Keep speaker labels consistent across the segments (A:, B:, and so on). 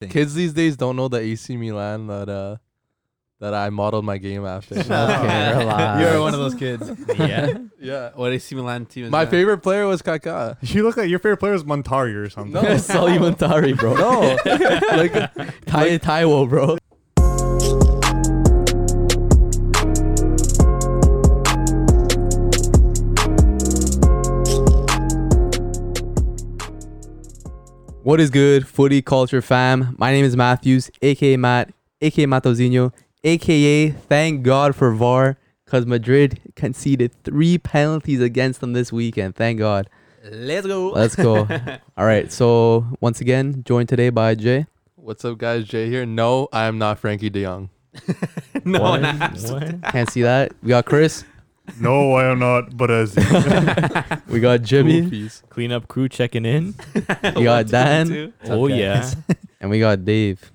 A: thing.
B: Kids these days don't know the AC Milan that uh that I modeled my game after.
A: Okay,
C: relax.
A: You're one of those kids.
C: yeah.
B: yeah.
C: What AC Milan team is
B: My
C: that?
B: favorite player was Kaká.
D: You look like your favorite player is Montari or something.
B: No.
A: Sully Montari, bro.
B: No, like
A: Tai Taiwo, bro. What is good, footy culture fam? My name is Matthews, aka Matt, aka Matozinho, aka thank God for VAR, because Madrid conceded three penalties against them this weekend. Thank God.
C: Let's go.
A: Let's go. All right, so once again, joined today by Jay.
B: what's up, guys? Jay here. No, I am not Frankie De Jong.
C: no,
A: What?
C: nah.
A: Can't see that. We got Chris.
D: no, I am not. But as
A: We got Jimmy.
B: Goofies.
E: Cleanup crew checking in.
A: We got Dan,
E: oh
C: okay.
E: yeah.
A: and we got Dave.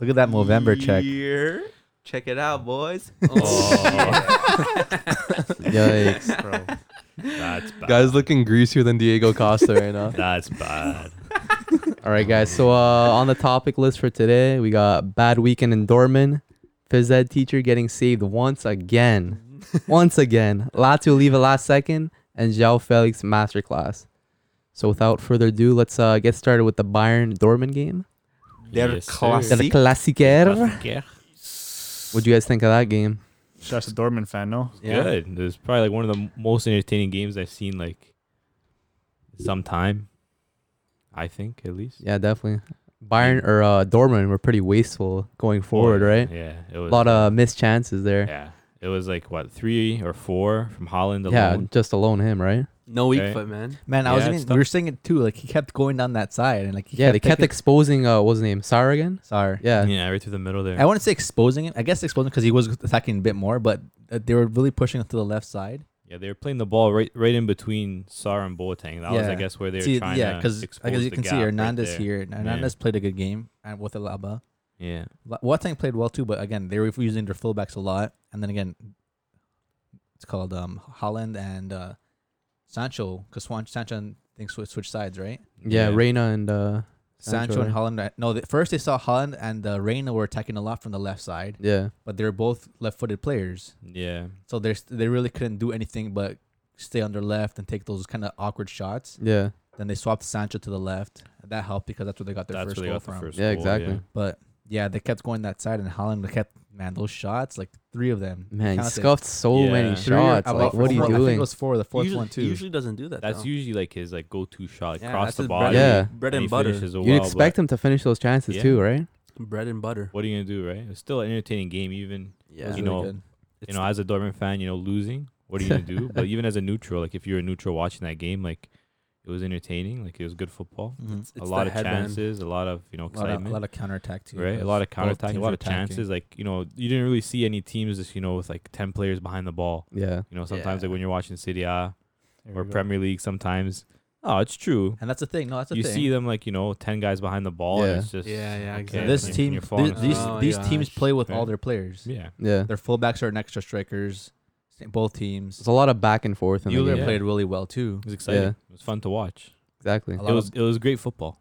C: Look at that
A: Movember check.
C: Year. Check it out, boys.
A: Yikes!
D: bro.
E: That's bad.
B: Guys looking greasier than Diego Costa right now.
E: That's bad.
A: All right, guys. So uh, on the topic list for today, we got bad weekend in Dortmund. Phys ed teacher getting saved once again, once again. Lazio leave at last second, and João Felix masterclass. So without further ado, let's uh, get started with the Bayern Dortmund game.
C: They're
E: Yes, sir.
C: classic.
A: Del
C: See?
A: Clasiquer.
E: Yeah.
A: What'd you guys think of that game?
D: That's a Dortmund fan, no?
E: Good. It was probably like one of the m- most entertaining games I've seen like some time. I think at least.
A: Yeah, definitely. Bayern or uh, Dortmund were pretty wasteful going forward,
E: Or-
A: right?
E: Yeah. It
A: A
E: was
A: lot of missed chances there.
E: Yeah. It was like what, three or four from Holland
A: Yeah,
E: alone.
A: just alone him, right?
C: No weak
E: Okay.
C: foot, man.
F: Man, I was
E: Yeah, it's
F: even,
E: tough.
F: we were saying it too. Like he kept going down that side, and like he
A: Yeah, they kept
F: picking-
A: exposing uh, what's his name, Sar again.
F: sorry.
A: Yeah,
E: Yeah, right through the middle there.
F: I wouldn't say exposing him. I guess exposing because he was attacking a bit more, but uh, they were really pushing to the left side.
E: yeah, they were playing the ball right right in between Sar and Boateng. That was I
F: Yeah.
E: guess where they were
F: See,
E: trying
F: yeah,
E: to expose
F: as you
E: the
F: can
E: gap
F: see,
E: right
F: Hernandez
E: there.
F: here. Hernandez played a good game and with Alaba.
E: Yeah.
F: La- Boateng played well too, but again, they were using their fullbacks a lot. And then again, it's called um, Holland and uh, Sancho because Sancho and things swi- switched sides, right?
A: yeah, Reina and uh,
F: Sancho,
A: Sancho,
F: and
A: right?
F: Holland. uh, No, the, first they saw Holland and uh, Reina were attacking a lot from the left side,
A: yeah,
F: but they were both left-footed players.
E: Yeah.
F: So they they really couldn't do anything but stay on their left and take those kind of awkward shots.
A: yeah,
F: Then they swapped Sancho to the left. That helped because that's where they got their
E: That's
F: first goal
E: where they got the
F: from.
E: first
A: yeah,
E: goal,
A: exactly.
F: But yeah, they kept going that side, and Holland kept man those shots like three of them.
A: Man, he
F: Counted.
A: scuffed so
E: Yeah.
A: many
F: Three or-
A: shots.
F: about
A: Like, what are
F: four-
A: you
F: I think
A: doing?
F: it was four. The fourth
C: usually,
F: one too.
C: He usually doesn't do that.
E: That's
C: though.
E: usually like his like go-to shot,
C: Yeah,
E: cross
C: that's
E: the
C: his
E: body.
A: Yeah.
C: bread
E: he
C: and butter.
E: finishes it
A: You'd
E: well,
A: expect him to finish those chances
E: Yeah.
A: too, right?
C: Bread and butter.
E: but What are you gonna do, right? It's still an entertaining game, even
F: It was really
E: you know,
F: good.
E: you know, as a Dortmund fan, you know, losing. What are you gonna do? But even as a neutral, like if you're a neutral watching that game, like it was entertaining. Like it was good football.
F: Mhm.
C: It's
E: a
C: the
E: lot of
C: headband.
E: chances, a lot of you
F: a
E: know
F: lot of,
E: excitement,
F: a lot of counterattack too.
E: right? A
F: because
E: lot of
F: both
E: counterattack, a
F: teams
E: lot
F: were
E: of
F: attacking.
E: chances. Like you know, you didn't really see any teams just you know with like ten players behind the ball.
A: Yeah,
E: You know, sometimes
F: Yeah.
E: like when you're watching City A
D: There
E: or
D: we go.
E: Premier League, sometimes oh, it's true.
F: And that's the thing. No, that's the
E: You
F: thing.
E: see them like you know ten guys behind the ball,
A: Yeah.
E: and it's just
C: Yeah, yeah,
E: okay,
C: exactly.
F: this
E: when
F: team,
E: you're
F: th-
E: falling
F: these
E: behind.
C: Oh,
F: these
C: yeah.
F: teams play with all
E: Right.
F: their players.
E: yeah.
A: yeah.
F: Their fullbacks are an extra strikers. s- Both teams.
A: There's a lot of back and forth in the
F: Euler
A: game.
E: yeah.
F: played really well too.
E: It was exciting.
A: Yeah.
E: It was fun to watch.
A: Exactly,
F: A
E: It
F: lot
E: was
F: of,
E: it was great football.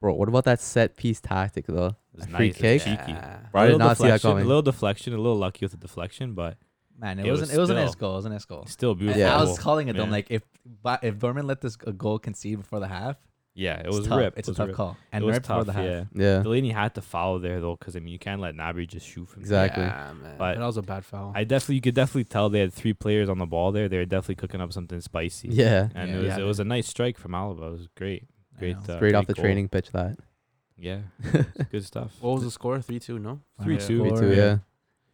A: bro. What about that set piece tactic though?
E: It was
A: A
E: nice.
A: free
E: It was
A: kick?
E: cheeky.
C: Yeah.
A: I
E: A
A: did
E: little
A: not see that
E: deflection-
A: coming.
E: A little deflection, a little lucky with the deflection, but
F: man, it,
E: it
F: wasn't.
E: was
F: It was an
E: still-
F: S goal. It was an S goal.
E: still
F: I-
E: beautiful.
A: Yeah.
F: I was
E: goal,
F: calling it though. I'm
E: man.
F: Like if but if Dorman let this g- goal concede before the half,
E: yeah, it
F: it's
E: was
F: tough.
E: ripped.
F: It's
E: It
F: a
E: was
F: tough
E: ripped.
F: call.
E: It
F: And
E: was
F: right before
E: tough.
F: the half.
E: Yeah,
A: Yeah,
E: Delaney had to foul there though, because I mean you can't let Nabry just shoot from. there.
A: exactly.
C: Yeah, man.
E: But-
C: that was a bad foul.
E: I definitely, you could definitely tell they had three players on the ball there. They were definitely cooking up something spicy.
A: Yeah,
E: and
F: Yeah.
E: it was
C: Yeah,
E: it
C: man.
E: was a nice strike from Alaba. It was great,
F: I
E: great,
F: know.
E: uh,
A: straight off the
E: goal.
A: training pitch. That
E: Yeah, good stuff.
C: what was the score? Three two. No,
E: three
F: Final
E: two.
A: Me
F: score.
A: too, yeah.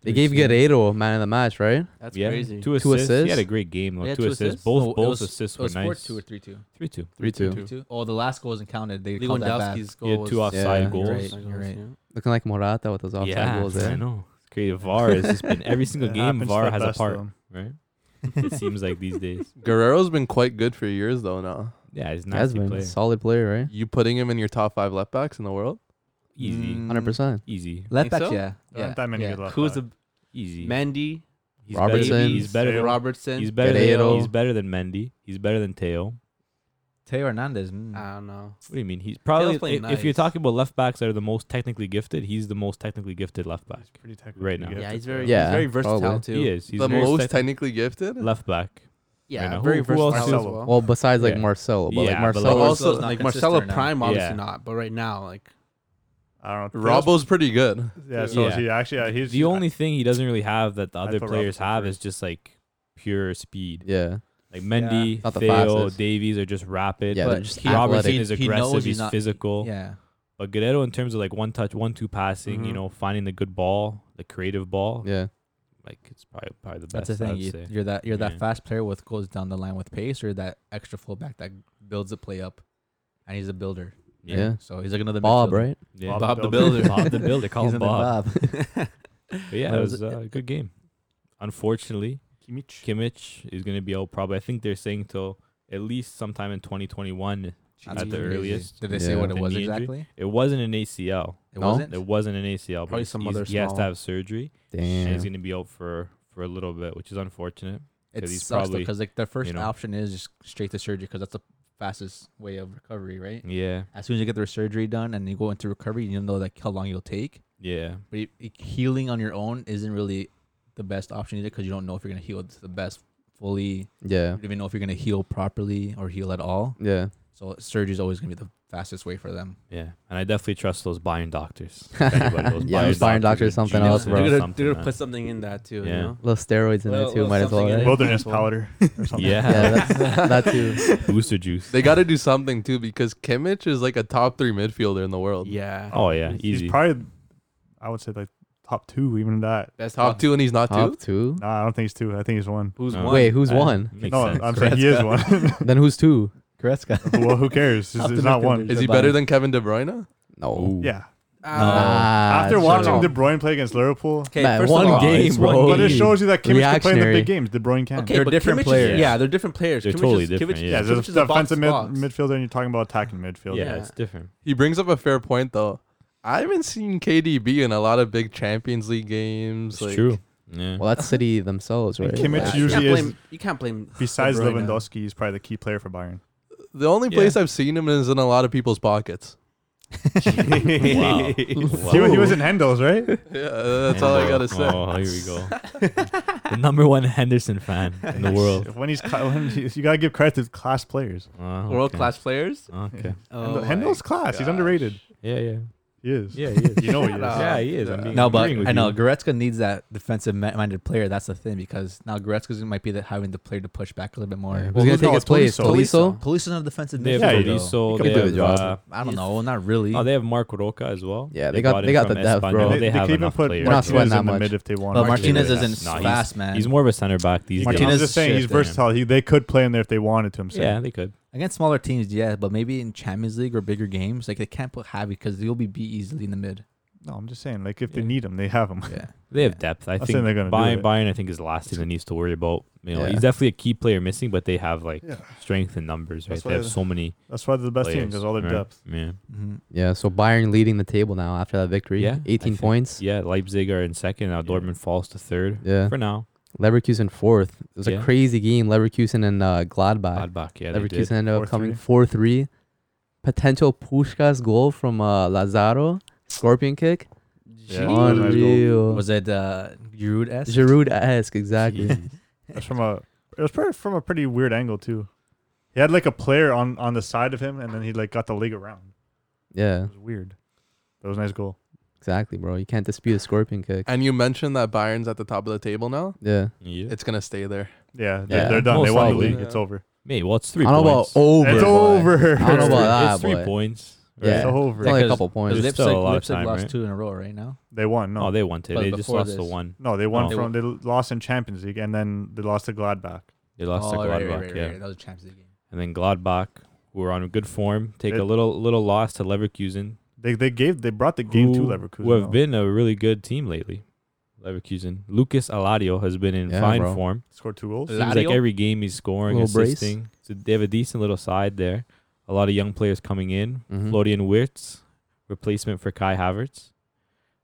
A: They gave
F: Three-two.
A: Guerrero man of the match, right?
C: that's
E: yeah,
C: crazy.
E: two assists.
A: Two
E: He had
A: assists?
E: a great game. Like,
C: Yeah,
E: two,
C: two
E: assists.
C: assists.
E: Both
F: No, it
E: both
F: was-
E: assists
F: It
E: were
F: was four
E: nice.
F: two or three two.
E: three two.
A: Three two.
F: Three two. Oh, the last goal wasn't counted. They called that back.
C: Lewandowski's
E: He had
C: goal was
E: two offside
A: Yeah.
E: goals.
F: You're right, you're right.
A: Looking like Morata with those offside goals
E: I
A: there.
E: know. It's crazy. VAR has just been every single
D: It
E: game.
D: happens to
E: VAR
D: the
E: has a
D: best
E: part,
D: of 'em.
E: right? It seems like these days.
B: Guerrero's been quite good for years though. Now
E: Yeah, he's
A: Has
E: nasty
A: been
E: player.
A: solid player, right?
B: you putting him in your top five left backs in the world?
E: Easy,
C: Mm,
A: Hundred percent.
E: easy,
F: Left
C: Think
F: back, yeah.
C: so?
D: There aren't
F: yeah,
D: that many
F: yeah.
D: good left
C: Who's
D: back.
C: the
E: easy.
C: Mendy?
E: he's
A: Robertson.
E: Better, he's better.
D: Teo.
E: Than,
C: Robertson.
E: he's better. Than,
A: Guerreiro.
E: he's better than Mendy. He's better than Teo.
F: Teo Hernandez. Mm.
C: I don't know.
E: What do you mean? He's probably
C: playing
E: i- if you're
C: nice.
E: talking about left backs that are the most technically gifted, he's the most technically gifted left back.
D: He's pretty technical.
E: Right now. Yeah,
C: Yeah, he's very
A: Yeah,
C: he's very versatile
A: probably.
C: too.
E: He is. He's
B: the
E: very
B: most
E: tec-
B: technically gifted.
E: left back.
C: Yeah,
E: Right now.
C: very
E: Who- who
C: versatile
E: else
C: as
D: is-
C: well.
A: Well, besides like
E: Yeah.
A: Marcelo, but like
E: Yeah, but, like,
A: Marcelo,
C: But
B: Marcelo's
C: also
B: not
C: like
F: consistent
C: Marcelo
F: right now.
C: Prime, obviously
E: Yeah.
C: not, but right now, like
D: I don't know. Teo's-
B: Robbo's pretty good.
D: Yeah, so
E: Yeah.
D: he actually yeah, he's
E: The only thing he doesn't really have that the
D: I'd
E: other
D: put
E: players
D: Robertson
E: have
D: first.
E: is just like pure speed.
A: yeah,
E: Like Mendy,
A: Not the
E: Theo,
A: fastest.
E: Davies are just rapid.
A: Yeah,
E: but
A: they're just
E: he- Robertson
A: athletic.
E: is
F: He- he
E: aggressive.
F: knows he's
E: he's
F: not-
E: physical.
F: Yeah.
E: But Guerrero, in terms of like one touch, one two passing, you
D: Mhm.
E: know, finding the good ball, the creative ball,
A: yeah.
E: like it's probably probably the best.
F: That's the
E: I
F: thing.
E: would
F: You,
E: say.
F: you're that you're
E: Yeah.
F: that fast player with goes down the line with pace, or that extra fullback that builds the play up, and he's a builder.
A: Yeah.
F: So he's like another
A: Bob,
F: midfielder.
A: right?
E: Yeah.
D: Bob the
E: Builder. Bob the Builder. Call
F: He's
E: him
F: another
E: Bob. But yeah,
F: But
E: it
F: it
E: was
F: was-
E: uh, a good game. Unfortunately,
D: Kimmich.
E: Kimmich is going to be out probably. I think they're saying till at least sometime in 2021.
F: That's
E: At the
F: crazy.
E: earliest.
F: Did they say
A: Yeah.
F: what it
E: The
F: was
E: knee injury?
F: exactly?
E: It wasn't an ACL.
F: It
A: No?
F: wasn't.
E: It wasn't an ACL. but
C: Probably
E: he's-
C: some
E: he's-
C: other
E: He has to
C: small-
E: have surgery. And he's
A: Damn.
E: going to be out for for a little bit, which is unfortunate.
F: It
E: 'Cause he's
F: sucks
E: probably,
F: because like the first
E: know-
F: option is just straight to surgery because that's the fastest way of recovery, right?
E: Yeah,
F: As soon as you get the surgery done and you go into recovery, you know like how long you'll take.
E: yeah,
F: But you, you- healing on your own isn't really the best option either because you don't know if you're gonna heal to the best fully.
A: Yeah,
F: You don't even know if you're gonna heal properly or heal at all.
A: yeah.
F: So surgery is always gonna be the fastest way for them.
E: yeah. And I definitely trust those buying doctors. If anybody- those
A: Yeah, those Bayern doctors
E: are
A: something
E: geniuses.
A: else,
C: they're
A: bro.
E: They're
C: gonna,
E: something,
C: they're
E: man.
C: gonna put something in that too.
E: Yeah.
C: You know?
A: Little steroids in
C: Well,
A: there too.
C: well,
A: Might as well.
C: something in
A: Right?
C: it.
D: Wilderness powder. Or something.
E: Yeah.
A: Yeah, that's, that too.
E: Booster juice.
B: They got to do something too because Kimmich is like a top three midfielder in the world.
C: Yeah.
E: Oh yeah,
D: He's
E: easy.
D: probably, I would say like top two, even that.
C: That's
B: Top two, and he's not two.
A: Top two.
D: Nah, I don't think he's two. I think he's one.
C: Who's
E: Uh,
C: one?
A: Wait, who's
E: Uh,
A: one?
E: makes
D: no,
E: sense.
D: I'm saying he is one.
A: Then who's two?
F: Goretzka.
D: well, who cares? It's,
F: Top
D: it's
F: two
D: not
F: midfielders.
D: one.
B: Is he better than Kevin De Bruyne?
A: No.
D: Yeah.
C: Ah.
D: After
A: sure.
D: watching De Bruyne play against Liverpool,
C: Okay,
A: Man,
C: first
A: one
C: of all,
A: game,
C: it's
A: bro.
D: but it
A: Hey,
D: shows you that Kimmich can play in the
A: reactionary.
D: big games. De Bruyne can't.
C: Okay,
F: They're
C: but
F: different
C: Kimmich is-
F: players.
C: yeah, they're different players.
E: They're
C: Kimmich
E: totally
C: is,
E: different,
C: Kimmich,
E: yeah.
D: Yeah,
C: Kimmich
D: there's
C: is a box
D: defensive
C: to
D: mid-
C: box.
D: midfielder, and you're talking about attacking midfielder.
E: yeah,
C: Yeah.
E: it's different.
B: He brings up a fair point though. I haven't seen KDB in a lot of big Champions League games.
E: It's
B: like-
E: true. Yeah.
A: Well, that's City themselves,
D: And
A: right?
D: Kimmich
A: Like,
C: You
D: usually-
C: can't
D: is-
C: blame- You can't blame.
D: Besides
C: De Bruyne.
D: Lewandowski, he's probably the key player for Bayern.
B: The only place I've seen him is in a lot of people's pockets.
E: wow.
D: He, was, he
E: Wow.
D: was in Hendel's, right?
B: Yeah, that's all I gotta say.
E: Oh, here we go. the number one Henderson fan in the world.
D: when he's cla- when he's- you gotta give credit to class players.
E: Oh,
C: World
E: okay.
C: class players.
E: Okay.
D: Hendo-
C: Oh
D: Hendel's
C: my
D: class. He's
C: gosh.
D: underrated.
E: Yeah, yeah.
D: He is.
E: Yeah, he is.
D: You know he
C: Shut
D: is.
C: up.
E: yeah, he is. I'm
B: Yeah.
E: being-
F: No, but
E: agreeing with
F: I know
E: you.
F: Goretzka needs that defensive-minded player. That's the thing because now Goretzka might be the, having the player to push back a little bit more.
A: Who's
D: Well,
A: gonna
D: look
A: take
D: how
A: his place?
D: Tolisso-
A: Tolisso.
F: Police another defensive
E: They have
D: Yeah,
E: yeah,
D: he
F: midfielder.
D: does.
E: Tolisso.
D: He can
E: They
D: do
E: have,
A: the job.
E: uh,
F: I don't know, not really.
E: oh, they have Mark Roca as well.
A: Yeah, they got-
E: bought him
A: they got
E: from
A: the depth,
E: Espanyol.
A: bro.
E: They,
D: They, they
E: have
D: can even
E: enough
D: put
E: players.
A: We're not sweating
D: Martinez
A: that
D: in the
A: much.
D: mid if they want.
F: but
E: Martinez
F: Martinez
E: is-
F: isn't
E: no, he's-
F: fast, man.
E: He's more of a center back these
D: Martinez
E: days.
D: is just saying he's
F: shit, man.
D: versatile. He, they could play him there if they wanted to himself.
E: Yeah, they could.
F: Against smaller teams, yeah, but maybe in Champions League or bigger games, like they can't put Javi because they'll be beat easily in the mid.
D: No, I'm just saying, like if they
E: Yeah.
D: need him, they have him.
F: Yeah,
E: They have
F: Yeah.
E: depth. I
D: Not
E: think
D: saying they're gonna do
E: Bayern,
D: it.
E: Bayern, I think is the last team that needs to worry about. You know,
A: Yeah.
E: he's definitely a key player missing, but they have like
D: Yeah.
E: strength and numbers. Right,
D: That's
E: they have
D: why-
E: so many
D: That's why they're the best team
E: players.
D: because all their
E: right?
D: depth.
E: Yeah,
F: hmm
A: Yeah, so Bayern leading the table now after that victory.
E: Yeah, I
A: 18
E: think-
A: points.
E: yeah. Leipzig are in second. Now
D: Yeah.
E: Dortmund falls to third.
A: Yeah.
E: For now,
A: Leverkusen fourth. It was
E: Yeah.
A: a crazy game. Leverkusen and uh, Gladbach.
E: Gladbach. Yeah, they
A: Leverkusen
E: did.
A: ended up
D: 4-3.
A: coming 4 3. Potential Pushkas goal from uh, Lazaro. Scorpion kick.
D: Yeah, that's a nice goal.
A: Unreal.
F: Was it uh, Giroud? S?
A: Giroud esque, exactly.
E: Jeez.
D: That's from a. It was pretty, from a pretty weird angle too. He had like a player on on the side of him, and then he like got the leg around.
A: Yeah,
D: It was weird. That was a nice goal.
A: exactly, bro. You can't dispute a scorpion kick.
B: And you mentioned that Bayern's at the top of the table now.
A: Yeah.
E: yeah.
B: It's gonna stay there.
D: Yeah, they're,
A: Yeah.
D: they're done.
E: Most
D: they won the
E: likely.
D: league. It's over.
E: Mate, well, it's three
A: I don't know about
E: points.
A: over.
D: it's
A: boy.
D: over.
A: I don't know about that,
E: it's three
A: boy.
E: points.
A: Yeah.
D: It's
E: right?
D: over.
A: It's only a
F: Because
A: couple
F: Because
A: points.
E: There's
F: Leipzig,
E: still a lot of
F: Leipzig
E: time,
F: lost
E: right?
F: two in a row right now.
D: they won. No,
E: Oh, they Oh. won today.
F: But
E: They just
F: before
E: lost the
F: this-
E: one.
D: no, they won
E: No. They
D: from. They lost in Champions League, and then they lost to Gladbach.
E: They lost to
F: Oh,
E: Gladbach.
F: right, right, right,
E: yeah.
F: right. That was a Champions League game.
E: and then Gladbach, who are on good form, take
D: They-
E: a little little loss to Leverkusen,
D: They they gave they brought the game to
E: who-
D: Leverkusen.
E: who have
D: though.
E: been a really good team lately. Leverkusen, Lucas Aladio has been in
A: Yeah,
E: fine
A: bro.
E: form.
D: scored two goals.
E: Seems like
F: Aladio?
E: every game he's scoring,
A: Little brace.
E: assisting. So they have a decent little side there. A lot of young players coming in.
A: Mhm.
E: Florian Wirtz, replacement for Kai Havertz.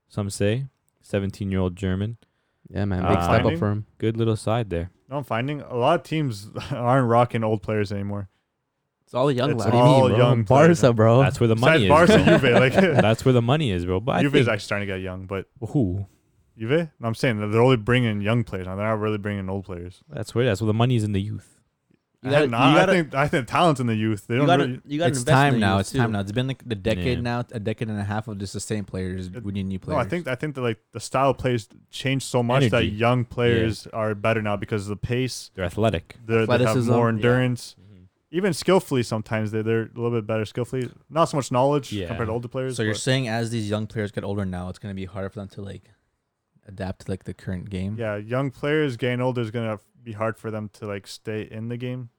E: Some say, 17-year-old German.
A: Yeah, man.
E: Uh,
A: Big step up
D: finding-
A: for him.
E: Good little side there.
D: No, I'm finding a lot of teams aren't rocking old players anymore. It's
C: It's all young
D: It's
A: What do you
C: lads.
D: all-
A: mean, bro?
D: young player.
A: Barca, bro.
E: That's where the money
D: Besides
E: is.
D: Barca,
E: bro.
D: Juve, like
E: That's where the money is, bro. But I
D: Juve's
E: think
D: actually starting to get young, but
E: who?
D: Juve, no, I'm saying that they're only bringing young players now. They're not really bringing old players.
E: That's where that's where the money is in the youth.
C: You
D: I
C: gotta-
D: not-
C: you gotta-
D: I think I think talents in the youth. They
C: You
D: don't
C: gotta,
D: really.
C: you gotta
F: It's
C: invest in
F: time
C: the
F: now.
C: youth,
F: It's time
C: too.
F: now. It's been like the decade
E: Yeah.
F: now, a decade and a half of just the same players.
D: It-
F: We need new
D: No,
F: players.
D: I think I think that like the style of plays changed so much that
E: Energy.
D: young players are better now because of the pace.
E: They're athletic.
D: They're, they have
C: Athleticism,
D: more
C: yeah.
D: endurance.
C: Mm-hmm.
D: Even skillfully, sometimes they they're a little bit better skillfully. Not so much knowledge
E: Yeah.
D: compared to older players.
F: so. You're
D: but-
F: saying as these young players get older now, it's gonna be harder for them to like adapt to like the current game.
D: yeah, young players getting older is gonna be hard for them to like stay in the game.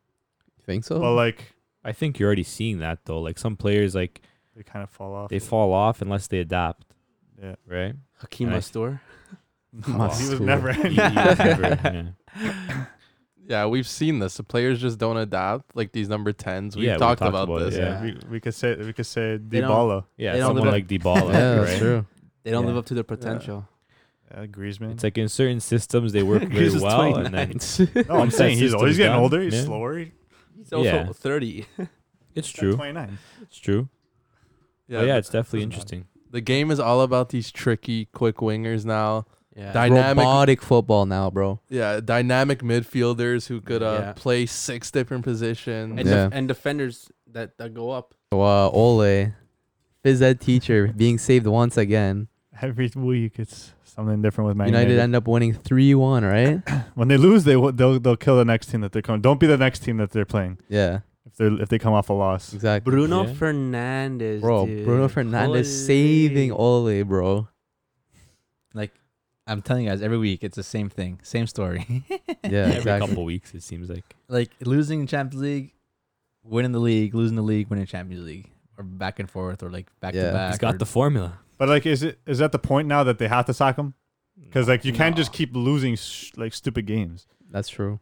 A: You think
C: Oh.
A: so?
D: But like
E: I think you're already seeing that though. Like some players, like
D: they kind of fall off.
E: they fall off unless they adapt,
D: yeah,
E: right?
C: Hakeem
E: Nice.
C: Astor.
A: Must
D: he was
A: do.
D: never.
E: You- you never- yeah.
B: Yeah, we've seen this. The players just don't adapt. Like these number tens, we've
E: Yeah, we
B: talked,
E: talked
B: about,
E: about it,
B: this.
E: yeah.
D: we, we could say we could say
C: They don't-
D: Dybala,
E: Yeah,
C: They don't
E: someone
C: live
E: like Dybala,
A: yeah,
E: right?
A: that's true.
C: They don't
E: Yeah.
C: live up to their potential.
D: uh, Griezmann.
E: It's like in certain systems they work very
F: Jesus,
E: well, and then
D: no, I'm
E: once that
D: saying he's
E: system's
D: always getting
E: done,
D: older. He's
E: yeah.
D: slower. He's
C: He's also
E: Yeah.
C: 30.
E: it's true.
D: 29.
E: It's true.
B: Yeah,
E: Yeah, Oh, yeah,
B: the-
E: it's definitely
D: doesn't matter.
E: interesting.
B: The game is all about these tricky, quick wingers now.
C: Yeah.
B: Dynamic-
A: Robotic football now, bro.
B: Yeah, dynamic midfielders who could uh,
C: Yeah.
B: play six different positions.
C: and,
A: Yeah.
C: def- and defenders that, that go up.
A: So, uh, Ole, phys ed teacher, being saved once again.
D: Every week, it's something different with Man United.
A: United end up winning 3 1, right?
D: when they lose, they will- they'll they'll kill the next team that they're coming. Don't be the next team that they're playing
A: Yeah,
D: if they if they come off a loss.
A: exactly.
C: Bruno
E: Yeah.
C: Fernandez.
A: Bro,
C: dude.
A: Bruno Fernandez saving
C: Holy.
A: Ole, bro.
F: Like I'm telling you guys, every week it's the same thing, same story.
A: Yeah,
E: Every
A: exactly.
E: couple weeks, it seems like.
F: like losing Champions League, winning the league, losing the league, winning Champions League, or back and forth, or like back
A: Yeah.
F: to back.
E: He's
F: or-
E: got the formula.
D: But like, is it is that the point now that they have to sack him? Because like you can't
E: No.
D: just keep losing sh- like stupid games.
A: That's true.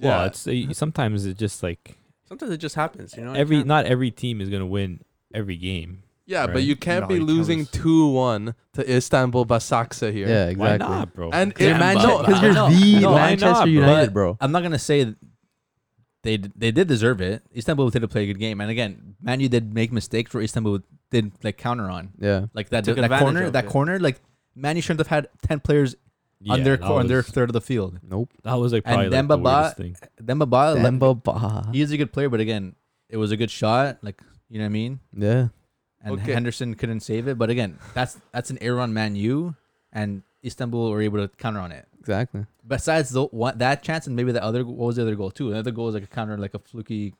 E: Well,
B: Yeah.
E: it's uh, sometimes it's just like
C: Sometimes it just happens, you know. It
E: every
C: can't-
E: not every team is gonna win every game.
B: yeah, but
E: Right.
B: you can't
D: No,
B: be
D: you can't
B: losing
D: lose.
B: two one to Istanbul Basaksa here.
A: Yeah,
E: Why
A: exactly.
E: not, bro?
B: And
A: You're
B: it,
A: Manche-
B: no,
A: 'cause you're
F: No,
A: the
E: no, why
A: Manchester
E: not, bro?
A: United, bro.
F: I'm not gonna say th- they d- they did deserve it. Istanbul did play a good game, and again, Man U did make mistakes where Istanbul did like counter on,
A: Yeah,
F: like that
C: Took
F: that
C: advantage
F: corner,
C: of
F: that
C: it.
F: corner, like Man U shouldn't have had ten players
E: yeah,
F: on their
E: that
F: cor- on their
E: was-
F: third of the field.
A: nope.
E: that was like
F: and
E: probably like, the
F: Demba Ba-
E: weirdest thing.
F: Demba Ba, like,
A: Demba Ba.
F: he is a good player, but again, it was a good shot. Like you know what I mean.
A: Yeah.
F: and
B: Okay.
F: Henderson couldn't save it. But again, that's that's an error on Man U, and Istanbul were able to counter on it.
A: Exactly.
F: Besides the, what, that chance and maybe the other, what was the other goal too? Another goal was like a counter, like a fluky.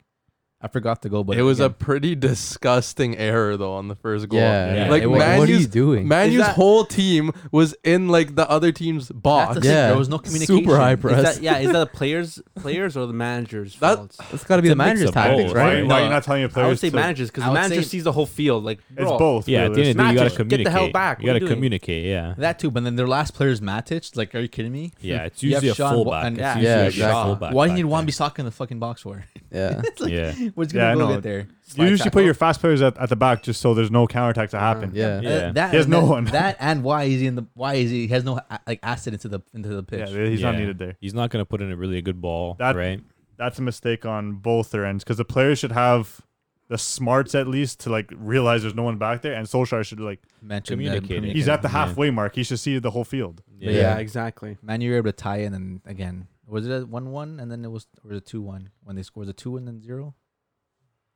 F: I forgot the goal, but
B: it was a
F: again,
B: pretty disgusting error though on the first goal.
A: Yeah.
E: Yeah.
B: Like
A: It was-
B: Man
A: what are you
B: U's-
A: doing?
B: Man
C: Is
B: U's
C: that-
B: whole team was in like the other team's
F: that's
B: box.
F: the thing,
A: Yeah.
F: There was no
A: Super
F: communication.
A: high
F: Is
A: press.
F: that- yeah, is that the players, players or the managers?
B: That-
C: fault.
A: It's got to be
E: It's
A: the
E: a mix
A: manager's
E: of both,
A: tactics,
D: Why,
A: right?
D: why are
C: No,
D: you not telling your players?
C: I would say
D: to-
C: managers because
F: I
C: the
F: would
C: manager
F: say-
C: sees the whole field. Like,
D: It's
C: bro,
D: both.
E: Yeah, at the end of the day,
D: realistically.
E: you gotta
C: Matic, get
E: communicate.
C: the hell back.
E: You
C: What are
E: gotta
C: you doing?
E: communicate. Yeah,
F: That too, but then their last player is Matic. Like, are you kidding me?
E: yeah. It's
F: You have
E: usually a
F: Sean Wa-
E: fullback.
F: and-
E: It's
C: yeah.
E: usually
A: Yeah,
E: a
A: exactly.
E: fullback
F: Why do
E: back
F: you need
E: there.
F: Wan Bissaka in the fucking box for?
A: Yeah.
E: Yeah,
F: What's
D: Yeah, I
F: gonna go
D: know.
F: get there?
D: You usually put your fast players at, at the back just so there's no counterattack to happen.
A: Yeah.
E: Uh-huh. Yeah.
F: Uh, that
D: He has
F: and
D: no
F: that-
D: one.
F: That and why is he in the why is he, he has no a- like acid into the into the
D: yeah,
F: pitch.
D: he's not
E: Yeah.
D: needed there.
E: he's not gonna put in a really good ball,
D: That-
E: right?
D: that's a mistake on both their ends because the players should have the smarts at least to like realize there's no one back there, and Solskjaer should like
F: Mentioned uh,
E: Communicating.
F: that-
D: he's
E: Yeah.
D: at the halfway mark. He should see the whole field.
F: Yeah.
C: Yeah,
A: Yeah.
C: exactly.
F: Man, you were able to tie in, and again, was it a one-one, and then it was or was it two-one when they scored a two and then zero?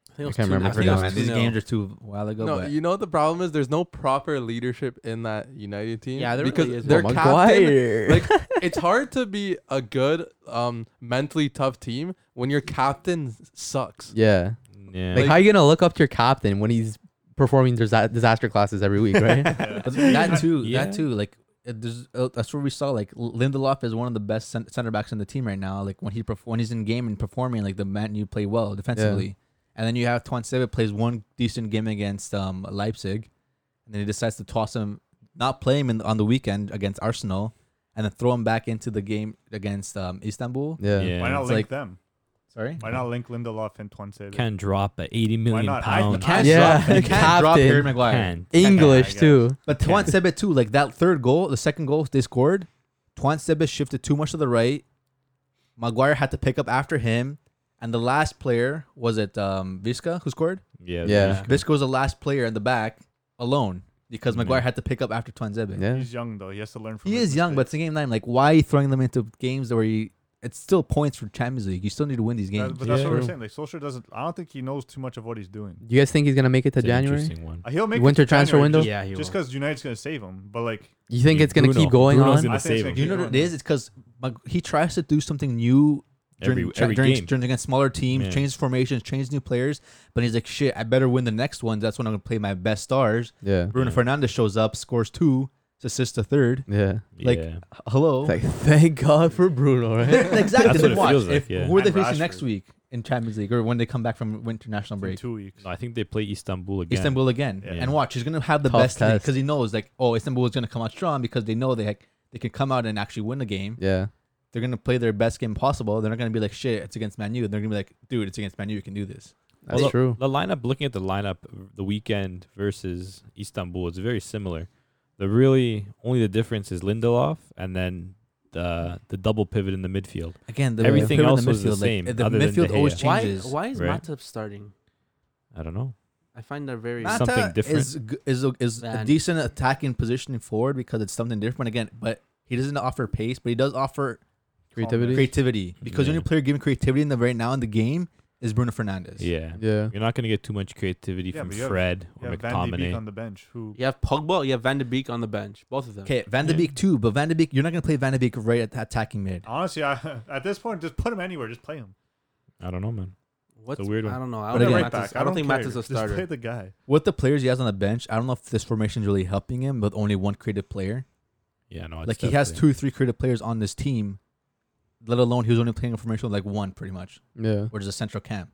C: I, think it
A: I
C: was
A: can't
C: two-
A: remember.
C: I
A: I
C: think
A: forgot,
C: it
A: man.
C: was
F: These
C: 2-0.
F: games are too a while ago.
B: No,
F: but
B: you know what the problem is there's no proper leadership in that United team.
C: Yeah, there
B: because
C: really isn't.
B: their
A: Oh,
B: captain.
A: Maguire.
B: Like it's hard to be a good, um, mentally tough team when your captain sucks.
A: yeah.
E: Yeah,
A: Like, how you gonna look up to your captain when he's performing disa- disaster classes every week, right?
F: but that too,
E: Yeah.
F: that too, like it- there's uh, that's where we saw like L- Lindelof is one of the best cen- center backs in the team right now. Like when he perf- when he's in game and performing, like the man you play well defensively, and then you have Twan Sevic plays one decent game against um Leipzig, and then he decides to toss him, not play him in, on the weekend against Arsenal, and then throw him back into the game against um Istanbul.
A: yeah.
E: yeah.
D: Why not
F: It's
D: link
F: like-
D: them?
F: Sorry.
D: Why not link Lindelof and Twansevic?
E: Can drop at eighty million
D: not?
E: pounds.
D: I- I-
F: Can't
A: Yeah,
F: drop, you can't drop
A: captain.
F: Harry Maguire.
E: Can.
A: English
D: Yeah, I
A: too.
F: But Twan Sebet too, like that third goal, the second goal they scored, Twan Sebet shifted too much to the right. Maguire had to pick up after him, And the last player was it um, Visca who scored.
E: Yeah.
A: Yeah.
F: Visca was the last player in the back alone because
E: Yeah.
F: Maguire had to pick up after Twanzebe.
A: Yeah.
D: He's young though. He has to learn from.
F: He
D: his
F: is young, but it's a game nine. Like, why are you throwing them into games where you? It's still points for Champions League. You still need to win these
D: mistakes.
F: games.
D: That- but that's
E: Yeah.
D: what we're
E: True.
D: saying. Like Solskjaer doesn't. I don't think he knows too much of what he's doing.
A: Do you guys think he's gonna make it to
E: It's an
A: January?
E: Interesting one.
D: Uh, He'll make it
A: Winter
D: to
A: transfer
D: January
A: window?
D: just-
C: Yeah, he
D: Just
C: will.
D: because United's gonna save him, but like
A: You think
E: Yeah,
A: it's gonna
E: Bruno.
A: keep going
E: Bruno's
A: on?
E: gonna
D: I think
E: save
D: it's
E: him.
D: gonna
F: You know what it is? It's because he tries to do something new during
E: Every,
F: cha-
E: every
F: during,
E: game.
F: during against smaller teams,
E: Yeah.
F: changes formations, changes new players. But he's like, shit, I better win the next one. That's when I'm gonna play my best stars.
A: Yeah.
F: Bruno
E: Yeah.
F: Fernandez shows up, scores two, assists a third.
A: Yeah.
F: like-
E: yeah.
F: H- Hello,
A: It's like thank God for Bruno, right?
F: exactly.
E: That's
F: then
E: what it
F: watch.
E: feels like,
F: If-
E: yeah.
F: Who are they
D: And
F: facing next
D: Rashford.
F: week in Champions League or when they come back from international
D: in
F: break?
D: two weeks.
E: No, I think they play Istanbul again.
F: Istanbul again.
E: Yeah.
F: And watch, he's gonna have the
A: Tough
F: best thing
A: test.
F: because he knows like, oh, Istanbul is gonna come out strong because they know they ha- they can come out and actually win the game.
A: yeah.
F: They're gonna play their best game possible. They're not gonna be like, shit, it's against Man U. They're gonna be like, dude, it's against Man U. You can do this.
A: That's
E: Well,
A: true.
E: The lineup, looking at the lineup, the weekend versus Istanbul is very similar. The really only the difference is Lindelof and then the the double pivot in the midfield.
F: Again, the
E: Everything
F: pivot in
E: else was the
F: midfield,
E: same,
F: Like, the
E: other than
F: midfield
E: De
F: always
E: Gea.
C: Why,
F: changes.
C: why is
E: right?
C: Matip starting?
E: I don't know.
C: I find that very.
E: Matip- something
F: Mata
E: different.
F: Is g- is a, is a
C: Man.
F: decent attacking position forward because it's something different again. But he doesn't offer pace, but he does offer
A: Creativity.
F: creativity because the
E: Yeah.
F: only player giving creativity in the right now in the game is Bruno Fernandez.
E: Yeah.
A: Yeah.
E: You're not going to get too much creativity
D: Yeah,
E: from
D: but you have-
E: Fred
D: Yeah,
E: or
D: Van de Beek on
E: McTominay.
D: the bench. Who?
C: You have Pogba. You have Van de Beek on the bench. Both of them.
F: Okay, Van de
E: Yeah.
F: Beek too, but Van de Beek, you're not gonna play Van de Beek right at the attacking mid.
D: Honestly, I, at this point, just put him anywhere. Just play him.
E: I don't know, man.
C: What's
E: It's a weird one.
C: I don't know.
F: But
C: I don't,
D: Put him
C: think,
F: again-
D: right
C: Matip's-
D: back.
C: I don't think
D: care.
C: Matip's a
D: Just play
C: starter.
D: the guy.
F: With the players he has on the bench, I don't know if this formation is really helping him with only one creative player.
E: Yeah, no. Oh, It's
F: like he has
E: definitely-
F: two, three creative players on this team, let alone he was only playing a formation with like one pretty much,
A: Yeah.
F: which is a central camp.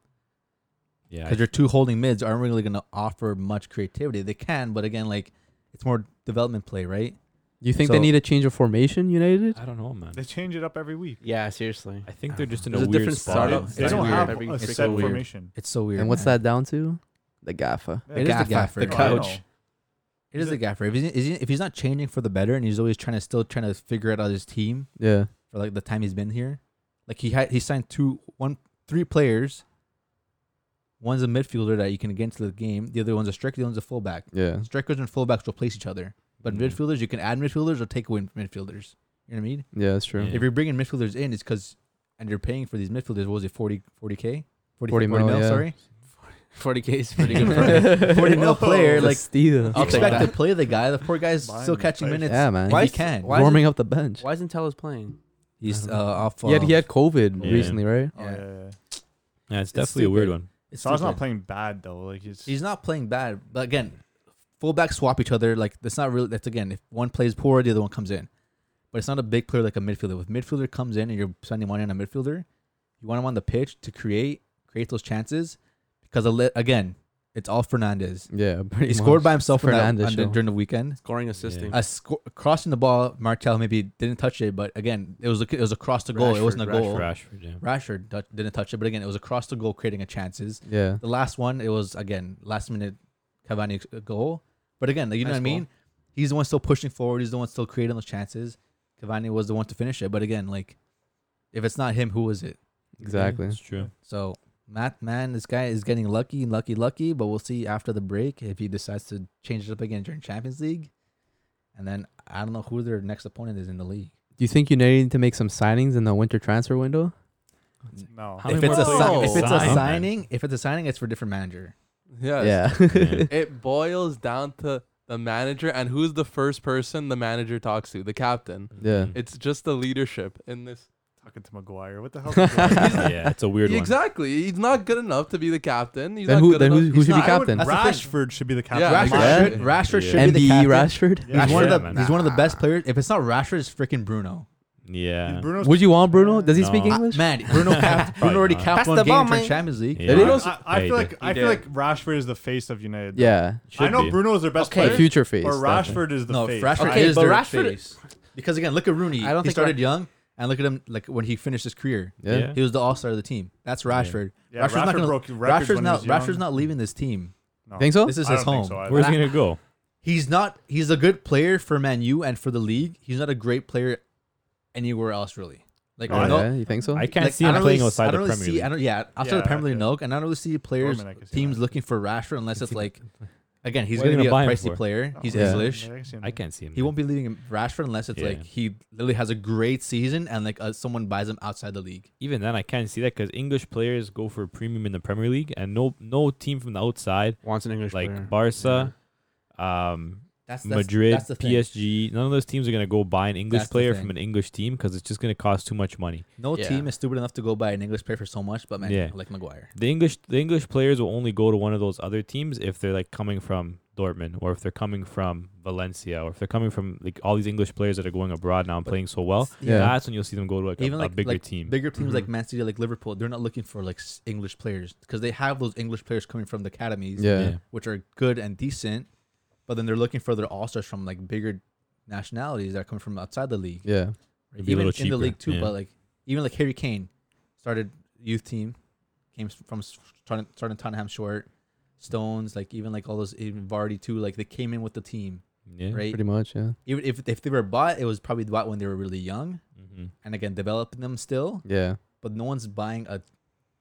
E: Yeah.
F: Because your two holding mids aren't really gonna offer much creativity. They can, but again, like it's more development play, right?
A: You think they
F: So-
A: need a change of formation, United?
E: I don't know, man.
D: They change it up every week.
C: Yeah, seriously.
E: I think they're just in a
C: There's a
E: weird
C: different
E: spot.
C: startup.
E: It's
D: They
C: It's
E: like-
D: don't
C: weird.
D: have
C: Every
D: a
C: freaking
D: set
C: weird.
D: formation.
F: It's so weird.
A: And what's
F: man.
A: that down to? The gaffer.
F: It is the gaffer.
D: The
F: The
D: couch.
F: It is a gaffer. If he's, is he- if he's not changing for the better and he's always trying to still trying to figure it out his team
A: Yeah.
F: for like the time he's been here, like he had he signed two one three players. One's a midfielder that you can get into the game. The other one's a striker. The other one's a fullback.
A: Yeah.
F: Strikers and fullbacks replace each other, but
E: Yeah.
F: midfielders you can add midfielders or take away midfielders. You know what I mean?
A: Yeah, that's true.
E: Yeah.
F: If you're bringing midfielders in, it's because and you're paying for these midfielders. What was it 40 40 k 40,
A: 40 mil, yeah.
F: Sorry,
C: 40k is pretty good. for him.
A: Yeah.
F: 40 mil
D: Whoa.
F: player. Like
A: steal.
F: you
C: I'll take
F: expect to
C: that.
F: play the guy. The poor guy's
D: Buying
F: still
D: the
F: catching
D: players.
F: minutes.
A: Yeah, man.
F: Why
A: Why
F: he
C: is-
F: can.
C: why- is
A: Warming up the bench.
C: Why isn't Tellus playing?
F: He's
A: I
F: uh,
A: don't know.
F: off.
A: He had, he
F: uh,
A: had COVID
E: Yeah.
A: recently, right?
D: Oh, yeah. yeah, yeah.
E: Yeah, it's definitely a weird
F: stupid.
E: one.
F: uh, it's
D: Salah's not
F: stupid.
D: playing bad though. Like he's.
F: He's not playing bad, but again, fullbacks swap each other. Like that's not really. That's again, if one plays poor, the other one comes in. But it's not a big player like a midfielder. With midfielder comes in and you're spending money on a midfielder, you want him on the pitch to create create those chances because a li- again, it's all Fernandez.
A: Yeah.
F: He scored by himself in that-
A: Fernandes
F: on the-
A: show.
F: during the weekend.
C: Scoring, assisting.
F: A sco- crossing the ball, Martel maybe didn't touch it, but again, it was a, it was across the goal. it wasn't a
C: Rashford,
F: goal.
E: Rashford, yeah.
F: Rashford du- didn't touch it, but again, it was across the goal, creating a chances.
A: Yeah.
F: The last one, it was again last minute Cavani uh, goal, but again, like, you know
C: Nice
F: what I mean. He's the one still pushing forward. He's the one still creating those chances. Cavani was the one to finish it, but again, like if it's not him, who is it?
A: Exactly.
E: It's true.
F: So Matt, man, this guy is getting lucky, lucky, lucky. But we'll see after the break if he decides to change it up again during Champions League, and then I don't know who their next opponent is in the league.
A: Do you think United need to make some signings in the winter transfer window?
D: No.
E: How
F: If
E: many
F: it's, a,
E: more
F: si-
E: players
F: if it's
E: can
F: a
E: we sign, man?
F: signing, if it's a signing, it's for a different manager.
B: Yes.
A: Yeah.
B: It boils down to the manager and who's the first person the manager talks to, the captain.
A: Yeah.
E: Mhm.
B: It's just the leadership in this.
D: talking to Maguire. What the hell? Maguire?
E: yeah, it's a weird one.
B: exactly. He's not good enough to be the captain. He's
A: Then
B: not
A: who-
B: good
A: then
B: enough.
A: who- who
B: He's
A: should
B: not-
A: be
B: I would-
A: captain?
F: That's the thing.
D: Rashford should be the captain.
B: Yeah,
D: in
F: Rashford,
D: my
A: Yeah.
F: should,
D: opinion.
F: Rashford
E: Yeah.
F: should be the
A: MBE
F: captain.
A: Rashford?
D: Yeah,
F: he's one of
E: yeah,
F: the
E: man.
F: he's one of the best players. If it's not Rashford, it's freaking Bruno.
E: Yeah.
D: Bruno's
A: Would you want Bruno? Does he speak
E: No.
F: Ah,
A: English?
F: man, Bruno capped,
E: Probably
F: Bruno already
E: not.
F: capped
C: Pass
F: one
C: the
F: game
C: ball,
F: during
C: man.
F: Champions League.
E: Yeah.
A: Bruno's-
D: I, I
E: Yeah, he
D: feel like
E: did.
D: I
C: He
D: feel like
C: did.
D: Rashford is the face of United. though.
A: yeah.
D: I
E: Should
D: know
E: be.
D: Bruno's their best
C: Okay.
A: The
D: player,
A: future face.
D: but
A: definitely.
D: Rashford is the
F: No,
D: face.
F: Rashford
C: Okay,
F: is
C: but
F: their
C: Rashford-
F: face. Because again, look at Rooney.
C: I don't
F: he
C: think
F: started
C: Ra-
F: young, and look at him like when he finished his career.
A: Yeah.
E: Yeah.
F: He was the all star of the team. That's Rashford.
D: Yeah,
F: Rashford's not
D: Rashford
F: gonna-
D: broke records
F: Rashford's
D: when he
F: not
D: was young.
F: Rashford's not leaving this team.
D: No.
A: Think so?
F: This is
D: I
F: his
D: don't think
F: home.
D: so either.
E: Where's he gonna go?
F: He's not. He's a good player for Man U and for the league. He's not a great player anywhere else really. Like
D: No,
F: I
D: I-
F: don't,
A: yeah, you think so?
E: I can't
F: like,
E: see
F: I
E: him
F: don't
E: playing
F: really,
E: outside
F: I
E: the
F: don't really
E: Premier
F: see,
E: League.
F: I don't, yeah, outside
D: Yeah,
F: the Premier
D: I
F: League,
D: could-
F: no. And I don't really see players,
D: Dortmund, I could see
F: teams
D: that.
F: looking for Rashford unless it's like, again, he's
E: What are
F: going
E: they
F: to be a
E: gonna buy him
F: pricey
E: for? Oh,
F: player. He's
A: Yeah.
F: English.
E: I can't see him.
F: He won't be leaving Rashford unless it's
E: Yeah.
F: like he literally has a great season and like uh, someone buys him outside the league.
E: Even then, I can't see that because English players go for a premium in the Premier League, and no, no team from the outside
C: Wants an English
E: like
C: player.
E: Barca, um,
F: That's, that's
E: Madrid,
F: That's the thing.
E: PSG. None of those teams are gonna go buy an English
F: That's the
E: player
F: thing.
E: from an English team because it's just gonna cost too much money.
F: No
B: Yeah.
F: team is stupid enough to go buy an English player for so much, but man,
E: Yeah.
F: like Maguire.
E: The English, the English players will only go to one of those other teams if they're like coming from Dortmund or if they're coming from Valencia or if they're coming from like all these English players that are going abroad now and
F: But
E: playing so well.
A: Yeah.
E: That's when you'll see them go to like,
F: Even
E: a,
F: like
E: a bigger
F: like
E: team. Mm-hmm.
F: bigger teams like
C: Mhm.
F: Man City, like Liverpool, they're not looking for like s- English players because they have those English players coming from the academies,
A: yeah.
E: Yeah.
F: which are good and decent, but then they're looking for their all stars from like bigger nationalities that come from outside the league,
A: Yeah.
E: It'd be
F: even
E: a little
F: in the
E: cheaper,
F: league too.
E: yeah.
F: But like even like Harry Kane started youth team, came s- from s- starting starting Tottenham short, Stones, like even like all those even Vardy too, like they came in with the team,
E: yeah.
F: right?
A: Pretty much. Yeah.
F: Even if if they were bought, it was probably bought when they were really young,
E: Mm-hmm.
F: and again developing them still.
A: Yeah.
F: But no one's buying a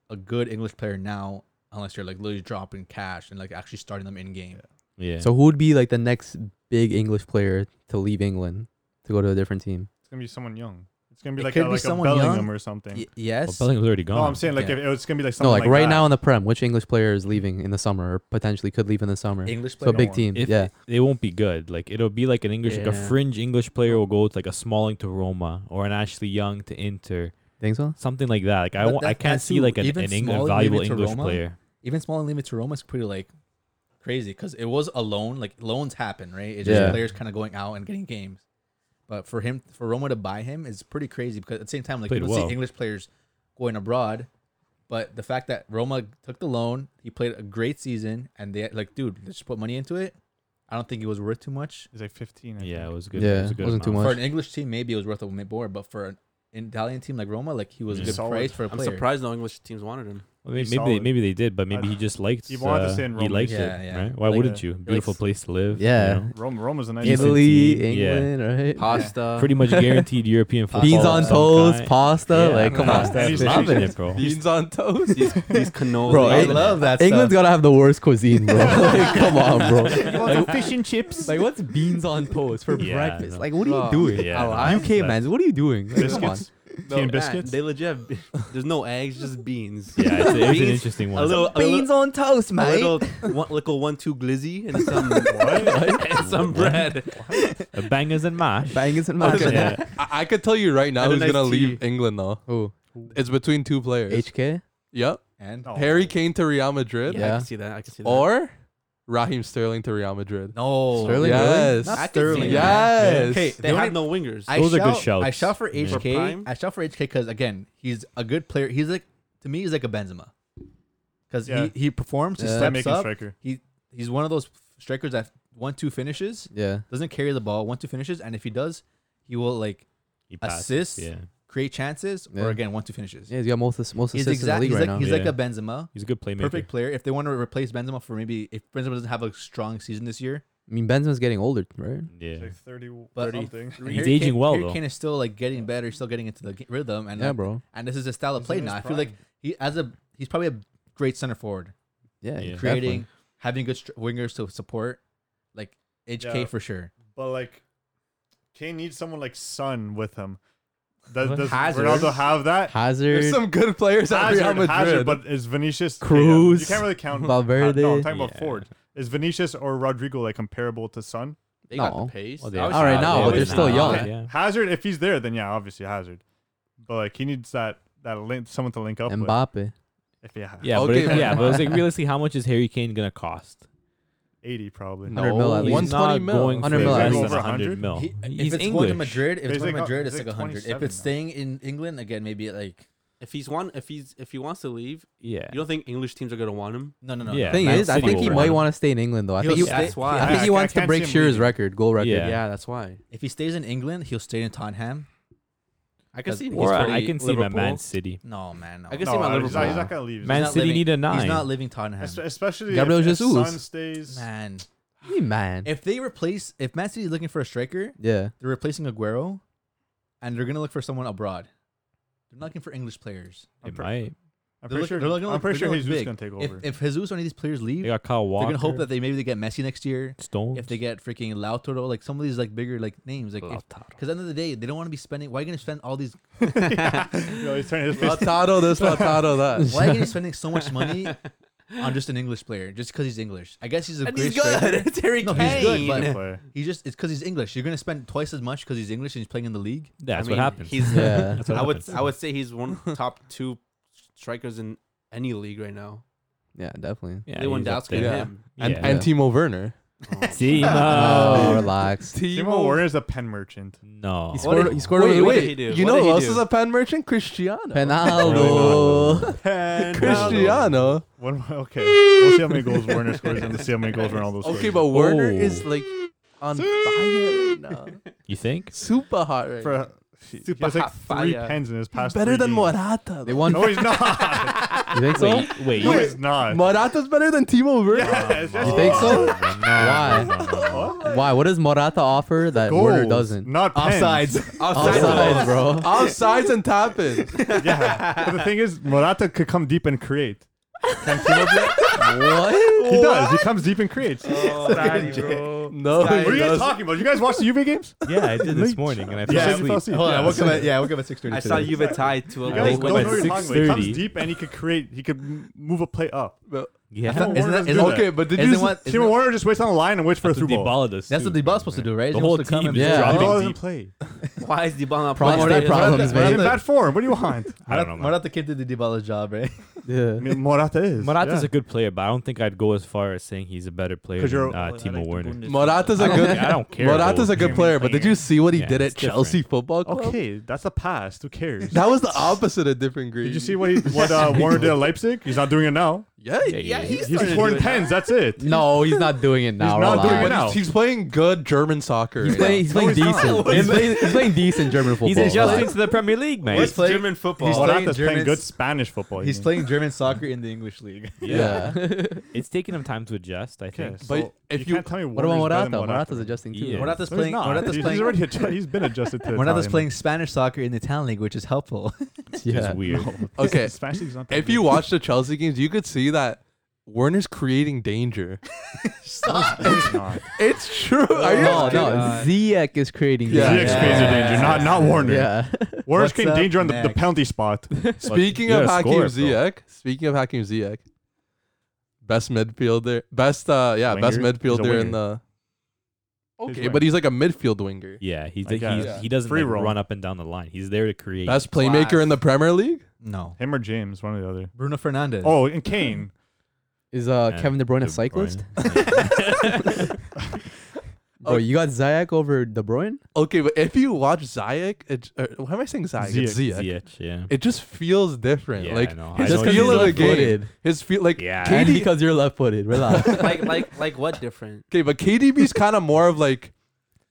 F: a good English player now unless you're like literally dropping cash and like actually starting them in game.
E: Yeah.
A: So who would be like the next big English player to leave England to go to a different team?
D: It's gonna be someone young. It's gonna be
F: It
D: like
F: could
D: a,
F: be
D: like a
F: someone
D: Bellingham
F: young.
D: or something.
F: Y-
E: well,
F: yes,
E: Bellingham's already gone.
D: No, I'm saying like
F: Yeah.
D: if it's gonna be like
A: no,
D: someone
A: like, right
D: that.
A: now in the Prem, which English player is leaving in the summer or potentially could leave in the summer?
F: English
A: so
F: player.
D: don't
A: big
D: want-
A: team.
E: if
A: yeah.
E: they won't be good. Like it'll be like an English, like a
C: Yeah.
E: fringe English player will go to like a Smalling to Roma or an Ashley Young to Inter,
A: Think so?
E: something like that. Like I
F: But
E: want, I
F: that-
E: can't
F: that
E: see
F: too,
E: like an,
F: even
E: an Eng- a
F: Smalling
E: valuable
F: maybe to
E: English
F: Roma?
E: player.
F: even small and limit to Roma is pretty like crazy because it was a loan. Like loans happen, right? It's
A: Yeah.
F: just players kind of going out and getting games. But for him, for Roma to buy him is pretty crazy because at the same time, like
E: Played
F: you don't
E: well.
F: see English players going abroad. But the fact that Roma took the loan, he played a great season, and they like, dude, let's just put money into it. I don't think it was worth too much
D: He's like 15. I
E: Yeah, it
D: think.
E: was good.
A: Yeah,
E: it was a good
A: wasn't too
E: amount.
A: much.
F: for an English team. Maybe it was worth a bit more, but for an Italian team like Roma, like he was a
E: Yeah.
F: good
D: Solid.
F: price for a
C: I'm
F: player.
C: surprised no English teams wanted him.
E: Well, may-
D: He's
E: maybe they,
D: solid.
E: maybe they did, but maybe
D: I-
E: he just liked.
D: He wanted to stay in
E: He
D: Roma.
E: liked
F: Yeah,
E: it,
F: yeah.
E: right? Why
D: Like- uh,
E: wouldn't you? Beautiful
F: s-
E: place to live. you
A: Yeah.
E: know?
D: Rome, Rome was a nice.
E: Decent
A: Italy,
E: team, yeah.
A: England, right?
C: Pasta.
E: Pretty much guaranteed European football.
A: Beans
E: of
A: on
E: some
A: toes,
E: kind.
A: pasta.
E: Yeah,
A: like, come on.
E: pasta.
D: He's
E: loving
D: loving
E: it, bro.
B: Beans on toast.
C: these, these cannolis.
A: Bro,
F: I
A: England-
F: love that.
A: England's
F: stuff.
A: gotta have the worst cuisine, bro. like, come on, bro.
D: fish and chips?
A: Like, what's beans on toast for
E: Yeah,
A: breakfast?
E: no. Oh,
A: Like, what are you
C: Bro.
A: doing?
E: Yeah, no,
A: Alive? UK
E: that's-
A: man, what are you doing? Like, come on.
D: Biscuits. Tea and
C: Nah,
D: biscuits.
C: They legit. Have, be- there's no eggs, just beans.
E: Yeah, it's, it's an
C: Beans,
E: interesting one.
C: A little, a little,
A: Beans on toast,
C: a
A: man.
C: little, one, little one-two glizzy and some, and some
E: What?
C: bread.
E: Uh, bangers and mash.
A: Bangers and mash.
B: Okay.
E: Yeah.
B: I-, I could tell you right now
C: And a
B: who's
C: nice
B: gonna
C: tea.
B: leave England though.
A: Who?
B: It's between two players.
A: HK?
B: yep.
F: And
D: No.
B: Harry Kane to Real Madrid
A: Yeah.
C: I can see that. I can see that.
B: or Raheem Sterling to Real Madrid.
F: no,
A: Sterling? really?
B: Yes.
F: Not
C: I can see
F: Sterling.
C: it.
B: Yes.
F: Okay,
C: they,
F: the
C: don't
F: only-
C: have no wingers.
F: I
E: Those are good
F: shout- I
E: shouts.
F: shout for
E: Yeah.
C: For
F: HK.
C: Prime?
F: I shout for HK because again, he's a good player. He's like to me, he's like a Benzema because
D: Yeah.
F: he, he performs, he
A: Yeah.
F: steps
D: making
F: up.
D: striker.
F: He's one of those strikers that one two finishes
A: Yeah.
F: doesn't carry the ball, one two finishes, and if he does, he will like
E: He passes,
F: assists.
E: Yeah,
F: create chances
A: Yeah.
F: or again one two finishes.
A: Yeah, he's got most, ass- most
F: He's
A: assists in the
F: exactly
A: league
F: he's,
A: right
F: like,
A: now.
F: he's like
E: Yeah.
F: a Benzema,
E: he's a good playmaker.
F: perfect player. If they want to replace Benzema for maybe if Benzema doesn't have a strong season this year,
A: I mean, Benzema's getting older, right?
E: Yeah.
D: He's like 30,
F: But-
C: um,
D: something.
F: and
E: He's
F: Harry
E: aging
F: Kane,
E: well,
F: Harry
E: though.
F: Kane is still like getting better, still getting into the g- rhythm, and
A: Yeah,
F: like,
A: bro.
F: and this is his style of
D: He's
F: play
D: in
F: now. I
D: his
F: feel like he as a he's probably a great center forward,
A: Yeah,
E: Yeah.
A: definitely.
F: creating, having good str- wingers to support, like HK
D: Yeah.
F: for sure.
D: But like, Kane needs someone like Son with him. Does,
E: What?
D: does
C: Hazard.
D: Ronaldo have that?
B: There's
A: Hazard,
B: some good players at Real
D: Hazard,
B: Madrid.
D: Hazard, but is Vinicius yeah,
A: Cruz,
D: You can't really count.
A: Valverde.
D: no, I'm talking about
E: Yeah.
D: Ford. Is Vinicius or Rodrigo like comparable to Son?
C: they got
A: no.
C: the pace.
E: Well, they
C: I was
E: are.
A: Alright,
F: Uh,
C: shocked.
A: now,
C: They
A: but they're
C: always
A: still young.
C: shocked.
E: Yeah.
D: Hazard, if he's there, then yeah, obviously Hazard. But like, he needs that that link, someone to link up with.
A: Mbappe.
D: If he ha-
E: Yeah,
B: Okay,
E: but it, yeah,
B: then-
E: but it's like realistically, how much is Harry Kane gonna cost?
D: 80 probably.
A: No. 100 mil at
E: he's
A: least.
E: not
B: 120 mil.
E: going
A: 100
E: for
A: mil at
E: less than
A: least.
E: 100 mil.
F: He-
E: he's
F: if it's
E: English.
F: going to Madrid, if
D: He's
F: it's going to
D: like, uh,
F: Madrid,
D: he's
F: it's like
D: like
F: hundred. If
D: 27
F: it's
D: now.
F: staying in England again, maybe like
C: If he's one, if he's if he wants to leave,
E: Yeah,
C: you don't think English teams are gonna want him?
F: no, no, no.
E: Yeah.
F: no.
A: Thing
E: Man
A: is, I
E: City
A: think
E: will
A: he
E: want
A: might
E: him.
A: want to stay in England though. I
F: He'll
A: think, he,
F: stay-
A: I
C: That's why.
A: think
D: I-
A: he
D: I
A: wants to
D: can't see
A: break
D: him leaving.
A: Shearer's record, goal record.
E: Yeah.
C: Yeah, that's why.
F: If he stays in England, he'll stay in Tottenham.
C: I can
F: Cause-
C: see. him.
E: or
C: He's
E: I
C: pretty-
E: can see him at Man
C: Liverpool.
E: City.
F: No, man. No.
D: No,
C: I guess- Let's see about
D: he's not, he's
E: Liverpool.
D: not gonna leave.
E: Man
F: not
E: City
F: living-
E: need a nine.
F: He's not leaving Tottenham.
D: Es- especially
A: Gabriel
D: if, if
A: Jesus.
D: Son stays.
F: Man,
A: Hey, man.
F: if they replace, if Man City is looking for a striker,
A: Yeah.
F: they're replacing Aguero, and they're gonna look for someone abroad. They're not looking for English players.
D: I'm
E: It
D: pre-
E: might.
D: I'm
F: They're
D: pretty
F: look-
D: sure.
F: they're looking-
D: I'm pretty
F: they're
D: sure
F: looking
D: Jesus
F: big.
D: gonna take
F: If,
D: over.
F: if Jesus or any of these players leave,
E: They got Kyle
F: they're
E: Walker.
F: gonna hope that they maybe they get Messi next year.
E: Stones.
F: If they get freaking Lautaro, like some of these like bigger like names, like because at the end of the day they don't want to be spending. Why are you gonna spend all these?
D: Yo, he's turning his face.
B: Latado this, Latado that.
F: Why are you gonna be spending so much money on just an English player just because he's English? I guess he's a
A: And
F: great
A: he's good.
F: striker.
A: It's Harry
F: No, he's
A: Kane.
F: good,
D: Good
F: but
D: player.
F: he just it's because he's English. You're gonna spend twice as much because he's English and he's playing in the league.
E: That's
C: I
E: what
C: mean,
E: happens.
C: He's
A: Yeah.
E: That's what
C: I would
E: happens.
C: I would say he's one of the top two strikers in any league right now.
A: Yeah, definitely.
E: Yeah, he's up
C: Lewandowski and
E: there.
B: Yeah.
C: him.
E: Yeah.
B: And,
E: Yeah.
B: and Timo Werner.
E: Timo.
A: Oh, relax.
D: Timo Werner is a pen merchant.
E: no.
A: He
C: What
A: scored.
C: did-
A: he scored.
C: wait,
A: over the
C: what did
A: week.
C: he do?
B: You
C: What
B: know
C: did
B: who
C: he
B: else
C: do?
B: is a pen merchant? Cristiano.
A: Penaldo.
B: Cristiano.
D: One, okay, we'll see how many goals Werner scores and we'll see how many goals Ronaldo scores.
B: Okay, but Werner
E: Oh.
B: is like on fire right now.
E: You think?
B: Super hot right now.
D: For, he he has like
C: Super
D: three
C: fire.
D: pens in his
B: He's
D: past.
B: better
D: three
B: than
D: games.
B: Morata.
A: They
B: though.
A: won.
D: No, he's not.
A: You think so?
E: Wait, wait.
D: no, he's not.
B: Morata's better than Timo Werner.
D: Yes, yes,
A: You think
D: he
A: so?
D: is.
A: Why?
D: What?
A: Why? What does Morata offer that Werner
D: Goals,
A: doesn't?
D: Not pens.
C: Offside.
A: Offsides, bro.
B: Offsides and tapping.
D: Yeah. But the thing is, Morata could come deep and create.
A: what?
D: He does. He comes deep and creates.
A: Oh,
B: No.
D: what
B: he
D: are you guys
B: doesn't.
D: talking about? You guys watched the Juve games?
E: Yeah, I did this morning and I fell
D: You said you
E: asleep.
D: fell asleep.
F: Hold on, I
D: Yeah.
F: woke up at yeah, I woke up at six thirty.
C: I saw Juve tie to a
D: You
E: I
D: guys
E: woke
C: late
E: up
D: don't
E: at
D: know what you're talking about. He
E: 6:30.
D: comes deep and he could create. He could m- move a play up. Timo
E: Yeah.
F: isn't
D: Werner
F: that-
D: doesn't
F: isn't
D: do
B: Okay, but did
F: Isn't
B: you s-
F: what-
D: Timo Werner just waits on the line and waits for a
E: That's
D: through
E: what
D: ball.
E: Dybala does
F: That's
E: too,
F: what Dybala's
E: man.
F: supposed to do, right?
E: The
F: He
E: whole
F: wants to come
E: team
F: and
E: is
A: Yeah.
D: Dybala
E: dropping
D: doesn't
E: deep.
D: play.
C: Why is Dybala
A: Prostate
C: not playing?
F: Morata-
A: problems,
D: He's in
A: man.
D: bad form. What do you want?
E: I don't know. man.
F: Morata the kid did the Dybala job, right?
D: I
A: Yeah.
D: mean, Morata is.
E: Morata's
D: yeah.
E: a good player, but I don't think I'd go as far as saying he's a better player
D: 'Cause you're-
E: than uh, Timo Werner.
B: Morata's a
E: I don't,
B: good.
E: I don't care.
B: Morata's
E: though.
B: a good player, but did you see what he
E: Yeah,
B: did
E: it's
B: at Chelsea Football Club?
D: Okay, that's a past. Who cares?
B: That was the opposite of different grade.
D: Did you see what he, what uh, Warner did at Leipzig? He's not doing it now.
B: Yeah,
E: Yeah, yeah, yeah.
D: He's scoring tens. That's it.
A: No, he's not doing it now.
D: not doing it
A: relax.
D: now.
B: He's, he's playing good German soccer.
A: He's
B: right now.
A: playing. He's playing
D: he's not.
A: decent. He's playing, he's playing decent German football.
E: He's adjusting to the Premier League, man.
C: What's German football?
F: he's playing
D: Morata's
F: German-
D: playing good Spanish football.
F: He's
D: you mean.
F: playing German soccer in the English league.
A: Yeah.
E: It's taking him time to adjust, I
D: Okay,
E: think.
D: so
B: But if you-
D: can't tell me
A: What about
D: Warner's better
A: Morata?
D: than
A: Morata's adjusting too.
E: Yeah.
F: Morata's
D: No, he's
F: playing.
D: not.
F: Morata's
D: he's,
F: playing.
D: He's already adju- he's been adjusted to.
F: Morata's
D: Italian.
F: playing Spanish soccer in the Italian league, which is helpful.
E: It's
A: Yeah.
E: weird.
B: Okay.
D: Spanish league's not that
B: If
D: good.
B: you watch the Chelsea games, you could see that Werner's creating danger.
D: It's not.
B: It's true. Are you
A: No,
B: guys
A: no.
B: kidding?
A: Ziyech is creating.
B: Yeah.
D: Ziyech's
A: danger.
F: Yeah.
D: creating danger, not not Warner.
A: Yeah.
D: Warner's
F: What's
D: creating
F: up
D: danger on the, the
F: next?
D: penalty spot.
B: Speaking
E: you
B: of
E: gotta
B: Hakim
E: score it, though.
B: Ziyech, speaking of Hakim Ziyech, best midfielder, best uh yeah, best
D: Winger? He's a
B: midfielder in
D: winger.
B: the.
D: He's
B: Okay,
D: winger.
B: but he's like a midfield winger.
E: Yeah, he's
D: I
E: like,
D: got
E: he's,
B: it.
E: he doesn't
D: Free
E: like,
D: roam.
E: run up and down the line. He's there to create.
B: Best playmaker in the Premier League.
F: No,
D: Him or James, one or the other.
F: Bruno Fernandez.
D: Oh, and Kane.
A: Is uh
E: And
A: Kevin De Bruyne a
E: De
A: cyclist?
E: Bruyne.
A: Bro, you got Ziyech over De Bruyne?
B: Okay, but if you watch Ziyech, it, or, why am I saying Ziyech? It's
D: Ziyech.
B: Ziyech.
E: Ziyech, yeah.
B: It just feels different.
E: Yeah, I
B: like
E: know. I
B: his
E: know what
B: feel
E: you
B: of the
E: mean.
B: game, his feel like
E: Yeah.
A: And
B: KD,
A: because you're left-footed, relax.
C: like like like what different?
B: Okay, but KDB's kind of more of like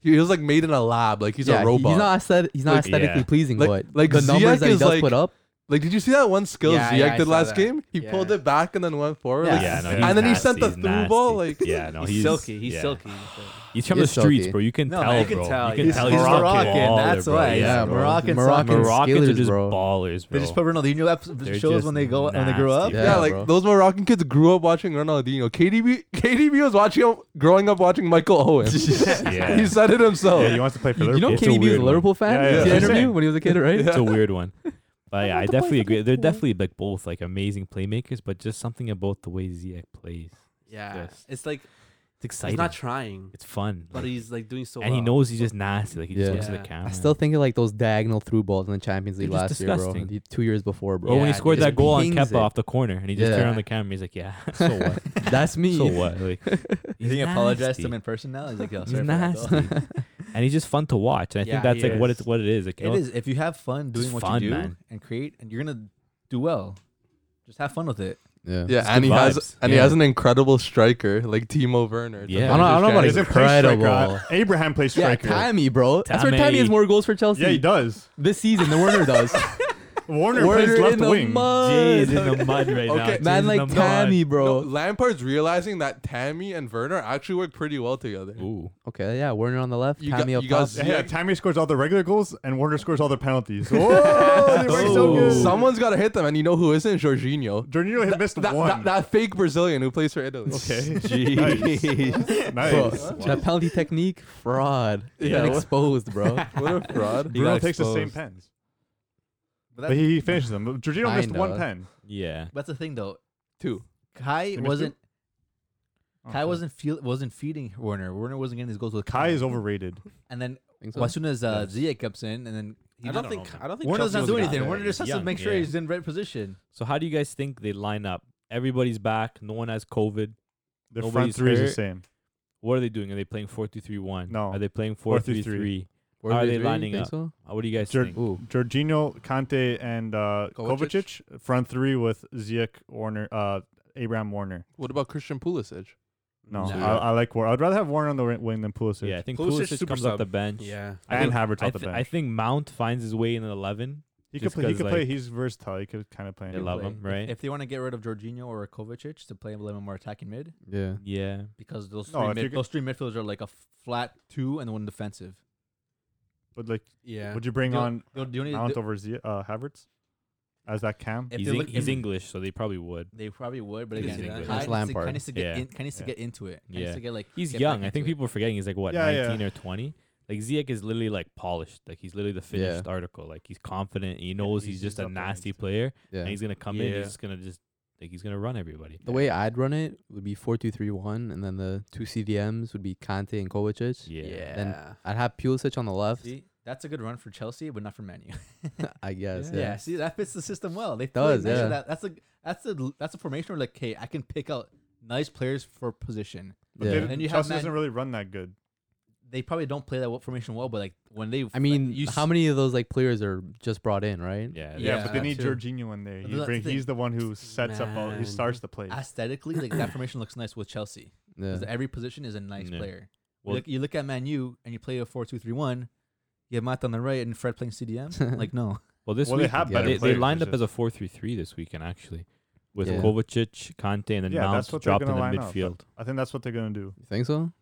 B: he was like made in a lab, like he's
A: Yeah,
B: a
A: he-
B: robot.
A: He's not aesthet- He's not
E: Like-
A: aesthetically
E: Yeah.
A: pleasing,
B: Like-
A: but
B: like
A: the numbers
B: Ziyech
A: that he
B: is
A: does
B: like-
A: put up.
B: like, did you see that one skill
F: Yeah,
B: Ziyech
F: yeah, I
B: did
F: saw
B: last
F: that.
B: game? He
F: Yeah.
B: pulled it back and then went forward. like,
E: yeah, no,
D: and
E: he's
B: then he
E: nasty,
B: sent the
E: he's
B: through ball,
E: nasty.
B: like-
E: yeah, no,
C: he's,
E: he's
C: silky. He's
E: yeah.
C: silky.
E: He's from the
A: He's silky.
E: streets, bro. You can
F: No,
E: tell,
F: you
E: bro.
C: can tell,
E: You can
C: yeah.
E: tell
F: He's
E: he's
F: Moroccan,
E: baller,
F: that's
E: bro.
F: why.
E: Yeah,
F: Yeah,
E: bro.
F: Moroccan
A: Moroccan
F: soccer.
E: Moroccans are
A: skillers,
E: just
A: bro.
E: ballers, bro.
F: They just put Ronaldinho up
E: They're
F: shows
E: just
F: when they go when they grow up.
E: nasty,
B: Yeah,
E: Yeah,
B: like
A: bro.
B: those Moroccan kids grew up watching Ronaldinho. KDB, KDB was watching him growing up watching Michael Owen.
E: Yeah.
B: he said it himself.
D: Yeah, he wants to play for
A: You know
D: Liverpool.
E: It's a
A: KDB was a
E: weird one.
A: Liverpool fan?
D: Yeah, yeah,
A: Did you see
E: yeah.
A: the interview
D: Same.
A: when he was a kid, right?
E: it's a weird one. But yeah, I
B: want to
E: definitely
B: play
E: agree. They're
B: football.
E: definitely like both like amazing playmakers, but just something about the way Ziyech plays.
C: Yeah,
E: Yes.
C: it's like
E: It's exciting.
C: he's not trying,
E: it's fun.
C: but
E: like-
C: he's like doing so.
E: and he knows he's just nasty. Like he just
A: Yeah.
E: looks at
C: Yeah.
E: the camera.
A: I still think of like those diagonal through balls in the Champions League
E: They're
A: last
E: just
A: year, bro.
E: disgusting.
A: The Two years before, bro.
E: Or when he
C: Yeah,
E: scored
C: dude,
E: that
A: it
E: goal on
A: pings
E: Kepa
A: it.
E: off the corner, and he just turned
A: Yeah.
E: on the camera. He's like, "Yeah, so what?
A: That's me.
E: so what?" Like,
F: You
E: he's
F: think he apologized
E: nasty.
F: to him in person now? He's like, yo,
E: He's
F: sorry for that, though.
E: nasty, and he's just fun to watch. And I
C: Yeah,
E: think that's
C: he
E: like what
C: is.
E: it's what it is. Like, oh, you
F: It
E: know,
F: is. If you have fun doing
E: It's
F: what
E: fun,
F: you do
E: man.
F: and create, and you're gonna do well. Just have fun with it.
A: Yeah.
B: yeah,
E: It's
B: and he
E: good
B: has
E: vibes.
B: and he
E: Yeah.
B: has an incredible striker like Timo Werner.
E: Yeah.
A: I don't, I don't know about
D: Doesn't play
A: incredible.
D: striker. Abraham plays
A: Yeah,
D: striker.
A: Tammy, bro. That's where Tammy
E: Tammy.
A: has more goals for Chelsea
D: Yeah, he does.
A: this season than Werner does.
D: Warner
A: Werner
D: plays left
A: in the
D: wing.
A: mud.
E: Jay is in the mud right now.
B: Okay.
E: Jay's
A: Man,
E: in
A: like
E: the mud.
A: Tammy,
B: No,
A: bro.
B: Lampard's realizing that Tammy and Werner actually work pretty well together.
E: Ooh,
A: Okay, yeah, Werner on the left,
B: You got-
A: Tammy up
B: you got
A: top.
B: Z-
D: Yeah, yeah, Tammy scores all the regular goals and Warner scores all the penalties. Whoa, they work so
E: Ooh.
D: good.
B: Someone's got to hit them, and you know who isn't? Jorginho.
D: Jorginho had missed
B: That,
D: one.
B: that, that fake Brazilian who plays for Italy.
D: okay.
E: jeez.
A: Bro,
D: nice.
A: that penalty technique, fraud. He got
B: Yeah.
A: exposed, bro.
B: What a fraud.
E: He
D: Bruno
E: got
D: takes the same
E: exposed.
D: pens.
F: But,
D: But
F: that,
D: he finishes them. Jorginho missed
A: Kinda.
D: one pen.
E: Yeah.
F: that's the thing though.
B: Two.
F: Kai
D: missed two?
F: wasn't
D: Oh,
F: Kai
D: shit.
F: wasn't feel, wasn't feeding Werner. Werner wasn't getting these goals with
D: Kai is overrated.
F: And then
A: Think so?
F: well, as soon as uh, Ziyech comes in, and then he
E: I don't think- I
F: don't
E: think
F: Werner doesn't
E: Chelsea's
F: do
E: got
F: anything.
E: that.
F: Werner just has
E: He's
F: to
E: young,
F: make sure
E: yeah.
F: he's in right position.
E: So how do you guys think they line up? Everybody's back. No one has COVID.
D: Their front
E: Nobody's
D: three is the
E: hurt.
D: same.
E: What are they doing? Are they playing 4-2-3-1?
D: No.
E: Are they playing
D: 4-3-3?
E: 4-3-3?
A: Were
E: Are they
A: three?
E: lining
A: Think
E: up?
A: so?
E: Uh, What do you guys
D: Jer-
E: think?
A: Ooh,
D: Jorginho, Kante, and uh,
B: Kovacic?
D: Kovacic. Front three with Ziyech, Warner, uh, Abraham Warner.
B: What about Christian Pulisic?
D: No,
E: Nah.
D: I, I like Warner. I'd rather have Warner on the ri- wing than Pulisic.
E: Yeah, I think
C: Pulisic
E: Pulisic
C: super
E: comes off
C: sub.
E: the bench.
A: yeah.
E: I
D: and
E: think,
D: Havertz
E: I,
D: off the
E: th-
D: bench.
E: I think Mount finds his way in an 11.
D: he could
E: just
D: play. He
E: 'cause,
D: could play.
E: like,
D: He's versatile. He could kind of play.
E: They
D: anything.
E: love
F: Play.
E: him, right?
F: If, if they want to get rid of Jorginho or Kovacic to play a little more attacking mid,
A: Yeah.
E: Yeah.
F: because those
D: No,
F: three
D: if
F: mid,
D: you're go-
F: those three midfielders are like a f- flat two and one defensive.
D: But like,
A: Yeah.
D: would you bring
F: They'll-
D: on
F: they'll- they'll need-
D: Mount over Z- uh, Havertz as that cam?
F: If
E: He's,
F: they
E: Eng-
F: look- if-
E: he's English, so they probably would.
F: They probably would, but
E: He's
F: again,
E: English.
F: Kai
A: It's
F: needs to,
A: Lampard.
F: Kai needs to get
E: Yeah.
F: in, Kai needs to
D: Yeah.
F: get into it. Kai
E: Yeah.
F: needs to get like
E: He's
F: get
E: young.
F: back
E: I think
F: into it.
E: people are forgetting he's like what,
D: Yeah, yeah.
E: 19 or 20. Like Ziyech is literally like polished. Like he's literally the finished article. Like he's confident. He knows
D: he's-
E: he's, just
D: he's
E: a
D: up there
E: nasty
D: next to-
E: player,
A: Yeah.
E: and he's gonna come in.
C: Yeah.
E: He's just gonna just like he's gonna run everybody.
A: The way I'd run it would be four two three one, and then the two CDMs would be Kante and Kovacic.
E: yeah.
A: Then I'd have Pulisic on the left,
F: See, that's a good run for Chelsea, but not for Manu.
A: I guess.
F: Yeah.
A: Yeah.
F: see that fits the system well. They
A: Does,
F: play nice
A: yeah.
F: That, that's a that's a that's a formation where like, hey, I can pick out nice players for position.
D: But
A: Yeah.
D: they-
F: And then you have
D: Chelsea
F: Man-
D: doesn't really run that good.
F: They probably don't play that wa- formation well, but like when they,
A: I mean,
F: like, you
A: how
F: s-
A: many of those like players are just brought in, right?
D: Yeah,
E: Yeah. yeah.
F: Yeah.
D: but they need
A: True.
D: Jorginho in there.
F: But
D: He
F: that's
D: bring,
F: the
D: he's the one who sets up. All, he
A: Man.
D: starts the plays.
F: aesthetically like that formation looks nice with Chelsea
A: Yeah.
F: because every position is a nice
E: Yeah.
F: player. You
E: Well-
F: look, you look at Manu and you play a four-two-three-one. You have Matt on the right and Fred playing CDM. like no,
E: Well, this
D: Well, they
E: week
D: have
A: Yeah.
D: better
E: they, they
D: players,
E: lined
D: it's
E: up as
D: just-
E: a four-three-three this weekend actually, with
A: Yeah.
E: Kovacic, Kante, and then
D: Yeah,
E: Mount
D: that's what they're
E: dropped in the
D: gonna line up.
E: midfield.
D: I think that's what they're gonna do.
A: You think so?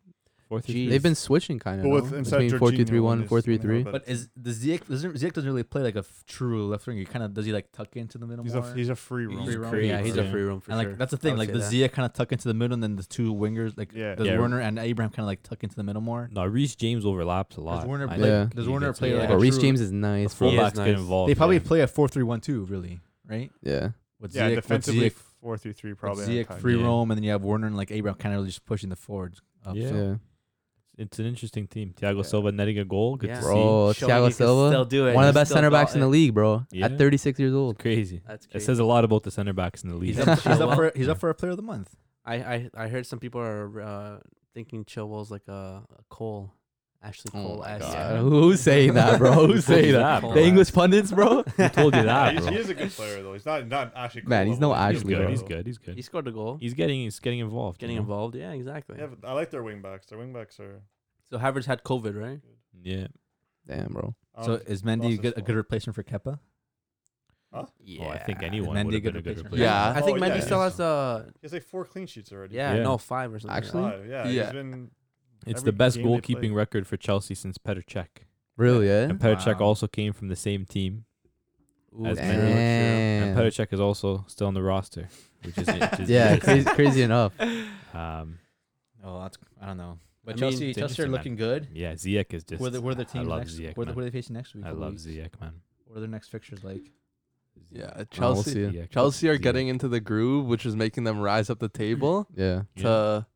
E: Four-three-three.
A: They've been switching kind of
D: But with
A: no?
D: inside
A: between
D: Jorginho
A: four two three one,
D: and
A: four
D: this
A: three
D: coming up,
A: three.
F: but is the Ziyech doesn't Ziyech doesn't really play like a f- true left winger. He kind of does he like tuck into the middle
D: He's a
F: more.
D: he's a free roam.
F: Free roam.
E: crazy.
C: Yeah, he's
E: Yeah.
C: a free room for
F: and like
C: sure.
F: that's the
C: I
F: thing,
C: would
F: like
C: say
F: the
C: that.
F: Zia kind of tuck into the middle, and then the two wingers, like
D: Yeah.
F: does
E: Yeah.
F: Werner and Abraham kind of like tuck into the middle more.
E: No, Reese James overlaps a lot.
F: Does Werner
E: I
F: play?
A: Yeah.
E: think
F: Does
E: he
F: Werner
E: gets-
F: play
C: yeah.
F: like
A: But
F: a
A: Reese
F: true-
A: James is nice.
E: The
A: bro.
C: fullback.
E: fullbacks get
C: nice.
E: involved.
F: They probably
E: yeah.
F: play a four-three-one-two, really, right?
A: Yeah.
F: With
D: Yeah,
F: Ziyech, with
D: defensively
F: Ziyech,
D: four three three
F: with
D: probably.
F: Ziyech
D: on attack.
F: free
E: Yeah.
F: roam, and then you have Werner and like Abraham kind of just pushing the forwards. Up.
E: Yeah.
A: Yeah.
E: It's an interesting team. Thiago
C: Yeah.
E: Silva netting a goal. Good
C: Yeah.
E: to see.
A: Bro,
C: Showing you
A: Thiago
C: can still
A: Silva,
C: do it.
A: one
C: You
A: of the best
C: still
A: center backs
C: got
A: in the
C: it.
A: leads, bro.
E: Yeah.
A: At 36 years old.
E: Crazy.
C: That's
E: It
C: crazy.
E: says a lot about the center backs in the league.
C: He's
F: He's,
C: up
F: up, he's up
C: Chilwell.
F: for he's up for a player of the month.
C: I, I I heard some people are uh, thinking Chilwell's like a, a Cole, Ashley
A: Oh
C: Cole
A: my
C: esque.
A: God. Who's saying that, bro? Who's
E: Who's
A: saying that?
E: that,
C: bro?
A: The English pundits, bro.
E: Who told you
F: Ah,
D: Yeah,
E: that,
D: he's,
E: bro?
D: he is a good player though. He's not not Ashley. Cole
A: Man, he's no
D: level, but
E: He's
A: Ashley
E: good.
A: Cole.
E: He's good. He's good.
C: He scored a goal,
E: He's getting he's getting involved. you
C: getting
E: know?
C: involved. Yeah, exactly.
D: Yeah, but I like their wing backs. Their wing backs are.
C: So Havertz had COVID, right?
E: Yeah.
A: Damn, bro.
D: Um,
F: so is Mendy
D: lost
F: good,
D: his
F: a good
D: form.
F: replacement for Keppa?
C: Yeah.
E: Oh, I think anyone
F: Mendy
E: would
F: good
E: have been a good
F: replacement.
E: replacement.
B: Yeah.
C: I think
D: Oh,
C: Mendy
D: yeah.
C: still has uh
D: He has like four clean sheets already.
C: yeah,
E: Yeah.
C: no five or something.
A: Actually?
D: Five, yeah,
B: Yeah.
D: He's been.
E: It's
D: Every
E: the best
D: game they play.
E: goalkeeping record for Chelsea since Petr Cech.
A: Really, eh? yeah?
E: And Petr Cech
F: Wow.
E: also came from the same team.
C: Ooh,
E: As
C: true,
E: Mendy.
C: true.
E: And
A: Damn.
E: Petr Cech is also still on the roster, which is, which is
A: Yeah, crazy, crazy enough.
E: Um,
F: Oh, that's I don't know. But
C: I mean,
F: Chelsea,
E: it's
F: Chelsea are
E: interesting, man.
F: looking good.
E: yeah, Ziyech is just.
F: Where the where their
E: I
F: team
E: love
F: next?
E: Ziyech,
F: Where the,
E: man.
F: where they face next week?
E: I
F: couple
E: love
F: weeks?
E: Ziyech, man.
F: What are their next fixtures like?
B: Yeah,
A: Oh, we'll
B: Chelsea.
A: see.
E: Ziyech,
B: Chelsea are
E: Ziyech.
B: getting into the groove, which is making them rise up the table
A: Yeah.
E: Yeah.
B: to,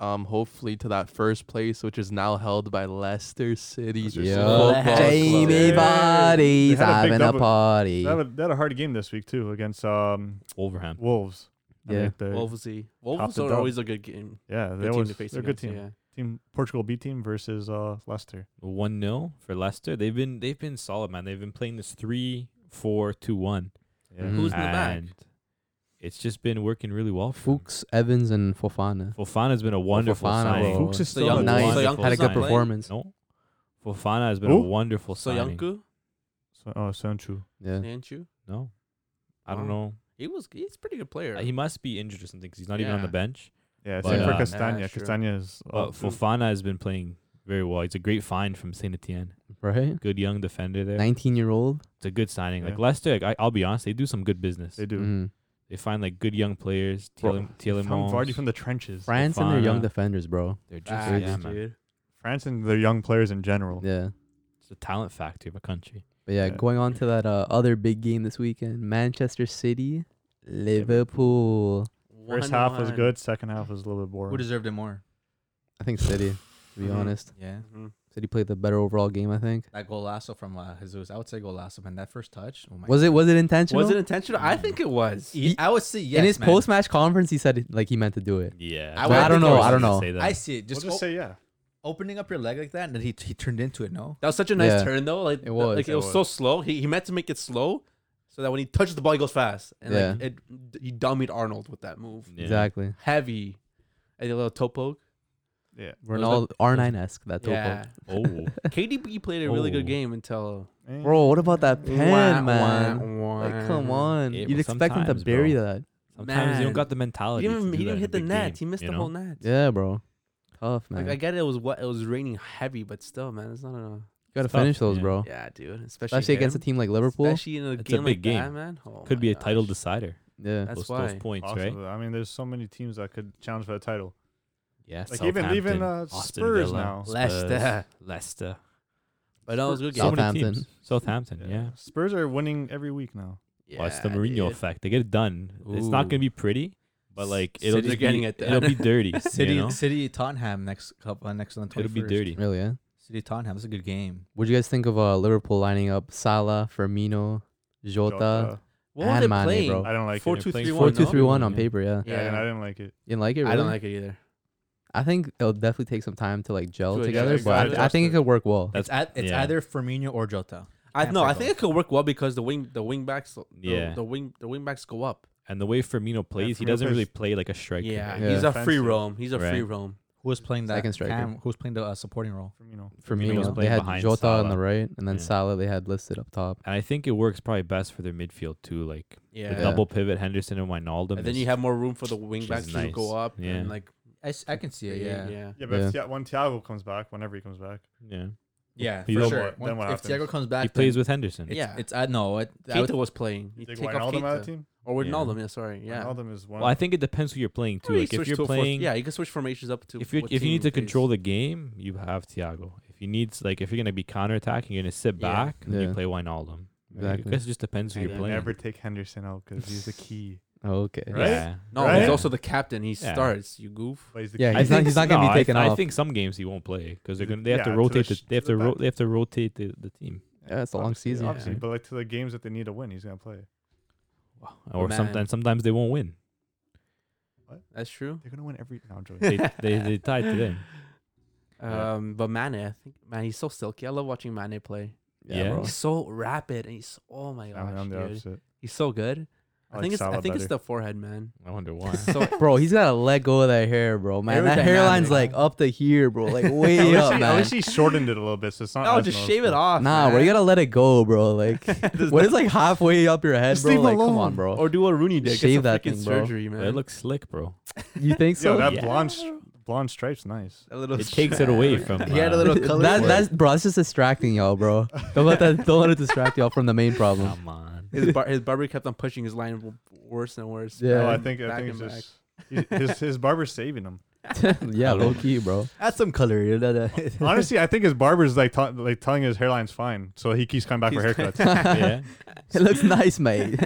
B: um, hopefully to that first place, which is now held by Leicester City.
D: Leicester City.
B: Football
A: Yeah.
B: Club.
A: Jamie
D: Yeah.
A: Vardy's
D: They had a big
A: having a
D: double-
A: party.
D: They had, a, they had a hard game this week too against um
E: Wolverham.
D: Wolves. I mean,
A: Yeah.
D: they-
C: Wolvesy.
D: Top
C: Wolves
D: the
C: are
D: dog.
C: always a good game.
D: yeah,
C: Good
D: they
C: team
D: always,
C: to face
D: they're a good
C: against,
D: team.
C: Yeah.
D: Team Portugal B team versus uh Leicester.
E: one 0 for Leicester. They've been they've been solid, man. They've been playing this three four two one.
D: Yeah.
A: Mhm.
E: Mm-hmm.
C: Who's in the back?
E: And it's just been working really well for them.
A: Fuchs, Evans, and Fofana.
E: Fofana's been a wonderful
A: Fofana,
E: signing.
A: bro.
D: Fuchs is
C: So
D: still
C: young-
D: on
E: so
A: nice.
E: young
A: Had a
E: Fofana.
A: good performance.
E: No, Fofana has been a
D: Who?
E: wonderful signing.
C: Soyuncu?
D: So, oh, Sancho.
A: Yeah.
C: Sancho.
E: No, I don't know.
C: He was. He's a pretty good player.
E: Uh, He must be injured or something because he's not even on the
C: Yeah.
E: bench.
D: Yeah,
E: But,
D: same for
E: uh,
D: Castagna.
C: yeah, sure.
D: Castagna is.
E: But
D: oh,
E: Fofana has been playing very well. He's a great find from Saint Etienne.
A: Right?
E: Good young defender there.
A: 19 year old.
E: It's a good signing. Like
D: Yeah.
E: Leicester, like, I, I'll be honest, they do some good business.
D: they
E: They,
D: do.
A: Mhm.
E: find like good young players.
D: Bro,
E: Tielemans.
D: Found Vardy
E: Tielemans.
D: from the trenches.
A: France and their young
E: Fofana.
A: defenders, bro.
E: They're just
C: Facts,
E: yeah, man.
C: dude.
D: France and their young players in general.
A: Yeah.
E: It's a talent factory of a country.
A: But yeah,
D: Yeah.
A: going on to that uh, other big game this weekend Manchester City, Liverpool.
D: First half was good. Second half was a little bit boring.
F: Who deserved it more?
A: I think City, to be
D: Mhm.
A: honest.
F: Yeah.
C: Mm-hmm.
A: City played the better overall game, I think.
F: That golazo from uh, Jesus. I would say golazo, man. That first touch. Oh my
A: Was it was it intentional?
C: Was it intentional? I think it was.
A: He-
F: I would say yes.
A: In his
F: man.
A: post match conference, he said like he meant to do it.
E: Yeah.
F: I would- I don't know, I
A: don't
E: gonna
A: know.
E: say that.
F: I see it.
D: We'll
F: Just, o-
D: say yeah.
F: opening up your leg like that, and then he he turned into it. No.
C: That was such a nice
A: Yeah.
C: turn though. Like
A: It
C: the-
A: was,
C: Like it,
D: it
C: was, so slow. He, he meant to make it slow, so that when he touches the ball, he goes fast. And like
A: Yeah.
C: it, he dummied Arnold with that move.
E: Yeah.
A: Exactly.
C: Heavy, and a little toe poke.
D: Yeah.
A: Ronaldo R9 esque that topo.
C: Yeah.
E: Oh,
C: KDB played a really good
E: Oh.
C: game until.
D: Eh,
A: Bro, what about that pen,
C: Wah,
A: man?
C: wah,
A: Like, come
C: wah.
A: on.
E: Yeah,
A: You'd
E: well,
A: expect him to
E: sometimes,
A: bury
E: bro.
A: that.
E: sometimes Oh, you
C: Man.
E: don't got the
C: He
E: mentality.
C: didn't,
E: to do
C: he
E: that
C: didn't
E: in
C: hit
E: a
C: the
E: big
C: net.
E: game,
C: he missed
E: you
C: the
E: know?
C: whole net.
A: Yeah, bro. Tough, man.
C: Like I get it was what it was raining heavy, but still, man, it's not enough.
A: gotta
E: it's tough,
A: finish those,
E: yeah.
A: bro.
C: Yeah, dude. Especially,
A: Especially against a
C: him.
A: team like Liverpool.
C: Especially in a
E: It's a
C: game like
E: big game.
C: that, man. Oh
E: Could
C: my
E: be a title
C: gosh.
E: decider.
A: Yeah.
C: That's
E: those,
C: why.
E: those points, right?
D: possibly. I mean, there's so many teams that could challenge for the title.
E: Yeah.
D: Like, even- even,
E: Southampton,
D: uh,
E: Aston
D: Spurs
E: Villa,
D: now.
E: uh,
C: Leicester.
E: Leicester.
C: But that was a good
E: So
C: game.
E: many
A: Southampton.
E: teams. Southampton, yeah.
D: Spurs are winning every week now.
E: Well, it's the
C: Yeah,
E: Mourinho
C: dude.
E: effect. They get it done. It's not
C: Ooh.
E: gonna be pretty, but like it'll
C: City's
E: just
C: getting
E: be,
C: it done.
E: it'll be dirty.
F: City,
E: you know?
F: City, Tottenham next couple uh, next on the
E: it'll
F: twenty
E: be
F: first.
E: dirty.
A: Really, yeah.
F: City, Tottenham. That's a good game.
A: What'd you guys think of uh, Liverpool lining up Salah, Firmino, Jota?
D: Jota.
C: What were
A: And
C: they
A: Mane,
C: playing?
A: bro.
D: I don't like
C: Four
D: it.
C: two
E: playing
C: three
E: four
A: Four
C: one.
A: two
C: no?
A: three one
E: Yeah.
A: on paper, yeah.
D: Yeah, and I didn't like it.
A: You didn't like it, really?
C: I don't like it either.
A: I think it'll definitely take some time to like gel
C: To
A: together,
D: adjust,
A: but
D: to
A: I, I
D: adjust
A: think it
D: it.
A: could work well.
E: That's-
F: It's at, it's
E: yeah.
F: either Firmino or Jota.
C: I
F: Can't
C: no,
F: play
C: I think
F: both.
C: it could work well because the wing the wing backs the,
E: Yeah.
C: the wing the wing backs go up.
E: And the way Firmino plays, he
D: Firmino
E: doesn't
D: plays-
E: really play like a striker.
C: Yeah,
A: Yeah.
C: he's a free
D: Offensive.
C: roam. He's a free
E: Right.
C: roam.
F: Who was playing that?
A: Second striker.
F: Cam, who was playing the uh, supporting role?
D: Firmino.
E: Firmino
A: Firmino,
E: was
A: they
E: playing
A: had
E: behind
A: Jota on the
E: Salah.
A: right, and then
E: Yeah.
A: Salah they had listed up top.
E: And I think it works probably best for their midfield too. Like
C: Yeah.
E: the double pivot Henderson and Wijnaldum.
C: And then
E: is-
C: you have more room for the wing
E: is
C: backs to
E: nice.
C: go up
E: Yeah.
C: and like
F: I, s- I can see it.
C: create,
F: Yeah.
C: yeah.
D: Yeah, but
A: Yeah.
D: If, Thi- when Thiago comes back, whenever he comes back,
E: yeah.
F: Yeah,
E: He
F: for
E: don't-
F: sure.
D: then what
F: Once- if
D: happens?
F: Thiago comes back,
E: He plays with Henderson.
C: Yeah.
F: It's I no. It, I
C: Keita
F: would-
C: was playing. You
D: take
C: take off
D: Wijnaldum out of the
C: Keita.
D: team.
C: Or
E: Yeah.
C: Wijnaldum, yeah, sorry. Yeah.
D: Wijnaldum is one.
E: Well, I think it depends who you're playing
C: Or
E: too.
C: you
E: Like if
C: switch
E: you're
C: to a four-
E: playing,
C: yeah, you can switch formations up to
E: if you
C: what
E: if you need to
C: team plays.
E: control the game, you have Thiago. If you need like if you're gonna be counterattacking, you're gonna sit
C: Yeah.
E: back and
A: Yeah.
E: you play Wijnaldum. Right? I
A: Exactly.
E: guess it just depends who
D: and
E: you're
D: you
E: playing.
D: never take Henderson out because he's the key.
A: Okay.
D: Right?
E: Yeah.
C: No,
D: Right?
C: he's also the captain. He
E: Yeah.
C: starts. You goof.
D: Plays the
A: Yeah,
D: key.
A: he's
E: think
A: not- he's not gonna
E: no,
A: be
E: I th-
A: taken
E: I,
A: off.
E: think some games he won't play because they're
D: To the-
E: gonna they have
D: yeah,
E: to
D: to the
E: rotate. The,
D: sh-
E: they have
D: to
E: to
D: the
E: ro-
D: back.
E: they have to rotate the, the team.
A: Yeah, it's a long
D: Obviously-
A: season.
D: obviously,
E: Yeah.
D: but like to the games that they need to win, he's gonna play.
A: Oh,
E: Or
C: Man.
E: sometimes sometimes they won't win.
C: That's true.
D: They're gonna win every. No, I'm joking.
E: They they, they tied today. Yeah.
C: Um, but Mane, I think man, he's so silky. I love watching Mane play.
A: Yeah,
E: Yeah.
A: bro.
C: He's so rapid, and he's oh
D: I'm,
C: my gosh,
D: I'm the
C: dude.
D: opposite.
C: he's so good. I,
D: like
C: think it's I
D: Salah
C: think it's
D: better.
C: the forehead, man.
E: I wonder why.
C: So
A: Bro, he's gotta let go of that hair, bro. Man, that
C: Aerodynamic.
A: hairline's like up to here, bro. Like way
D: At least,
A: up,
D: he, at
A: man.
D: least he shortened it a little bit, so it's not.
C: no,
D: as
C: just shave it
D: noticeable.
C: off.
A: Nah, bro,
C: man.
A: you gotta let it go, bro. Like,
C: There's
A: what is like halfway up your head,
D: Just
A: bro?
D: leave
A: Like, come
D: alone.
A: on, bro.
C: Or do what Rooney did. get
A: Shave
C: some
A: that
C: freaking
A: thing, bro.
C: surgery, man.
E: It looks slick, bro.
A: You think
D: Yo,
A: so?
D: that
E: Yeah.
D: blonde sh- blonde stripe's nice.
C: a little.
E: It takes it away from.
F: He had a
E: uh,
F: little color.
A: that,
F: for it.
A: that's bro. That's just distracting y'all, bro. Don't let that. Don't let it distract y'all from the main problem.
E: Come on.
C: his bar- his barber kept on pushing his line w- worse and worse.
A: Yeah.
D: No, Oh, I
C: Back
D: think I
C: and
D: think it's
C: back.
D: just he- his his barber's saving him.
A: yeah, low key, bro.
F: Add some color. you know, that-
D: Honestly, I think his barber's like t- like telling his hairline's fine, so he keeps coming back for haircuts.
E: yeah.
A: It looks nice, mate.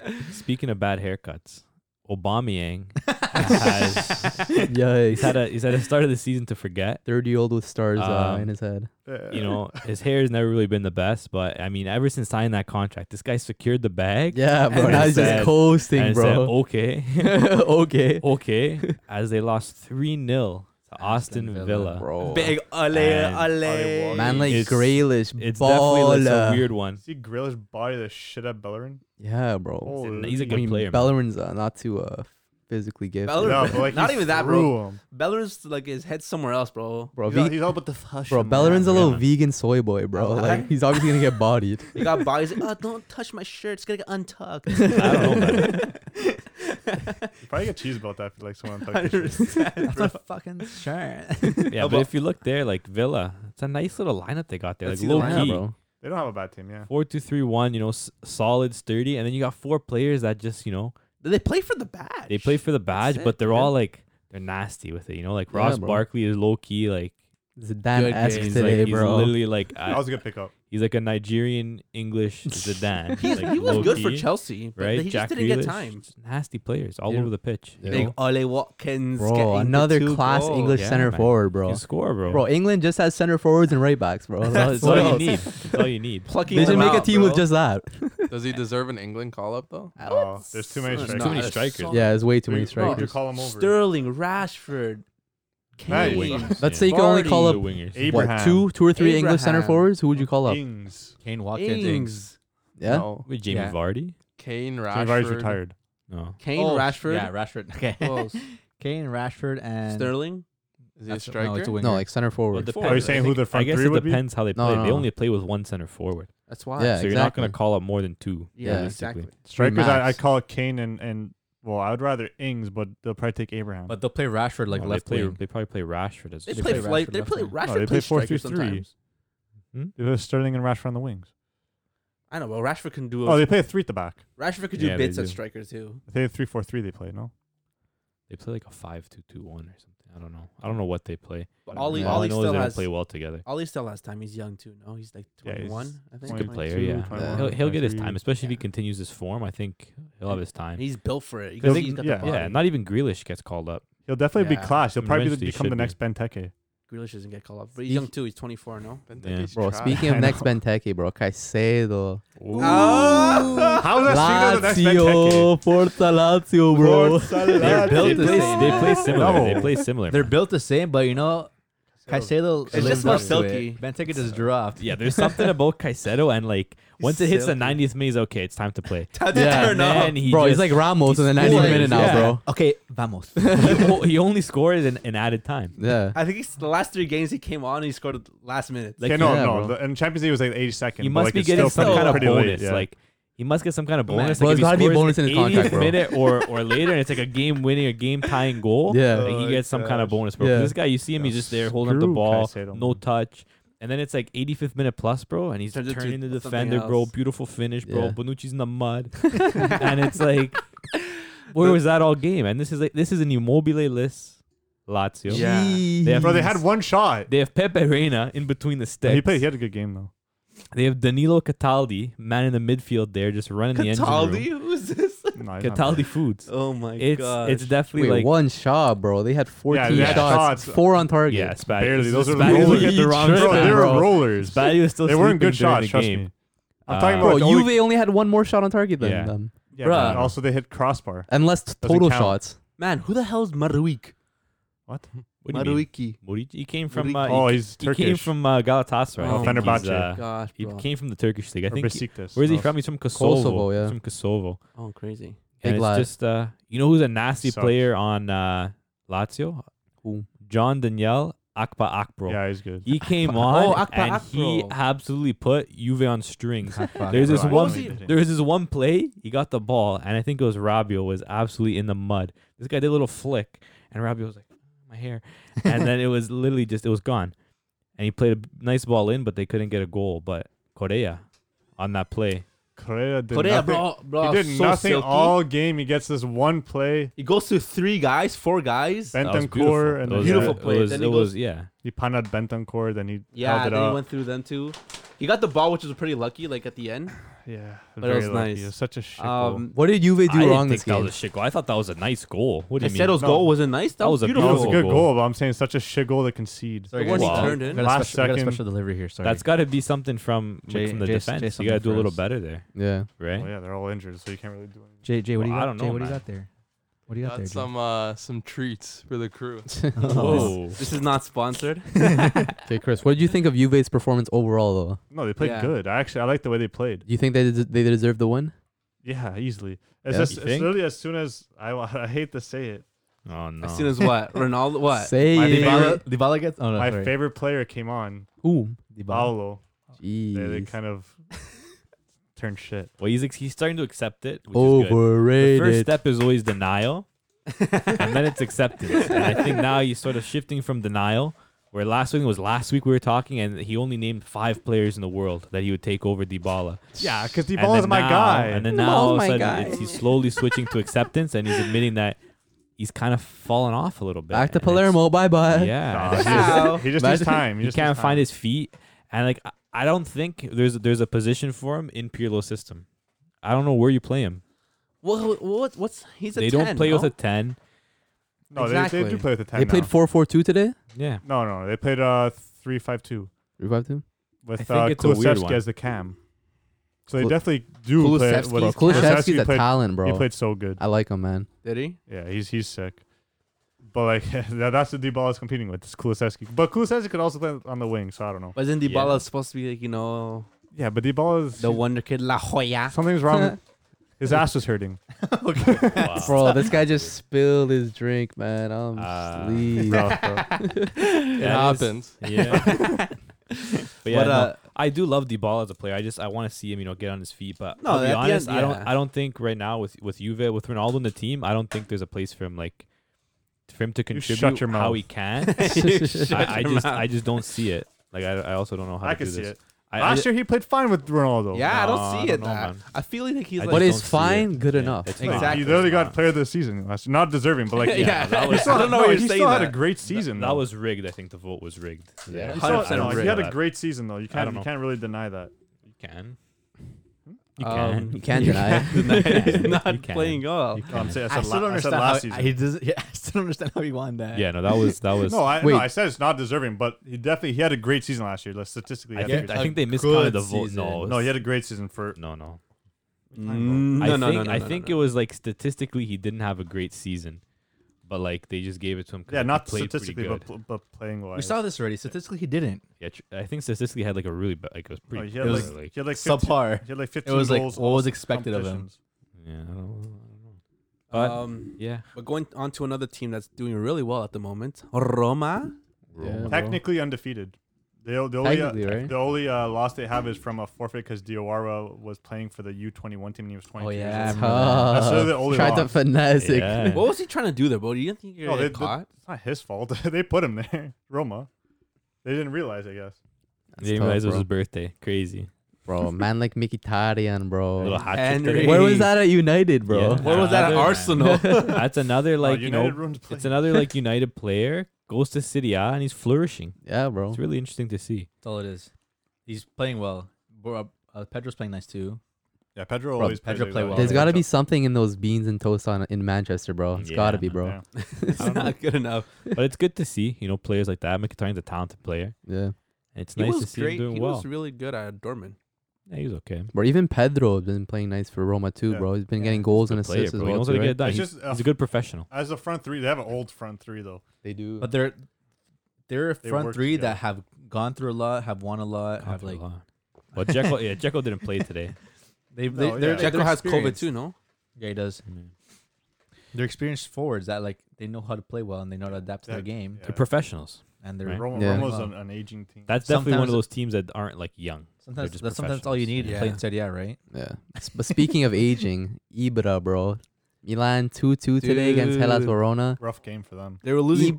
E: Speaking of bad haircuts, Aubameyang has he's
A: Yikes.
E: had a he's had a start of the season to forget.
A: Thirty old with stars uh,
E: Um,
A: in his head.
D: Uh,
E: You know his hair has never really been the best, but I mean ever since signing that contract, this guy secured the bag.
A: Yeah, bro.
E: and
A: Now
E: it
A: he's just
E: said-
A: coasting,
E: and said,
A: bro.
E: okay,
A: okay.
E: okay, as they lost three 0 to Austin,
F: Aston Villa,
E: Villa.
A: Bro.
C: Big ole
E: And-
D: Ole
C: ole.
D: Walker.
A: Man, like
E: It's-
A: Grealish,
E: It's
A: baller.
E: definitely like a weird one.
D: see Grealish body the shit at Bellerin.
A: yeah, bro.
D: Oh,
E: He's a
A: I
E: good
A: mean,
E: player. man.
A: Bellerin's uh, not too uh, physically gifted.
C: Beller-
D: No, but like
C: Not
D: he
C: even that,
D: threw
C: bro.
D: him.
C: Bellerin's like his head somewhere else, bro.
A: bro,
D: He's all,
A: ve-
D: he's all about the fashion.
A: bro,
D: man.
A: Bellerin's a little
D: Yeah.
A: vegan soy boy, bro.
C: I-
A: Like he's obviously gonna get bodied.
C: He got bodies like, oh, don't touch my shirt. It's gonna get untucked.
E: I don't know,
D: You probably get cheese about that if like someone
C: I
D: like this.
C: understand, bro.
F: fucking shirt.
E: Yeah, but if you look there, like Villa, it's a nice little lineup they got there.
C: Let's
E: like
C: see the
E: low
C: lineup,
E: key,
A: bro.
D: They don't have a bad team, yeah.
E: four two three one. You know, s- solid, sturdy, and then you got four players that just you know
C: They play for the badge.
E: they play for the badge,
C: it,
E: but they're
C: man.
E: all like they're nasty with it. You know, like
A: Yeah,
E: Ross
A: bro.
E: Barkley is low key like
A: Zidane esque
E: he's
A: today,
E: like he's
A: bro.
E: literally like
D: That
E: uh,
D: was a good pickup.
E: he's like a Nigerian English Zidane.
C: He's,
E: like,
C: he was
E: low
C: good for
E: key,
C: Chelsea, but
E: right?
C: he
E: Jack
C: just didn't
E: Grealish,
C: get time.
E: just nasty players all
A: Yeah.
E: over the pitch. You
A: Yeah.
E: know?
C: Big Ole Watkins,
A: bro,
C: getting the
A: another
C: two
A: class
C: goals.
A: English
E: Yeah,
A: center
E: man.
A: forward,
E: You
A: bro.
E: can score, bro.
A: Bro, England just has center forwards and right backs, bro.
E: that's
A: That's
E: all
A: what
E: you
A: else.
E: need. That's all you need.
C: Plucking
A: They should
C: them
A: make a
C: out,
A: team with
C: bro.
A: just that.
B: Does he deserve an England call up though?
C: I
D: Oh,
C: would
D: there's too many
C: s-
D: strikers.
E: Too
C: not
E: many
C: a
E: strikers.
C: song.
A: Yeah, it's way too
D: Who-
A: many
D: who would you
A: strikers.
D: call him over?
C: Sterling, Rashford,
D: Nice.
C: Kane.
A: Let's say you can only call
E: the
A: up
E: wingers.
D: Abe-
A: what
D: Abraham.
A: two, two or three English center
C: Abraham.
A: forwards. Who would you call up?
D: Ings.
F: Kane Watkins. Ings.
C: Ings,
A: Yeah,
B: No.
E: With Jamie
F: Yeah.
E: Vardy?
B: Kane
D: Jamie
B: Rashford.
D: Vardy's retired.
E: No.
C: Kane,
F: Oh,
C: Rashford,
F: Yeah, Rashford. Okay.
C: who else?
F: Kane, Rashford, and
C: Sterling.
B: Is he a
F: That's-
B: striker?
F: No, it's a winger.
A: no, like center
E: Well, it
A: forward.
E: depends.
D: Are you saying who the
E: I
D: front
E: guess
D: three
E: it
D: would be?
E: depends how they
A: No,
E: play.
A: no,
E: They
A: no.
E: only play with one center forward.
F: that's why.
A: Yeah,
E: so you're not going to
A: exactly.
E: call up more than two.
C: Yeah,
E: realistically.
C: exactly.
D: Strikers, I, I
A: max.
D: call it Kane and, and, well, I would rather Ings, but they'll probably take Abraham.
F: But they'll play Rashford like
E: No,
F: left
E: they play,
F: wing.
E: They probably play Rashford as
C: They,
F: They
C: play,
F: play
C: flight.
F: Rashford
C: They
F: left
C: play
F: wing.
C: Rashford.
D: No, Oh, they play
C: plays
D: 4-3-3.
C: striker sometimes.
D: Hmm? they have Sterling and Rashford on the wings.
C: I know, but Rashford can do.
D: Oh, they play a three at the back.
C: Rashford could
E: Yeah,
C: do
E: they
C: bits at
E: do.
C: striker too.
D: They have three four three. They play no.
E: They play like a 5 2 2 1 or something. I don't know. I don't know what they play.
C: But Ollie,
A: Yeah.
E: All I
C: Ollie
E: know is
C: still
E: they don't
C: has.
E: play well together.
C: Ollie still has time. He's young too. No, he's like
D: Yeah, he's
C: 21. I think.
E: He's a
D: 22,
E: good player, yeah.
D: 21,
E: He'll, he'll get his
D: 23.
E: time, especially if he
C: Yeah.
E: continues his form. I think he'll have his time.
C: He's built for it. You
E: He'll
C: can see
E: be-
C: he's got
D: yeah.
C: the body.
E: Yeah, not even Grealish gets called up.
D: He'll definitely
C: Yeah.
D: be clash. He'll probably
E: Eventually
D: become
E: should
D: the
E: be.
D: next Benteke.
C: Grealish doesn't get called up, but he's
A: Speak-
C: young too. He's 24. No.
B: Benteke's
A: Bro,
B: trash.
A: speaking of
D: I
A: next
D: know.
A: Benteke, bro, Caicedo.
C: Oh!
D: How is that speaking of the next Benteke?
A: Lazio, Forza Lazio, bro.
E: They're
D: They're
E: built
F: built
E: they,
F: the same.
E: play, they play similar. They
D: No.
E: play similar.
F: They're
E: man.
F: built the same, but you know, Caicedo
D: It's
F: lives
C: just more
F: up to it.
C: silky.
F: Benteke just dropped.
E: yeah, there's something about Caicedo and like once it hits the 90th minute, it's okay, it's time to play.
C: Time to
A: Yeah,
C: turn up.
E: man, he
A: bro, he's
E: just-
A: like Ramos in the 90th
E: scores.
A: minute now,
E: Yeah.
A: bro.
F: Okay, vamos.
E: he, o- he only scores in, in added time.
A: Yeah.
C: I think it's the last three games he came on. He scored at the last minute.
E: Like,
D: okay, no,
A: yeah,
D: no.
A: bro.
D: The, and Champions League was like the 82nd.
E: he
D: but,
E: must
D: like,
E: be
D: it's still
E: getting some
D: pretty-
E: kind of
D: pretty late,
E: bonus.
D: yeah.
E: Like he must get some kind of
F: Come on.
E: bonus.
A: Bro,
E: like,
A: there's gotta
E: got
A: be a bonus in his contract, bro.
E: minute or or later, and it's like a game winning, a game tying goal.
A: Yeah.
E: like, he gets some kind of
D: Oh gosh.
E: bonus, bro. 'Cause
A: Yeah.
E: This guy, you see him, he's just there holding up the
D: Screw
E: ball,
D: Caicedo,
E: no
D: man.
E: touch. And then it's like 85th minute plus, bro, and he's
C: Turns it to
E: turning the
C: something
E: defender, bro.
C: else.
E: Beautiful finish, bro.
A: Yeah.
E: Bonucci's in the mud, and it's like, where was that all game? And this is like this is an Immobile list, Lazio.
C: Yeah.
E: They have-
D: Bro, they had one shot.
E: They have Pepe Reina in between the sticks.
D: He played. He had a good game though.
E: They have Danilo Cataldi, man in the midfield there, just running the
C: Cataldi,
E: engine room.
C: who's this?
D: No, he's not
E: Cataldi
D: bad.
E: Foods.
C: Oh my
E: It's
C: god!
E: it's definitely
A: Wait,
E: like
A: one shot, bro. They had 14
D: they
E: had
A: shots,
D: shots.
A: four on target.
E: yeah, Spatty.
D: Barely. Those are the
E: Spatty was
D: rollers.
E: at the wrong
D: Bro,
E: time,
D: they were
E: bro.
D: rollers. They
E: Spatty was still
D: weren't good
E: sleeping during
D: shots.
E: the
D: Trust
E: game.
D: me. I'm talking
E: Uh,
A: Bro,
D: about the only-
A: Juve only had one more shot on target than
E: Yeah.
A: them,
D: Yeah,
C: Bruh.
D: man. Also, they hit crossbar.
A: unless t-
D: Doesn't
A: total
D: count.
A: shots.
C: man, who the hell is Maruik?
E: What do you mean?
C: Maruiki.
E: Murici- He came from uh,
D: oh,
E: he,
D: he's
E: he came
D: Turkish.
E: from uh, Galatasaray.
D: Oh,
E: I think he's,
D: Fenerbahce.
E: uh,
C: gosh,
E: he
C: bro.
E: came from the Turkish league. I
D: Or
E: think. he-
D: Besiktas. Oh,
E: Where is he
D: No,
E: from? He's from Kosovo.
A: Kosovo, yeah.
E: He's from Kosovo.
C: oh, crazy.
A: Big
E: And it's
A: lad.
E: just uh, you know who's a nasty
D: Sucks.
E: player on uh, Lazio?
A: Who?
E: John Daniel Akpa Akpro.
D: Yeah, he's good.
E: He came
C: Akpa-
E: on
C: oh, Akpa
E: and he
C: Akpro.
E: absolutely put Juve on strings. There's
D: Bro,
E: this
D: I know
E: one-
D: he didn't.
E: there was this one play, he got the ball, and I think it was Rabio was absolutely in the mud. This guy did a little flick, and Rabio was like, "Ah, "My hair," and then it was literally just it was gone. And he played a nice ball in, but they couldn't get a goal. But Correa on that play,
D: Correa did
C: Korea,
D: nothing.
C: bro, bro,
D: He did
C: so
D: nothing
C: silky.
D: all game. He gets this one play.
C: He goes to three guys, four guys.
E: that was
D: Bentancur and
E: It was-
C: Beautiful
E: it
C: play.
E: was-
C: Then
E: it
C: he
E: was
C: goes-
E: yeah.
D: he punted Bentancur. Then he
C: Yeah,
D: held it
C: then he
D: up.
C: went through them too. He got the ball, which was pretty lucky. Like at the end,
D: yeah,
C: But it was
D: very lucky.
C: nice.
D: It was such a shit goal.
C: um,
A: What did Juve do
E: I didn't
A: wrong
E: think
A: this
E: that
A: game?
E: was a shit goal. I thought that was a nice goal. What do you mean?
C: Casedo's
D: No.
C: goal wasn't nice. That,
E: That
C: was,
E: was a
D: No, it was a
C: beautiful.
D: good
E: goal.
D: goal, but I'm saying such a shit goal to concede.
F: Sorry,
C: The one
F: guys.
E: he Wow.
C: turned in.
F: Got a
D: Last
F: special, got a
D: second.
F: special delivery here. Sorry.
E: That's got to be something from
F: Jay-
E: from the
F: Jay, say
E: defense. You
F: something
E: got to do a little
F: first.
E: better there,
A: yeah.
E: right?
D: Well, yeah, they're all injured, so you can't really do anything.
F: Jay. Jay, what do you
E: Well, I
F: got?
E: don't
F: Jay,
E: know,
F: what do you
E: man.
F: got there? What do you got,
B: Got
F: there? Jay?
B: some uh, some treats for the crew.
F: Oh,
E: Whoa.
C: This is not sponsored.
A: Okay, Chris, what did you think of Juve's performance overall, though?
D: No, they played
C: Yeah.
D: good. I actually I like the way they played.
A: Do you think they des- they deserve the win?
D: Yeah, easily. It's
E: Yeah.
D: just
E: You
D: it's
E: think?
D: literally as soon as I wa- I hate to say it.
E: Oh no.
C: As soon as what? Ronaldo what?
A: Say
D: My
A: it.
D: favorite-
F: Uh, Dybala, Dybala gets. Oh no,
D: My
F: sorry.
D: favorite player came on,
A: Ooh,
D: Paolo. They, they
A: jeez.
D: kind of turned shit.
E: well, he's ex- he's starting to accept it. Which
A: Oh,
E: is good. The
A: Overrated.
E: first step is always denial, and then it's acceptance. And I think now you're sort of shifting from denial, where last week was last week we were talking, and he only named five players in the world that he would take over DiBala.
D: Yeah, because
E: And
D: Dybala's
E: then
D: my
E: now-
D: guy.
E: And then
A: Dybala's
E: now all of
A: my
E: a
A: guy.
E: sudden it's, he's slowly switching to acceptance, and he's admitting that he's kind of fallen off a little bit.
A: Back to
E: and it's-
A: Palermo. Bye bye.
E: Yeah.
D: Nah,
E: and
D: he
E: it's just-
D: just, he just needs
E: Imagine-
D: time.
E: he
D: just
E: can't
D: needs
E: find
D: time.
E: his feet, and like I- I don't think there's there's a position for him in Pirlo's system. I don't know where you play him.
C: What, what? What's he's a
E: they
C: 10,
E: don't play
C: no?
E: with a ten.
D: No, they, they do
C: Exactly.
D: play with the ten.
A: They played
D: now.
A: four four two today.
E: Yeah.
D: No, no, they played uh three five two
A: Revive two.
E: I
D: with
E: think
D: uh,
E: it's a weird
D: Kulusevski
E: one.
D: as the cam. So they
A: Kul-
D: definitely do play it
F: Kulusevski.
D: with
F: Bro,
A: Kulishevsky's a
D: played,
A: talent,
D: He
A: bro.
D: played so good.
A: I like him, man.
C: Did he?
D: Yeah, he's he's sick. But like that, that's the Dybala is competing with. It's Kulusevski. But Kulusevski could also play on the wing, so I don't know.
C: Wasn't
E: Yeah.
C: Dybala supposed to be like you know
D: Yeah, but Dybala is
C: the wonder kid La Jolla?
D: something's wrong. with- his ass was hurting.
E: Wow.
A: Bro, this guy just spilled his drink, man. I'm
E: Ah.
A: sleep.
D: Bro, bro.
B: It
E: That is-
B: happens.
E: Yeah. but yeah,
C: But,
E: no,
C: uh,
E: I do love Dybala as a player. I just I want to see him, you know, get on his feet. But
C: No,
E: no, to be
C: at the
E: honest,
C: end-
E: I don't
C: yeah.
E: I don't think right now with with Juve with Ronaldo in the team, I don't think there's a place for him like for him to
D: You
E: contribute
D: shut your
E: how
D: mouth.
E: he can. I, I just I just don't see it. Like I, I also don't know how
D: I
E: to
D: can
E: do
D: see
E: this.
D: it.
E: I, I
D: Last
E: ju-
D: year he played fine with Ronaldo.
C: yeah,
E: Nah,
C: I don't see
E: I
C: it.
E: don't know,
C: that.
E: man.
C: I feel like he's
E: I
C: like
A: But
E: just
A: is
E: don't see it.
A: fine good
E: Yeah,
A: enough.
E: it's
D: Like,
E: Exactly.
D: He literally got player of the season last year. Not deserving, but like
C: Yeah, that
D: he
C: was-
D: still,
C: I don't know why
D: no,
C: you're
D: he still
C: saying
D: had a
C: that.
D: great season.
E: that,
D: though.
E: was rigged. I think the vote was rigged.
A: Yeah.
D: He,
E: You
D: still-
C: 100%
D: no, he
C: rigged.
D: had a great season though. You
E: I don't
D: can't you
E: know.
D: can't really deny that.
E: can. You
C: You
E: can.
C: Um,
A: You can't deny it.
C: he's
E: You
C: not
E: can.
C: playing well.
E: You
D: No, Oh, I'm
E: can.
D: saying,
F: I
D: I said,
F: still
D: la-
F: don't
D: I said
F: understand how
D: last
F: he
D: season.
F: doesn't. Yeah, I still don't understand how he won that.
E: Yeah, no, that was that was.
D: No, I,
A: Wait.
D: no, I said it's not deserving, but he definitely he had a great season last year. Like, statistically, he
E: I
D: had a
E: think
D: great
E: I
D: season.
E: think they miscounted
F: good
E: the vote.
F: season.
E: No,
D: no, he had a great season for
E: no, no.
C: Mm,
E: I
C: No, no,
E: think,
C: no, no.
E: I
C: no,
E: think
C: no.
E: it was like statistically he didn't have a great season, but like they just gave it to him. 'cause,
D: yeah,
E: like, he
D: not
E: played pretty
D: statistically, but,
E: good.
D: pl- but playing wise.
F: We saw this already. Statistically, he didn't.
E: yeah, tr- I think statistically had like a really bad, like it was
D: No,
E: pretty.
D: Oh, he had
E: it
D: like,
E: was like,
D: he had like 15,
F: Subpar.
D: He had like 15
F: It was like
D: goals,
F: what was expected of him.
D: competitions.
E: yeah, I don't, know, I don't know. But
A: Uh,
C: um,
E: yeah,
C: but going on to another team that's doing really well at the moment, Roma.
A: Yeah.
E: Roma.
D: Technically undefeated. They, the only, uh,
A: Technically, right?
D: the only uh, loss they have is from a forfeit because Diawara was playing for the U21 team and he was 22.
F: Oh
D: years
F: yeah, I
D: old.
F: remember that.
D: That's really the
A: Tough.
D: only
A: Tried to
D: loss.
A: finesse it.
E: Yeah.
C: What was he trying to do there, bro? You didn't think you were
D: No,
C: gonna
D: they-
C: get
D: they-
C: caught?
D: It's not his fault. they put him there. Roma. They didn't realize, I guess.
E: They didn't
A: tough,
E: realize it was
A: bro.
E: his birthday. Crazy.
A: Bro, man like Mikitarian,
E: Little
A: bro.
E: hat trick
C: Henry.
E: today.
A: Where was that at United, bro?
E: Yeah.
C: Where was that at
E: Another-
C: Arsenal?
E: That's another
D: No,
E: like you
D: Oh, United
E: know,
D: ruins play.
E: it's another like United player goes to City A and he's flourishing.
A: Yeah, bro.
E: It's really interesting to see.
F: That's all it is. He's playing well. Bro, uh, Pedro's playing nice too.
D: yeah, Pedro
A: Bro,
D: always plays
F: Pedro
D: like
F: played
D: that.
F: well.
A: There's got to be something in those beans and toast on in Manchester, bro. It's got to
E: Yeah,
A: be, bro.
D: Yeah.
A: Yeah.
C: it's
E: I don't know.
C: not good enough.
E: but it's good to see you know players like that. Mkhitaryan's a talented player. And it's
C: He
E: nice to
C: was
E: see
C: great.
E: him doing
C: he
E: well.
C: was really good at Dortmund.
E: yeah, he was okay.
A: Bro, even Pedro has been playing nice for Roma too,
D: Yeah.
A: bro. He's been
D: Yeah.
A: getting goals and
E: Good player,
A: assists
E: bro.
A: as
E: He
A: well.
E: knows
A: Too,
E: how to get
A: right?
E: it done.
D: It's
E: He's,
D: just, uh,
E: he's a good professional.
D: As a front three, they have an old front three though.
A: They do.
F: But they're they're a
D: They
F: front
D: work
F: three
D: together.
F: that have gone through a lot, have won a lot, have like
E: well, Jekyll, yeah, Jekyll didn't play today.
F: they
D: No,
F: they
D: yeah.
F: they're,
D: Jekyll
C: Jekyll
F: they're
C: has COVID
F: experienced.
C: too, no?
F: Yeah, he does. They're experienced forwards that like they know how to play well and they know how to adapt to
D: Yeah.
F: their game
E: They're professionals.
F: and they're
E: Right.
D: Roma,
A: Yeah.
D: Roma's
F: Wow.
D: an, an aging team.
E: That's definitely one of
F: Sometimes-
E: those teams that aren't like young.
F: sometimes
E: just
F: that's sometimes all you need
E: professionals.
F: to play
C: Yeah.
F: in Serie A, right?
A: Yeah. S- But speaking of aging, Ibra, bro. Milan 2 2 today against Hellas
C: Dude.
A: Verona.
D: Rough game for them.
C: They were losing.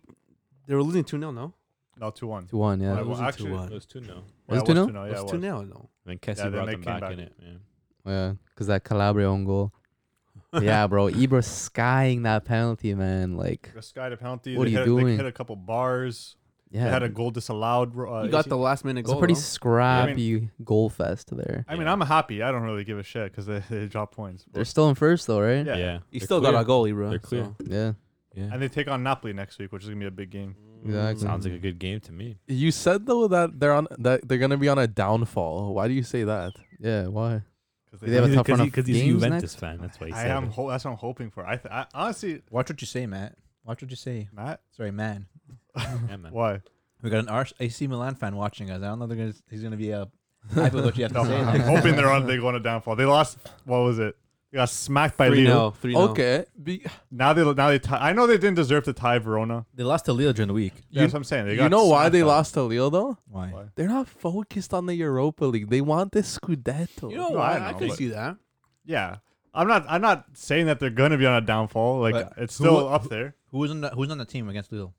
C: they were losing two 0 no?
D: No, two one.
A: 2 1,
D: Well,
A: yeah.
D: it was
C: Losing
D: actually-
C: 2-1.
E: Those two no.
A: Was it
D: yeah,
A: 2-0?
D: 2 Yeah,
C: It
D: it
C: was
D: was.
C: two 0 no.
E: And Kessie
D: then
E: brought
D: they
E: them
D: came
E: back,
D: back.
E: in it. Yeah.
A: Yeah. Because that Calabria own goal. yeah, bro. Ibra skying that penalty, man. Like,
D: The sky to penalty.
A: What
D: they
A: are you
D: hit, They
A: doing?
D: hit a couple bars.
A: yeah.
D: They had a goal disallowed. Uh,
C: You got
D: AC.
C: the last minute
A: It's a
C: goal.
A: pretty
C: no?
A: scrappy goal fest there.
D: I mean,
E: Yeah.
D: I'm happy. I don't really give a shit because they, they drop points.
A: They're still in first though, right?
D: Yeah.
E: Yeah.
C: You
E: They're
C: still
E: clear.
C: got a goalie, bro.
E: They're clear.
C: so-
A: Yeah.
E: Yeah.
D: And they take on Napoli next week, which is gonna be a big game.
A: Exactly.
E: Sounds like a good game to me.
B: You said though that they're on that they're gonna be on a downfall. Why do you say that?
A: Yeah. Why?
D: Because
A: They have a tough run of
E: Because he's a
A: games
E: Juventus
A: next?
E: fan. That's why he
D: I
E: said
D: am.
E: it.
D: Ho- that's what I'm hoping for. I, th- I honestly,
F: Watch what you say, Matt. Watch what you say.
D: Matt.
F: Sorry, man.
E: Yeah, man.
D: Why?
F: We got an R- AC Milan fan watching us. I don't know if they're gonna. He's gonna be a. I feel uh, what you have
D: No,
F: to say.
D: I'm hoping they're on. They go on a downfall. They lost. What was it? They got smacked by
C: Three
D: Lille.
C: no, three no.
B: Okay. Be,
D: Now they now they tie. I know they didn't deserve to tie Verona.
F: They lost to Lille during the week.
D: Yeah,
B: You-
D: That's what I'm saying. They
B: you
D: got
B: know why
D: smacked
B: they
D: by-
B: lost to Lille though?
F: Why?
D: Why?
B: They're not focused on the Europa League. They want the Scudetto.
C: You know
D: No,
C: what?
D: I
C: I,
D: know,
C: could
D: but-
C: see that.
D: Yeah, I'm not. I'm not saying that they're gonna be on a downfall. Like
F: But
D: it's
F: who-
D: still up there.
F: Who was on the, who's on the team against Lille?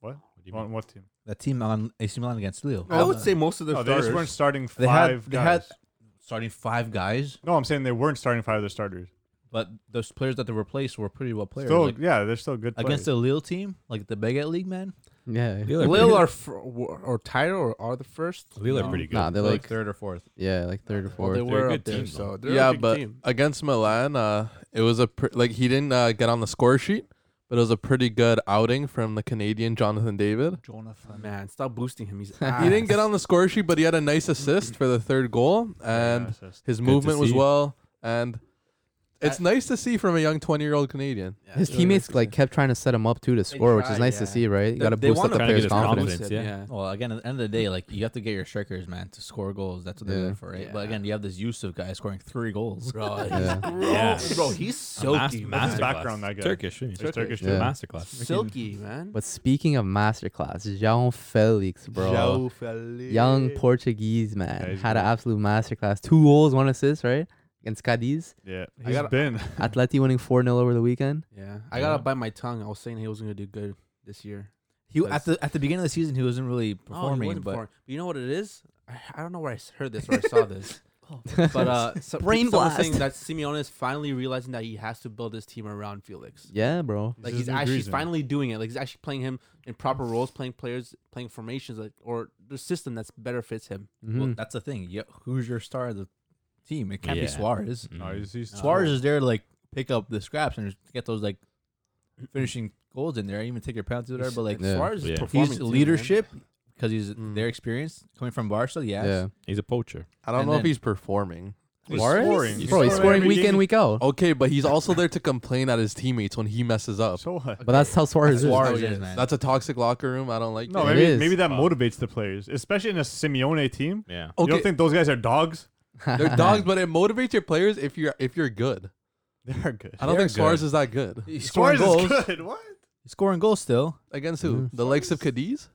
D: What? On what team?
F: The team on AC Milan against Lille. Um,
C: I would say most of the
D: No, they just weren't starting
C: starters.
F: They
D: five
F: had they
D: guys.
F: had starting five guys,
D: no, I'm saying they weren't starting five of their starters.
F: but those players that they replaced were pretty well players.
D: Still,
F: Like,
D: yeah, they're still good.
F: against
D: Against
F: the Lille team, like the Baguette League, man.
A: Yeah.
E: Lille are
C: Lil
E: pretty-
C: are fr- were- or title or are the first.
E: Lille are
F: No.
E: pretty good.
A: Nah, they're like
F: third or fourth.
A: yeah, like third or
C: Well,
A: fourth.
C: they
E: They're a
C: were
E: good
C: up there,
E: team,
C: so
E: though.
C: they're
B: yeah,
C: a big
B: but
C: team.
B: against Milan, uh, it was a pr- like he didn't uh, get on the score sheet, but it was a pretty good outing from the Canadian Jonathan David.
F: Jonathan.
C: man, stop boosting him. He's
A: He
B: He didn't get on the score sheet, but he had a nice assist for the third goal, and his
E: to
B: movement was
E: see.
B: well. And it's nice to see from a young twenty-year-old Canadian.
C: Yeah,
A: His
C: it's really
A: teammates
C: nice to
A: like
C: see.
A: kept trying to set him up too to score, which is
C: tried,
A: nice to
C: yeah.
A: see, right? You
F: They-
A: got to
F: they
A: boost up
F: wanna
A: the
E: try to get
A: player's
E: his
A: confidence.
E: confidence,
C: Yeah.
E: yeah.
F: Well, again, at the end of the day, like you have to get your strikers, man, to score goals. That's what they're
A: Yeah.
F: there for, right? But
C: Yeah.
F: again, you have this Yusuf guy scoring three goals.
C: Bro,
A: Yeah.
C: he's, bro,
E: Yes.
C: bro, he's
E: A mas-
C: silky.
E: masterclass.
C: man.
D: background, that guy.
E: Turkish, right?
D: There's Turkish
A: Yeah.
D: too.
E: masterclass.
C: Silky, man.
A: But speaking of masterclass, João Felix, bro, young Portuguese man,
D: he's
A: had an
D: good.
A: absolute masterclass. Two goals, one assist, right? Against Cadiz,
D: Yeah,
C: I
D: he's
C: gotta-
D: been.
A: Atleti winning four 0 over the weekend.
C: Yeah, I gotta
E: Yeah.
C: bite my tongue. I was saying he wasn't gonna do good this year.
F: He at the at the beginning of the season, he wasn't really
C: Oh, he
F: performing,
C: wasn't
F: but
C: performing. you know what it is? I, I don't know where I s- heard this or I saw this, but uh, so,
A: Brain
C: people were saying
A: blast.
C: that Simeone is finally realizing that he has to build his team around Felix.
A: Yeah, bro.
C: Like
D: his
C: he's
D: new
C: actually
D: Griezmann.
C: finally doing it. Like he's actually playing him in proper roles, playing players, playing formations, like or the system that's better fits him.
A: Mhm.
F: well, that's the thing. Yeah, who's your star of the team? It can't
E: Yeah.
F: be Suarez.
D: No, he's, he's
F: Suarez is there to like pick up the scraps and just get those like finishing goals in there. Even take your penalties there, but like
A: Yeah.
C: Suarez
E: Yeah.
C: is
E: He's
C: performing.
F: he's
C: too, man.
F: leadership because he's
B: Mm.
F: their experience coming from Barca. Yes.
A: yeah,
E: He's a poacher.
B: I don't
F: And
B: know if
F: then-
B: he's performing.
D: He's
A: Suarez?
D: scoring.
E: He's
A: bro, he's
E: scoring
A: scoring
D: every
A: week in,
D: game.
A: week out.
B: Okay, but he's also there to complain at his teammates when he messes up.
D: So what?
A: But that's how Suarez is.
F: Suarez
C: how it
F: is,
C: is.
F: man.
B: That's a toxic locker room. I don't like
D: No,
B: it.
A: It
D: maybe
A: is.
D: maybe that
E: Wow.
D: motivates the players, especially in a Simeone team.
E: Yeah.
D: You
B: Okay,
D: don't think those guys are dogs?
B: they're dogs, but it motivates your players if you're if you're good.
D: They are good.
B: I don't
F: They're
B: think Suarez
F: good.
B: is that good.
F: he's scoring
D: Suarez
F: goals.
D: is good. What?
F: He's scoring goals still.
B: Against who?
A: Mhm.
B: The likes of Cadiz.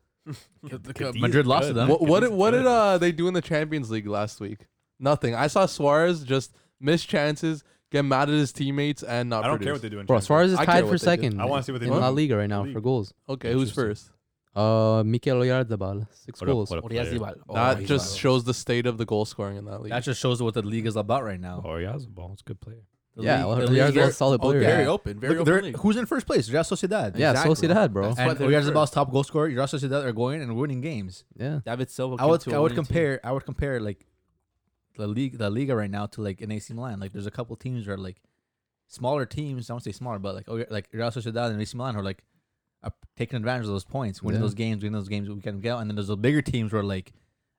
E: Cadiz
F: Madrid
E: is
F: lost to
E: good.
F: them.
B: What what did, what did uh they do in the Champions League last week? Nothing. I saw Suarez just miss chances, get mad at his teammates, and not.
D: I don't care
B: produce.
D: what they do in
A: Bro,
D: Champions
A: Suarez is
B: I care
A: tied
B: what
A: for
B: they do.
A: second.
D: I wanna see what they
A: in
D: do.
A: La Liga right now
D: League.
A: for goals.
B: Okay, who's
D: Interesting.
B: first?
A: Uh, Mikel Oyarzabal, six
E: What a-
A: goals.
E: what a
C: Or he has
E: player.
C: Dybala. Oh,
B: that
C: he's
B: just
C: Dybala.
B: shows the state of the goal scoring in that league.
F: That just shows what the league is about right now.
E: Oh, he has a ball. He's a good player.
F: The
A: yeah,
F: league- the
A: well,
F: league
A: Oyarzabal
F: is-
A: is a solid
C: Oh,
A: player.
C: very open, very
F: Look,
C: open.
F: they're-
C: league.
F: who's in first place? Real Sociedad.
A: yeah,
C: Exactly.
A: Sociedad, bro.
C: That's-
F: And
C: why they're
F: Oyarzabal's top goal scorer, Real Sociedad are going and winning games.
A: Yeah,
C: David Silva.
F: I
C: came
F: would
C: to a
F: I would
C: winning team.
F: compare I would compare like the league the Liga right now to like an AC Milan. Like there's a couple teams that are like smaller teams. I won't say smaller, but like oh yeah, like Real Sociedad and AC Milan are like are taking advantage of those points, winning
A: Yeah.
F: those games, winning those games we can get. And then there's the bigger teams who are like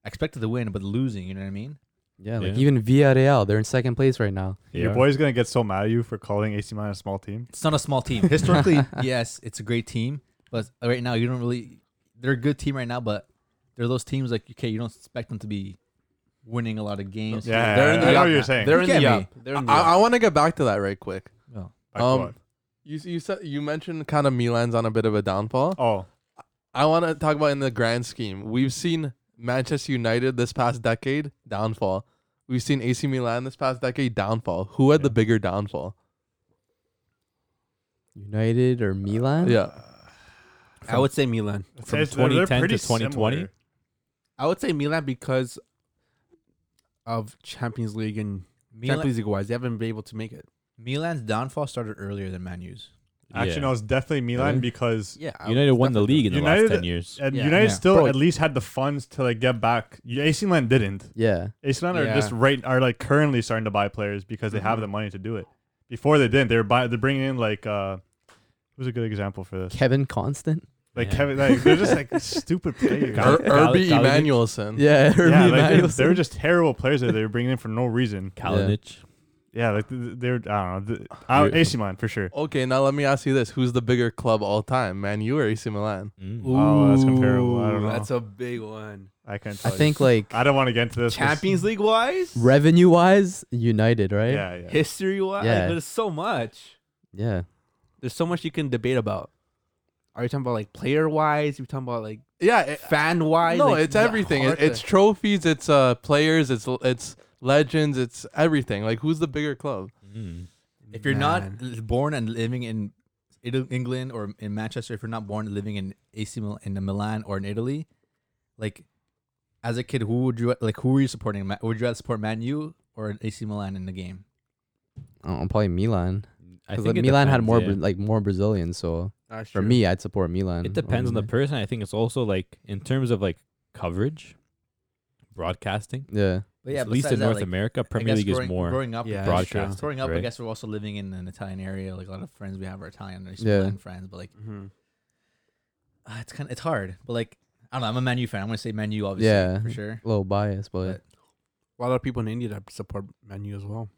F: expected to win but losing. You know what I mean?
A: yeah. Like
E: Yeah.
A: even Villarreal, they're in second place right now.
D: Your
E: Yeah.
D: boy's gonna get so mad at you for calling AC Milan a small team.
F: It's not a small team. Historically, yes, it's a great team, but right now you don't really. They're a good team right now, but they're those teams like okay, you don't expect them to be winning a lot of games.
D: Yeah,
B: They're in
D: I
B: the
D: know
B: up
D: what you're
B: now.
D: saying.
C: They're
F: You
C: in
F: can't
C: the
F: be.
C: up. They're in the
B: I,
C: up.
B: I want to get back to that right quick.
F: No.
D: Back to
B: um,
D: what?
B: You you said you mentioned kind of Milan's on a bit of a downfall.
D: oh,
B: I want to talk about in the grand scheme. We've seen Manchester United this past decade downfall. We've seen AC Milan this past decade downfall. Who had the
E: Yeah.
B: bigger downfall?
A: United
E: Uh,
A: or Milan?
B: Yeah.
C: I would say Milan.
E: From
D: It's- they're- they're
E: 2010 to
D: pretty
E: 2020?
D: similar.
C: I would say Milan because of Champions League and
F: Milan,
C: Champions League wise, they haven't been able to make it.
F: Milan's downfall started earlier than Manu's.
D: Actually,
E: Yeah.
D: no, it's definitely Milan
E: Really?
D: because
C: Yeah,
E: United won the league in the
D: United-
E: last 10 years.
D: and
C: Yeah.
D: United
F: Yeah.
D: still
A: Bro,
D: at least had the funds to like get back. You- AC Milan didn't.
A: Yeah.
D: AC Milan are
C: Yeah.
D: just right are like currently starting to buy players because they
E: Mm-hmm.
D: have the money to do it. Before they didn't, they were buying. They're bringing in like uh, who's a good example for this?
A: Kevin Constant.
D: Like
E: Yeah.
D: Kevin, like they're just like stupid players.
E: Gal-
B: Er,
E: Gal-
B: Erby
E: Gal- Mm-hmm.
B: Emanuelson.
A: Yeah,
D: yeah,
A: Herman
D: like they,
A: Niles.
D: they were just terrible players that they were bringing in for no reason.
E: Kalinic.
D: Yeah, like th- th- they were. I don't know. th- I don't,
E: Yeah.
D: AC Milan for sure.
B: Okay, now let me ask you this: Who's the bigger club all time, Man U or AC Milan?
E: Mm.
D: Oh, that's comparable. I don't
C: Ooh,
D: know.
C: That's a big one.
D: I can't.
A: I
D: Tell you.
A: think like
D: I don't want to get into this. 'cause-
C: Champions League wise,
A: revenue wise, United, right?
D: Yeah, yeah.
C: history wise,
A: Yeah.
C: there's so much.
A: Yeah.
C: There's so much you can debate about. Are you talking about like player wise? You talking about like
B: Yeah, it,
C: fan wise?
B: Eh, no, it's everything. It, it's trophies, it's uh players, it's l- it's legends, it's everything. Like who's the bigger club?
E: Mm.
F: If you're not l- born and living in Italy, England or in Manchester, if you're not born and living in AC Mil- in Milan or in Italy, like as a kid, who would you like? Who were you supporting? Ma- Would you rather support Man U or AC Milan in the game?
A: Oh, probably Milan.
E: I
A: Because
E: think it
A: Milan had
E: depends,
A: more
E: yeah.
A: Bra- like more Brazilians, so
C: not
A: for me, I'd support Milan.
E: It depends on the
A: obviously.
E: person. I think it's also like in terms of like coverage, broadcasting.
A: Yeah,
F: But yeah,
E: at least in
F: besides that,
E: North
F: like,
E: America,
F: I
E: Premier
F: guess
E: League
F: growing,
E: is more.
F: Growing up,
C: Yeah,
F: yeah,
E: broadcast,
F: broadcast. Growing up, I
E: right?
F: guess we're also living in an Italian area. Like a lot of friends we have are Italian or AC
A: Yeah.
F: Milan friends, but like
C: Mm-hmm.
F: uh, it's kind of it's hard. But like I don't know, I'm a Man U fan. I'm gonna say Man U obviously
A: Yeah.
F: for sure.
A: a little bias, but
F: But-
C: a lot of people in India that support Menu as well.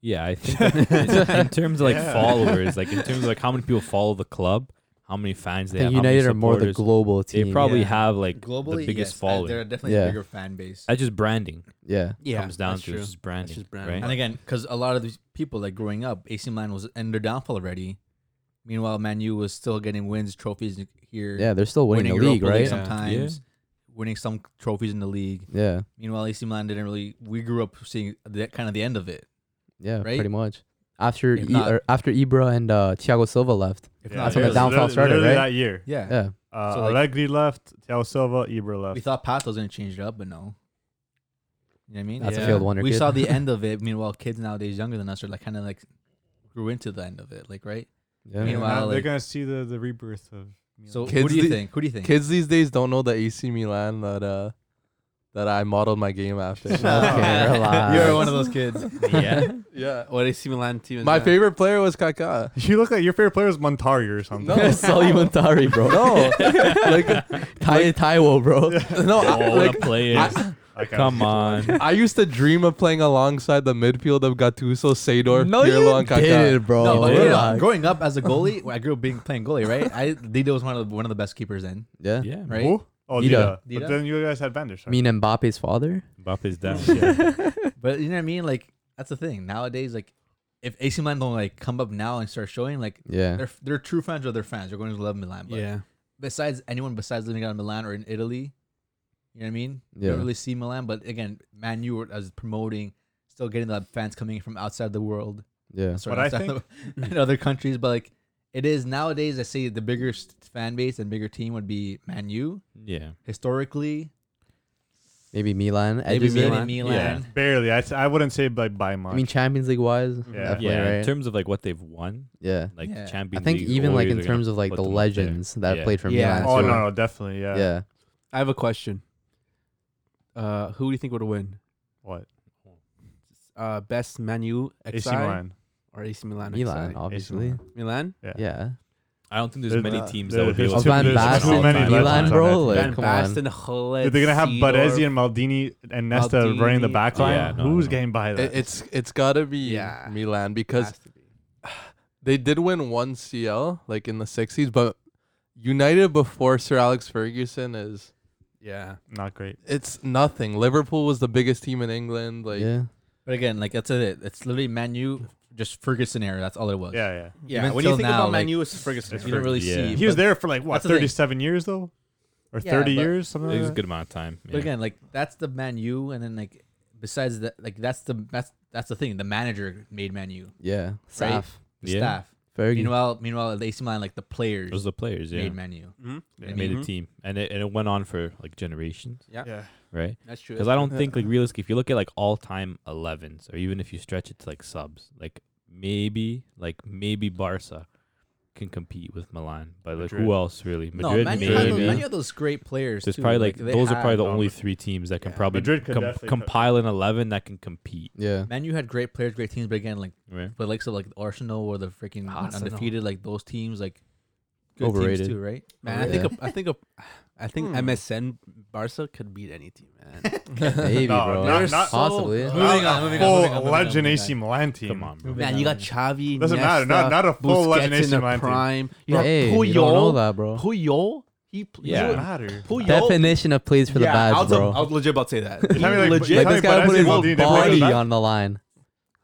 E: Yeah, I think that in, in terms of like
D: Yeah.
E: followers, like in terms of like how many people follow the club, how many
A: I
E: fans they have,
A: think
E: how many
A: United are more the
E: supporters,
A: global team.
E: They probably
F: Yeah.
E: have like
F: Globally,
E: the biggest
F: yes, uh,
E: following.
F: They're definitely
A: Yeah.
F: a bigger fan base.
E: that's just branding.
A: yeah,
C: Yeah,
E: comes down to
C: true.
E: it's just branding.
C: just branding.
E: Right?
F: And again, because a lot of these people, like growing up, AC Milan was in their downfall already. Meanwhile, Man U was still getting wins, trophies here.
A: yeah, they're still winning, the
F: Europa
A: league, right?
C: some-
F: Sometimes winning some trophies in the league.
A: Yeah,
F: Meanwhile, AC Milan didn't really. We grew up seeing that kind of the end of it.
A: yeah,
F: Right?
A: pretty much. After
F: If
A: e-
F: not-
A: or after Ibra and uh, Thiago Silva left,
F: If
D: Yeah,
A: That's
D: it
A: when the
D: was
A: downfall
D: literally-
A: started,
D: literally
A: right?
D: That year,
F: Yeah.
A: yeah,
D: uh,
F: So, like-
D: Allegri left, Thiago Silva, Ibra left.
F: We thought Path was gonna change it up, but no. You know what I mean?
A: that's a
C: Yeah.
A: field wonder.
F: we
A: kid.
F: saw the end of it. Meanwhile, kids nowadays younger than us are like kind of like grew into the end of it, like right.
A: yeah.
D: They're
F: Meanwhile,
D: not- they're
F: like-
D: gonna see the, the rebirth of. Milan.
F: So who
B: Kids
F: do you
B: the-
F: think? Who do you think?
B: Kids these days don't know the AC Milan that uh that I modeled my game after.
A: Okay, relax.
F: You're one of those kids.
E: yeah.
B: yeah.
C: What AC Milan team is
B: My
C: that?
B: favorite player was Kaká.
D: you look like your favorite player is Montari or something.
B: No.
A: Sully Montari, bro.
B: No, like
A: Ty Taiwo, bro.
B: no, I,
E: Oh,
B: like
E: the players.
D: I can't-
E: Come on.
B: I used to dream of playing alongside the midfield of Gattuso, Sador,
A: no,
B: Pirlo,
A: you
B: and Kaká.
A: did, bro.
F: No, but
E: yeah.
F: growing
A: Oh, Relax.
F: up- growing up as a goalie, when I grew up being playing goalie, right? I Dido was one of the, one of the best keepers in,
A: yeah.
E: Yeah.
F: right?
D: Who? Oh,
A: Dida.
D: Dida.
F: Dida?
D: But then you guys had Van der Sar.
A: I mean Mbappe's father.
E: Mbappe's down. Yeah.
F: But you know what I mean? Like that's the thing nowadays. Like if AC Milan don't like come up now and start showing, like
A: Yeah,
F: they're they're true fans or their fans, they're going to love Milan. But
C: Yeah,
F: besides anyone besides living out in Milan or in Italy, you know what I mean? You
A: Yeah.
F: don't really see Milan, but again, Man U were- as promoting, still getting the fans coming from outside the world.
A: yeah,
F: sorry,
D: But I
F: outside
D: think-
F: the- in other countries, but like it is nowadays. I say the bigger s- fan base and bigger team would be Man U
E: yeah.
F: historically.
A: maybe Milan.
F: Maybe
A: edges it.
F: Milan.
E: Yeah.
F: Milan.
D: barely. I, I wouldn't say like by much.
A: I mean Champions League wise,
D: Yeah.
A: definitely,
E: yeah. In
A: right?
E: terms of like what they've won,
A: yeah,
E: like
F: Yeah.
E: Champions
A: I think
E: League,
A: even like
E: always
A: in
E: they're gonna
A: terms of like
E: put
A: the
E: them up there.
A: legends that
E: Yeah.
A: played for
C: Yeah.
A: Milan.
D: oh
A: too.
D: no, no, definitely, yeah.
A: yeah.
C: I have a question. Uh, who do you think would win?
D: What?
C: Uh, best Manu XI
D: AC Milan.
C: or AC Milan?
A: Milan,
C: XI?
A: obviously.
D: Milan.
C: Milan.
A: Yeah.
E: I don't think there's
D: There's
E: many
D: not-
E: teams that would be
D: there's
E: able
D: too-
E: to
A: Van
E: do
D: there's
E: that
A: Basten,
D: too
E: all
D: many
E: time.
A: Milan,
D: legends on
A: bro.
D: that
A: Like,
C: Van
A: come on.
C: Basten, Hullet,
D: Dude, they're gonna have
C: Seedorf.
D: Baresi and Maldini and Nesta
C: Maldini.
D: running the back line.
E: Yeah, no,
D: Who's
E: no.
D: getting by
B: It-
D: that?
B: it's it's gotta be
C: Yeah.
B: Milan because
C: Has to be.
B: they did win one CL like in the sixties, but United before Sir Alex Ferguson is
C: Yeah.
D: Not great.
B: it's nothing. Liverpool was the biggest team in England. Like
A: yeah.
F: But again, like that's it. It's literally Man U, just Ferguson era. That's all it was.
D: Yeah, yeah.
C: Yeah.
F: Even
C: when you
F: till
C: think
F: now,
C: about
F: like,
C: Manu, it's Ferguson.
D: it's
F: You don't really
E: Yeah.
F: see.
D: He was
F: but-
D: there for like what,
F: That's the thing.
D: thirty-seven years though, or
F: Yeah,
D: thirty
F: but-
D: years, something.
E: It was a
D: Like that.
E: good amount of time.
F: But again, like that's the Man U, and then like besides that, like that's the that's that's the thing. The manager made Man U,
A: Yeah.
F: Right?
A: Saf.
F: the
E: Yeah.
F: staff.
A: Fergie.
F: Meanwhile, meanwhile, the AC Milan, like the players
E: Those are the players, yeah.
F: made Man U.
C: hmm
D: Yeah.
E: They made a
C: Mhm.
E: team, and it and it went on for like generations,
D: Yeah,
E: right?
C: That's true.
E: Because I don't think like realistically, if you look at like all time 11s, or even if you stretch it to like subs, like maybe like maybe Barca can compete with Milan, but like
D: Madrid.
E: who else really?
F: no,
E: Madrid,
F: Man U, had, those-
E: maybe.
F: Man U had those great players.
E: There's
F: too.
E: probably like,
F: they
E: those are
F: had-
E: probably the only
D: Madrid.
E: three teams that can
C: Yeah.
E: probably
D: Madrid could
E: com-
D: definitely co-
E: compile an 11 that can compete,
A: yeah.
F: Man U had great players, great teams, but again, like
E: right?
F: the likes of like Arsenal or the freaking
C: Arsenal.
F: undefeated, like those teams, like good
A: Overrated.
F: teams too, right?
C: Man, I
A: Yeah.
C: think a, I think a, I think
B: Hmm.
C: MSN Barca could beat any team, man.
A: Maybe,
D: No,
A: bro.
D: not- not-
A: Oh, Possibly.
F: Moving
D: Not
F: on,
D: a
F: moving on,
D: full
F: moving on, moving on,
D: legend
F: moving
D: AC Milan team.
E: Come on, bro.
C: man, you got Xavi.
D: Doesn't matter. Not
C: Nesta,
D: not a full
C: Busquets
D: legend
C: in
D: AC
C: the
D: Milan team.
C: prime. You
A: Hey,
C: have
A: you don't know
C: Puyol.
A: that, bro.
C: Puyol. He pl-
E: Yeah.
D: Doesn't matter.
C: Puyol.
A: Definition of plays for the
G: I
A: bads,
G: was, I
A: bro.
G: was legit about to say that.
D: You tell me, like,
G: legit.
D: you
A: Like
D: tell
A: this
D: me
A: guy put
D: Baresi
A: his
D: Maldini didn't play for the
A: body
D: back?
A: on the line.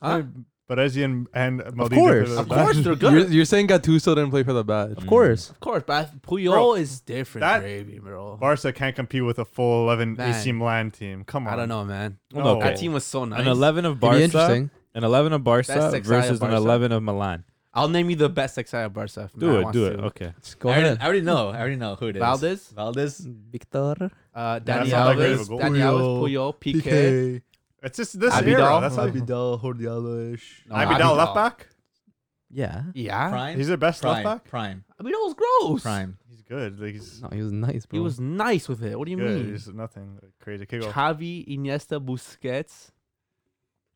G: Huh?
D: Baresi and and Maldini. didn't play
A: course.
D: for the
G: Of
D: back.
G: course they're
B: You're,
G: good.
B: you're saying Gattuso didn't play for the badge.
A: Of course.
C: Of course, but I- Puyol
D: Bro,
C: is different,
D: that-
C: baby, bro.
D: Barca can't compete with a full 11 AC
C: Man.
D: Milan team. Come on.
C: I don't know, man.
D: No.
E: Okay.
C: That team was so nice.
E: An 11 of
A: It'd be
E: Barca,
A: interesting.
E: an 11 of
C: That's
E: Barca
C: six out of
E: versus an
C: Barca.
E: 11 of Milan.
C: I'll name you the best Exile at Barca. if Matt
E: Do it,
C: wants
E: do it.
C: to.
E: Okay.
A: Just go
F: I already,
A: ahead.
F: I already know. I already know who it is.
C: Valdez,
F: Valdez.
A: Victor.
C: uh,
D: That's
C: Dani
D: not that great of a
C: Alves,
D: goal.
C: Dani Alves, Puyol, Piqué.
D: It's just this
C: Abidal.
D: era. That's Abidal,
G: Abidal, Hordialish.
C: No,
D: Abidal left back.
A: Yeah.
C: Yeah,
F: Prime.
D: He's their best
F: prime,
D: left back.
F: Prime.
C: Abidal was gross.
F: Prime.
D: He's good. Like, he's
A: No, he was nice,
C: He
A: bro.
C: was nice with it. What do you
D: good.
C: mean?
D: He's nothing like, crazy. Okay, go.
C: Xavi, Iniesta, Busquets.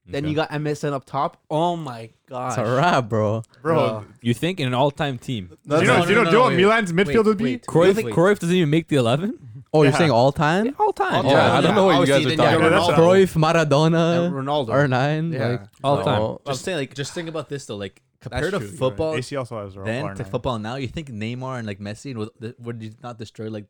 C: Then
E: Okay.
C: you got MSN up top. Oh my
A: it's
C: gosh.
A: a wrap, bro.
D: Bro,
E: You think in an all-time team,
D: do you know,
F: no,
D: do you know,
F: no,
D: do you know
F: no,
D: what
F: wait.
D: Milan's midfield would be?
F: Wait,
E: Cruyff,
F: wait.
E: Cruyff doesn't even make the 11?
A: Oh, you're
D: Yeah.
A: saying all time?
C: All time.
A: All Yeah, time. I don't
B: know what you
C: Obviously,
B: guys are
C: then
D: talking
C: you got
D: about. Yeah,
C: Ronaldo.
A: Cruyff, Maradona,
C: and Ronaldo.
A: R9.
C: Yeah.
A: Like,
E: All
B: No.
E: time.
F: Just think, like, just think about this though. Like, compared to
C: true, you're right.
F: football
D: AC also has their
F: then
D: own
F: to
D: R9.
F: football now, you think Neymar and like Messi and was, th- would you not destroy like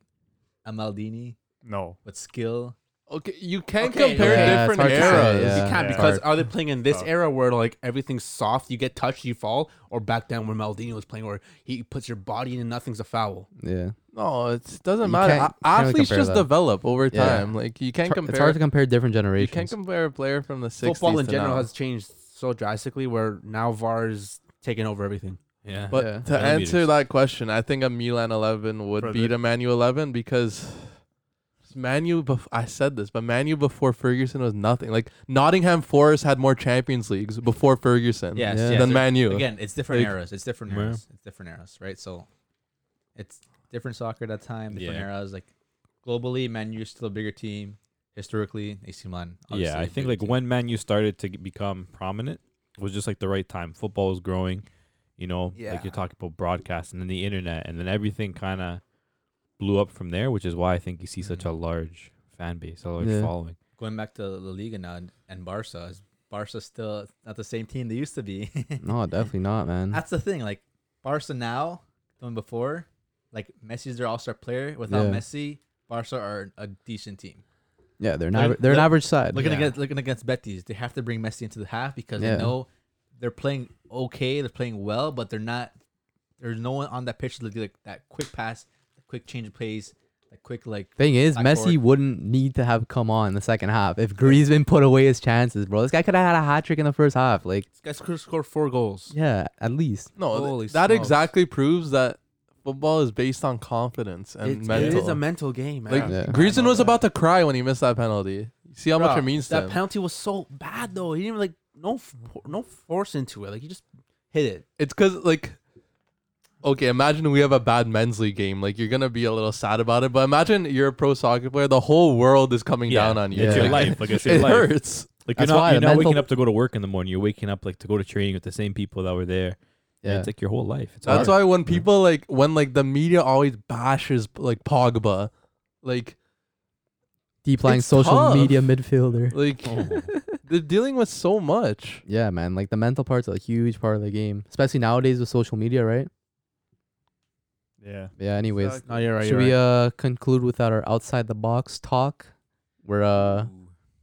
F: a Maldini
D: No.
F: with skill?
B: Okay, you can't
C: Okay,
B: compare
C: yeah,
A: it's
B: different
A: hard to say,
B: eras.
A: yeah.
C: You can't
D: Yeah.
C: because are they playing in this
D: Tough.
C: era where like everything's soft, you get touched, you fall, or back then when Maldini was playing, where he puts your body in and nothing's a foul.
A: yeah.
B: No, it doesn't
A: You
B: matter. A-
A: can't- you can't really
B: Athletes
A: compare
B: just
A: that.
B: develop over
A: Yeah.
B: time. Like you can't
A: It's hard-
B: compare.
A: It's hard to compare different
B: you
A: generations.
B: can't compare a player from the 60s
C: Football in
B: to
C: general
B: now.
C: has changed so drastically, where now VAR is taking over everything.
E: Yeah.
B: But
A: Yeah.
B: to answer
E: Millimeters.
B: that question, I think a Milan 11 would
D: For
B: beat
D: the-
B: a Manu 11 because Manu, bef- I said this, but Manu before Ferguson was nothing. Like Nottingham Forest had more Champions Leagues before Ferguson
F: Yes,
A: Yeah.
F: yes.
B: than Manu.
F: Again, it's different
B: Like-
F: eras. It's different
E: Yeah.
F: eras. It's different eras, right? So, it's different soccer at that time. Different
E: Yeah.
F: eras. Like globally, Man U's still a bigger team historically. AC Milan.
E: yeah,
F: obviously,
E: I
F: a
E: think
F: bigger
E: like
F: team.
E: when Man U started to g- become prominent was just like the right time. Football was growing, you know, like
C: Yeah.
E: you're talking about broadcast and then the internet, and then everything kind of blew up from there, which is why I think you see such a large fan base, a large
A: Yeah.
E: following.
F: going back to La Liga now and, and Barca, is Barca still not the same team they used to be?
A: No, definitely not, man.
F: That's the thing. Like Barca now, the one before, like Messi's their all-star player. Without
A: Yeah.
F: Messi, Barca are a decent team.
A: Yeah, they're an,
F: They're-
A: aver- they're an
F: they're-
A: average side.
F: Looking
A: Yeah.
F: against looking against Betis, they have to bring Messi into the half because
A: Yeah.
F: they know they're playing okay, they're playing well, but they're not. There's no one on that pitch to do like that quick pass, quick change of plays, that quick like.
A: Thing is,
F: Back
A: Messi
F: forward.
A: wouldn't need to have come on in the second half if Griezmann put away his chances, bro. This guy could have had a hat trick in the first half. Like,
C: This guy's scored- scored four goals.
A: yeah, at least.
B: No, th-
C: Holy
B: that
C: smokes.
B: exactly proves that football is based on confidence and
C: It's-
B: mental.
C: It is a mental game, man.
B: like
A: Yeah.
C: I
B: Griezmann
C: know
B: was
C: that.
B: about to cry when he missed that penalty. You see how much
C: Bruh,
B: it means to
C: That
B: him.
C: penalty was so bad though. He didn't even, like no f- no force into it. Like he just hit it.
B: it's because like okay imagine we have a bad men's league game like you're gonna be a little sad about it but imagine you're a pro soccer player the whole world is coming down on you
E: It's your
A: Yeah.
E: life. Like it's your
B: it
E: life.
B: hurts
E: Like you're
A: That's
E: not,
A: why
E: you're
A: the
E: not waking
A: mental-
E: up to go to work in the morning. You're waking up like to go to training with the same people that were there. Yeah.
A: Yeah.
E: It's like your whole life. It's
B: that's
E: hard.
B: why when people like when like the media always bashes like pogba like
A: Deep lying
B: It's
A: social
B: tough.
A: media midfielder.
B: like they're dealing with so much
A: Yeah, man. Like, the mental part's a huge part of the game, especially nowadays with social media, right?
D: Yeah.
A: Yeah, anyways.
C: No, you're right.
A: Should we uh conclude with our outside the box talk? We're uh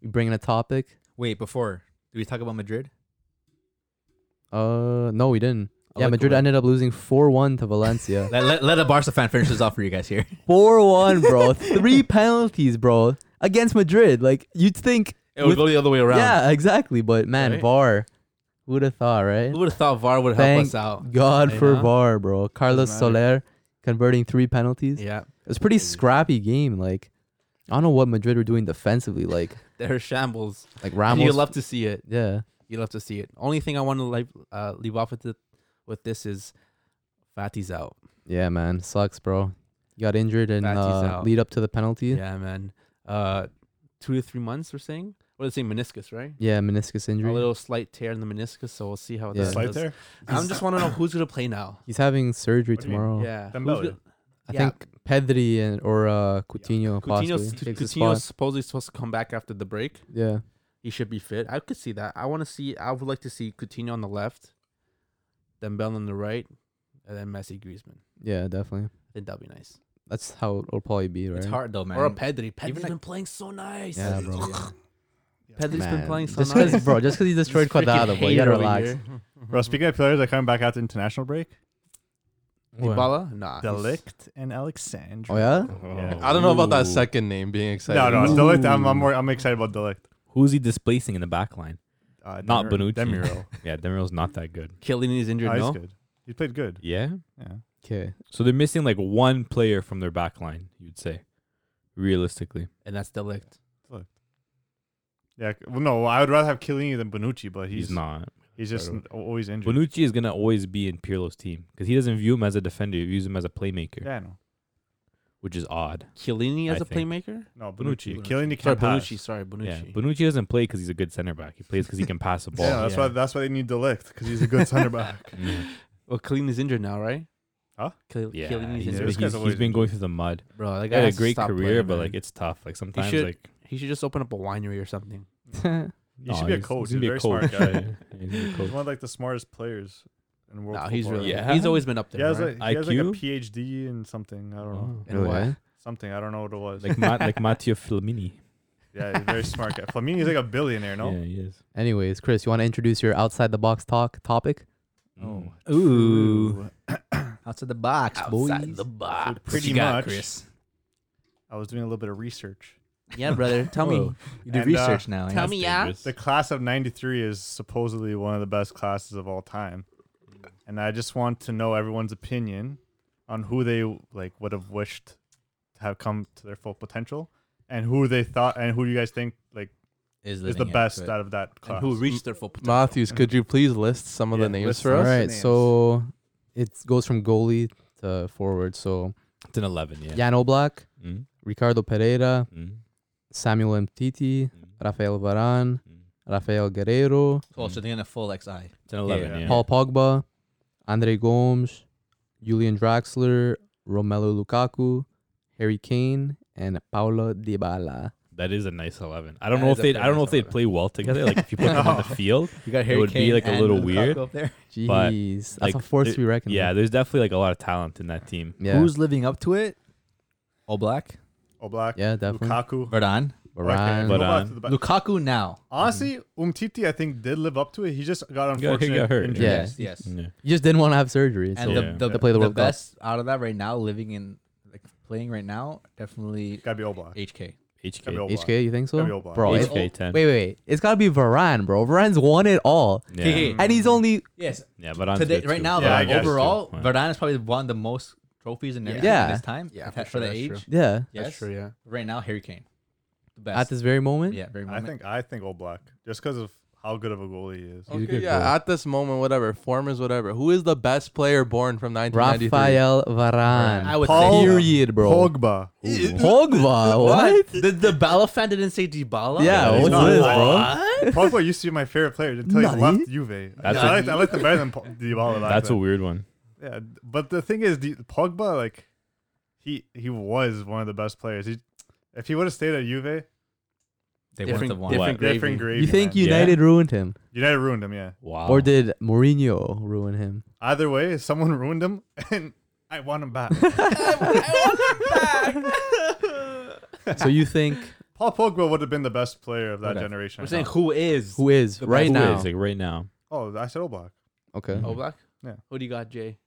A: we bringing a topic.
F: Wait, before do we talk about Madrid?
A: Uh, no, we didn't.
F: I
A: yeah,
F: like
A: Madrid
F: Valen-
A: ended up losing four one to Valencia.
F: Let, let, let a Barca fan finish this off for you guys here.
A: Four one, bro. Three penalties, bro, against Madrid. Like you'd think.
C: It would
A: with-
C: go the other way around.
A: Yeah, exactly. But man,
C: Right?
A: VAR. Who'd have thought, right?
C: Who would have thought VAR would help
A: Thank
C: us out?
A: God
C: Hey,
A: for
C: huh?
A: VAR, bro. Carlos
D: Doesn't
A: Soler converting three penalties.
C: Yeah,
A: It was a pretty scrappy game. Like I don't know what Madrid were doing defensively. Like
C: they're shambles.
A: like
C: And you
A: Ramos.
C: love to see it.
A: yeah.
C: You love to see it. Only thing I want to leave, uh, leave off with the, with this is Fatty's out.
A: Yeah, man, sucks, bro. You got injured and
C: Fati's
A: uh,
C: out.
A: lead up to the penalty.
C: Yeah,
A: Yeah,
C: man. Uh, two to three months. We're saying. What they say, meniscus, right?
A: meniscus
C: A
A: injury.
C: little slight tear in the meniscus. So we'll see how
A: Yeah.
C: that
D: Slight
C: does.
D: there.
C: I just want to know who's gonna play now.
A: He's having surgery
D: What do you mean?
A: tomorrow.
C: Yeah. who's
D: Dembele.
C: gonna-
A: I
C: yeah.
A: think Pedri and or uh, Coutinho possibly
C: Coutinho's,
A: takes his
C: Coutinho's
A: spot.
C: supposedly supposed to come back after the break.
A: Yeah,
C: He should be fit. I could see that. I want to see. I would like to see Coutinho on the left, then Bell on the right, and then Messi, Griezmann.
A: yeah, definitely.
C: I think that'd be nice.
A: That's how it'll probably be, right?
F: It's hard though, man.
C: Or a Pedri. Pedri's
F: like-
C: been playing so nice.
A: Yeah, bro.
F: Pedri's
A: Man,
F: been playing so
A: just 'cause-
F: nice.
A: bro. Just because he destroyed Quadrado, bro. You gotta relax.
D: Bro, speaking of players that come back after international break,
C: Dybala? Nah.
D: Delict and Alexandre.
A: Oh yeah,
D: Yeah.
B: I don't know about that
E: Ooh.
B: second name being exciting.
D: No, no, it's Delict. I'm, I'm,
E: Ooh.
D: more, I'm excited about Delict.
E: Who's he displacing in the back line?
D: Uh,
E: Not
D: Demir-
E: Bonucci.
D: Demiral.
E: Yeah, Demiro's not that good.
F: Killing is injured.
D: Oh, he's
F: no,
D: good. He played good.
E: Yeah.
D: Yeah.
A: okay.
E: So they're missing like one player from their back line, you'd say, realistically.
F: and that's delict.
D: Yeah. c- Well, no, I would rather have Chiellini than Bonucci, but
E: He's,
D: he's
E: not.
D: He's just
E: Right.
D: n- always injured.
E: Bonucci is gonna always be in Pirlo's team because he doesn't view him as a defender; he views him as a playmaker,
D: Yeah, I know.
E: which is odd.
F: Chiellini
E: I
F: as a
E: think.
F: playmaker.
D: No, Bonucci.
E: Bonucci.
D: Chiellini
F: Sorry,
D: can't pass.
F: Bonucci. Sorry, Bonucci.
E: Yeah, Bonucci doesn't play because he's a good center back. He plays because he can pass the ball.
D: Yeah, that's
F: Yeah.
D: why that's why they need Delict because he's a good center back.
E: Mm.
F: Well, Chiellini's injured now, right?
D: Huh?
F: Chiell-
E: yeah,
F: Chiellini's
E: he's,
D: this
F: injured.
E: he's-
D: guy's
E: he's
D: always
E: been
D: injured.
E: going through the mud.
F: Bro, that
E: He
F: guy
E: had a
F: has to
E: great
F: stop
E: career,
F: playing,
E: but
F: man.
E: like it's tough. Like sometimes,
F: should-
E: like oh,
F: he should just open up a winery or something.
D: He should be a coach. He's,
E: gonna
D: a very smart guy.
E: Yeah, he's gonna be a
D: he's
E: coach.
D: one of like the smartest players in world
F: No,
D: football.
F: he's really.
E: Yeah.
F: He's always been up
D: He
F: there.
D: has,
F: right?
D: like, he has like a
E: IQ?
D: PhD in something. I don't know.
E: Oh.
F: And why?
A: eh?
D: Something. I don't know what it was.
E: like Ma- like Matteo Filmini.
D: yeah, he's a very smart guy. Flamini's like a billionaire, no?
E: Yeah, he is.
A: Anyways, Chris, you want to introduce your outside the box talk topic?
D: Oh,
E: Mm.
F: Ooh.
A: Outside the box,
F: Outside the box.
D: So pretty
F: You got it,
D: much,
F: Chris.
D: I was doing a little bit of research.
F: Yeah, brother. Tell me.
E: Whoa.
F: You do
D: And, uh,
F: research now.
E: That's
F: Yeah?
E: dangerous.
D: The class of 93 is supposedly one of the best classes of all time. And I just want to know everyone's opinion on who they like would have wished to have come to their full potential and who they thought and who you guys think like is the
F: living up
D: best
F: to it.
D: out of that class.
F: Who reached their full potential?
B: Matthews, could you please list some of
D: Yeah,
B: the names
D: list
B: for
D: some.
B: us?
A: All
D: Alright.
A: right,
D: names.
A: so it goes from goalie to forward. So
E: It's an eleven. Yeah.
A: Jan Oblak,
E: Mm,
A: Ricardo Pereira,
E: mm,
A: Samuel Mtiti,
F: Mm-hmm.
E: mm,
A: Rafael Varane,
E: mm.
A: Rafael Guerrero,
F: Oh, so they're gonna full XI.
E: It's an eleven.
D: yeah.
E: Yeah.
A: Paul Pogba, Andre Gomes, Julian Draxler, Romelu Lukaku, Harry Kane, and Paulo Dybala.
E: That is a nice eleven. I don't
F: That
E: know
F: is a
E: if they.
F: very
E: I don't know
F: nice
E: if they'd
F: 11.
E: play well together. Like if you put them on the field,
F: You got
E: Harry would be, Kane like, a and little Lukaku weird.
F: Up there.
E: But,
A: Jeez, that's
E: like,
A: a force
E: it-
A: we reckon. with.
E: yeah, there's definitely like a lot of talent in that team.
A: yeah,
F: Who's living up to it? All black.
D: Oblak,
A: yeah, definitely.
D: Lukaku.
F: Verdun.
A: Varane.
E: Varane.
D: go back to the back.
F: Lukaku now.
D: Honestly, Umtiti I think did live up to it. He just got
E: Mm-hmm. He got-
D: unfortunate
E: he got hurt.
D: injury.
A: Yeah.
F: Yes. Yes.
E: Yeah.
A: you just didn't want to have surgery. So
F: And
E: Yeah.
F: the, the,
A: To Mm-hmm. play the
F: the
A: World Cup.
F: best out of that right now, living in like playing right now, definitely
D: Gotta be Oblak.
F: HK.
D: Gotta be
E: HK.
D: Oblak.
A: HK, you think so,
D: Gotta be Oblak.
A: bro?
F: He's
A: It's,
F: old.
A: wait,
E: HK ten.
A: wait, wait. It's gotta be Varane, bro. Varane's won it all,
E: Yeah.
A: and he's only
F: Yes.
E: yeah, but on
F: Today, right now,
D: Yeah, I
F: though,
D: guess
F: overall,
E: too. Yeah.
F: Verdun has probably won the most trophies in everything
A: Yeah.
F: in his time.
G: Yeah,
F: at-
G: for
F: for, the
G: sure,
F: age.
G: that's
A: yeah.
F: Yes.
G: That's true, yeah.
F: Right now, Harry Kane, the best.
A: At this very moment,
F: yeah, very
D: I
F: moment.
D: think I think Oblak just because of how good of a goalie he is.
A: He's a
B: Okay,
A: good
B: yeah,
A: goalie.
B: at this moment, whatever. Form is whatever. Who is the best player born from 1993?
A: Rafael Varane.
F: I would
D: Paul-
F: say
A: Period, bro.
D: Pogba.
A: Pogba, what?
F: The, the Bala fan didn't say Dybala.
A: Yeah,
D: he's
A: what's
D: not
A: this,
D: alive.
A: bro?
D: Pogba used to be my favorite player until he
A: Nani?
D: left Juve.
E: That's
D: I
E: a-
D: like I like him better than Pa- Dybala. back
E: That's a
D: then.
E: weird one.
D: yeah. But the thing is, the- Pogba like he he was one of the best players. He if he would have stayed at Juve,
F: They
E: Different-
F: wouldn't have won.
E: different- Gravy.
D: different gravy.
A: You think
D: man.
E: Yeah.
A: United ruined him,
D: United ruined him? Yeah.
E: Wow.
A: or did Mourinho ruin him?
D: Either way, someone ruined him, and I want him back.
A: so you think
D: Paul Pogba would have been the best player of that
F: Okay.
D: generation.
F: We're
D: I
F: saying
D: thought.
F: who is
A: who is
F: The
A: right
E: Who
A: now?
E: is, like right now?
D: oh, I said Oblak.
A: Okay.
E: Mhm.
F: Oblak?
D: Yeah.
F: Who do you got, Jay?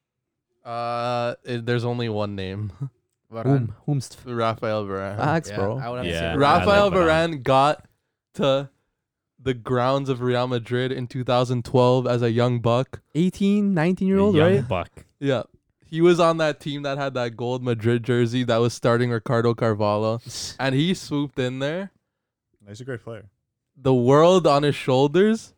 B: Uh, it- there's only one name.
A: Whom, whomst
B: Rafael Varane.
A: facts,
F: Yeah,
A: bro.
F: I would have
E: Yeah.
F: to say
B: Rafael
E: I like Varane.
B: Varane got to the grounds of Real Madrid in 2012 as a young buck.
A: 18, 19 year old,
E: Young
A: right?
E: Buck.
B: Yeah. He was on that team that had that gold Madrid jersey that was starting Ricardo Carvalho. And he swooped in there,
D: He's a great player.
B: the world on his shoulders,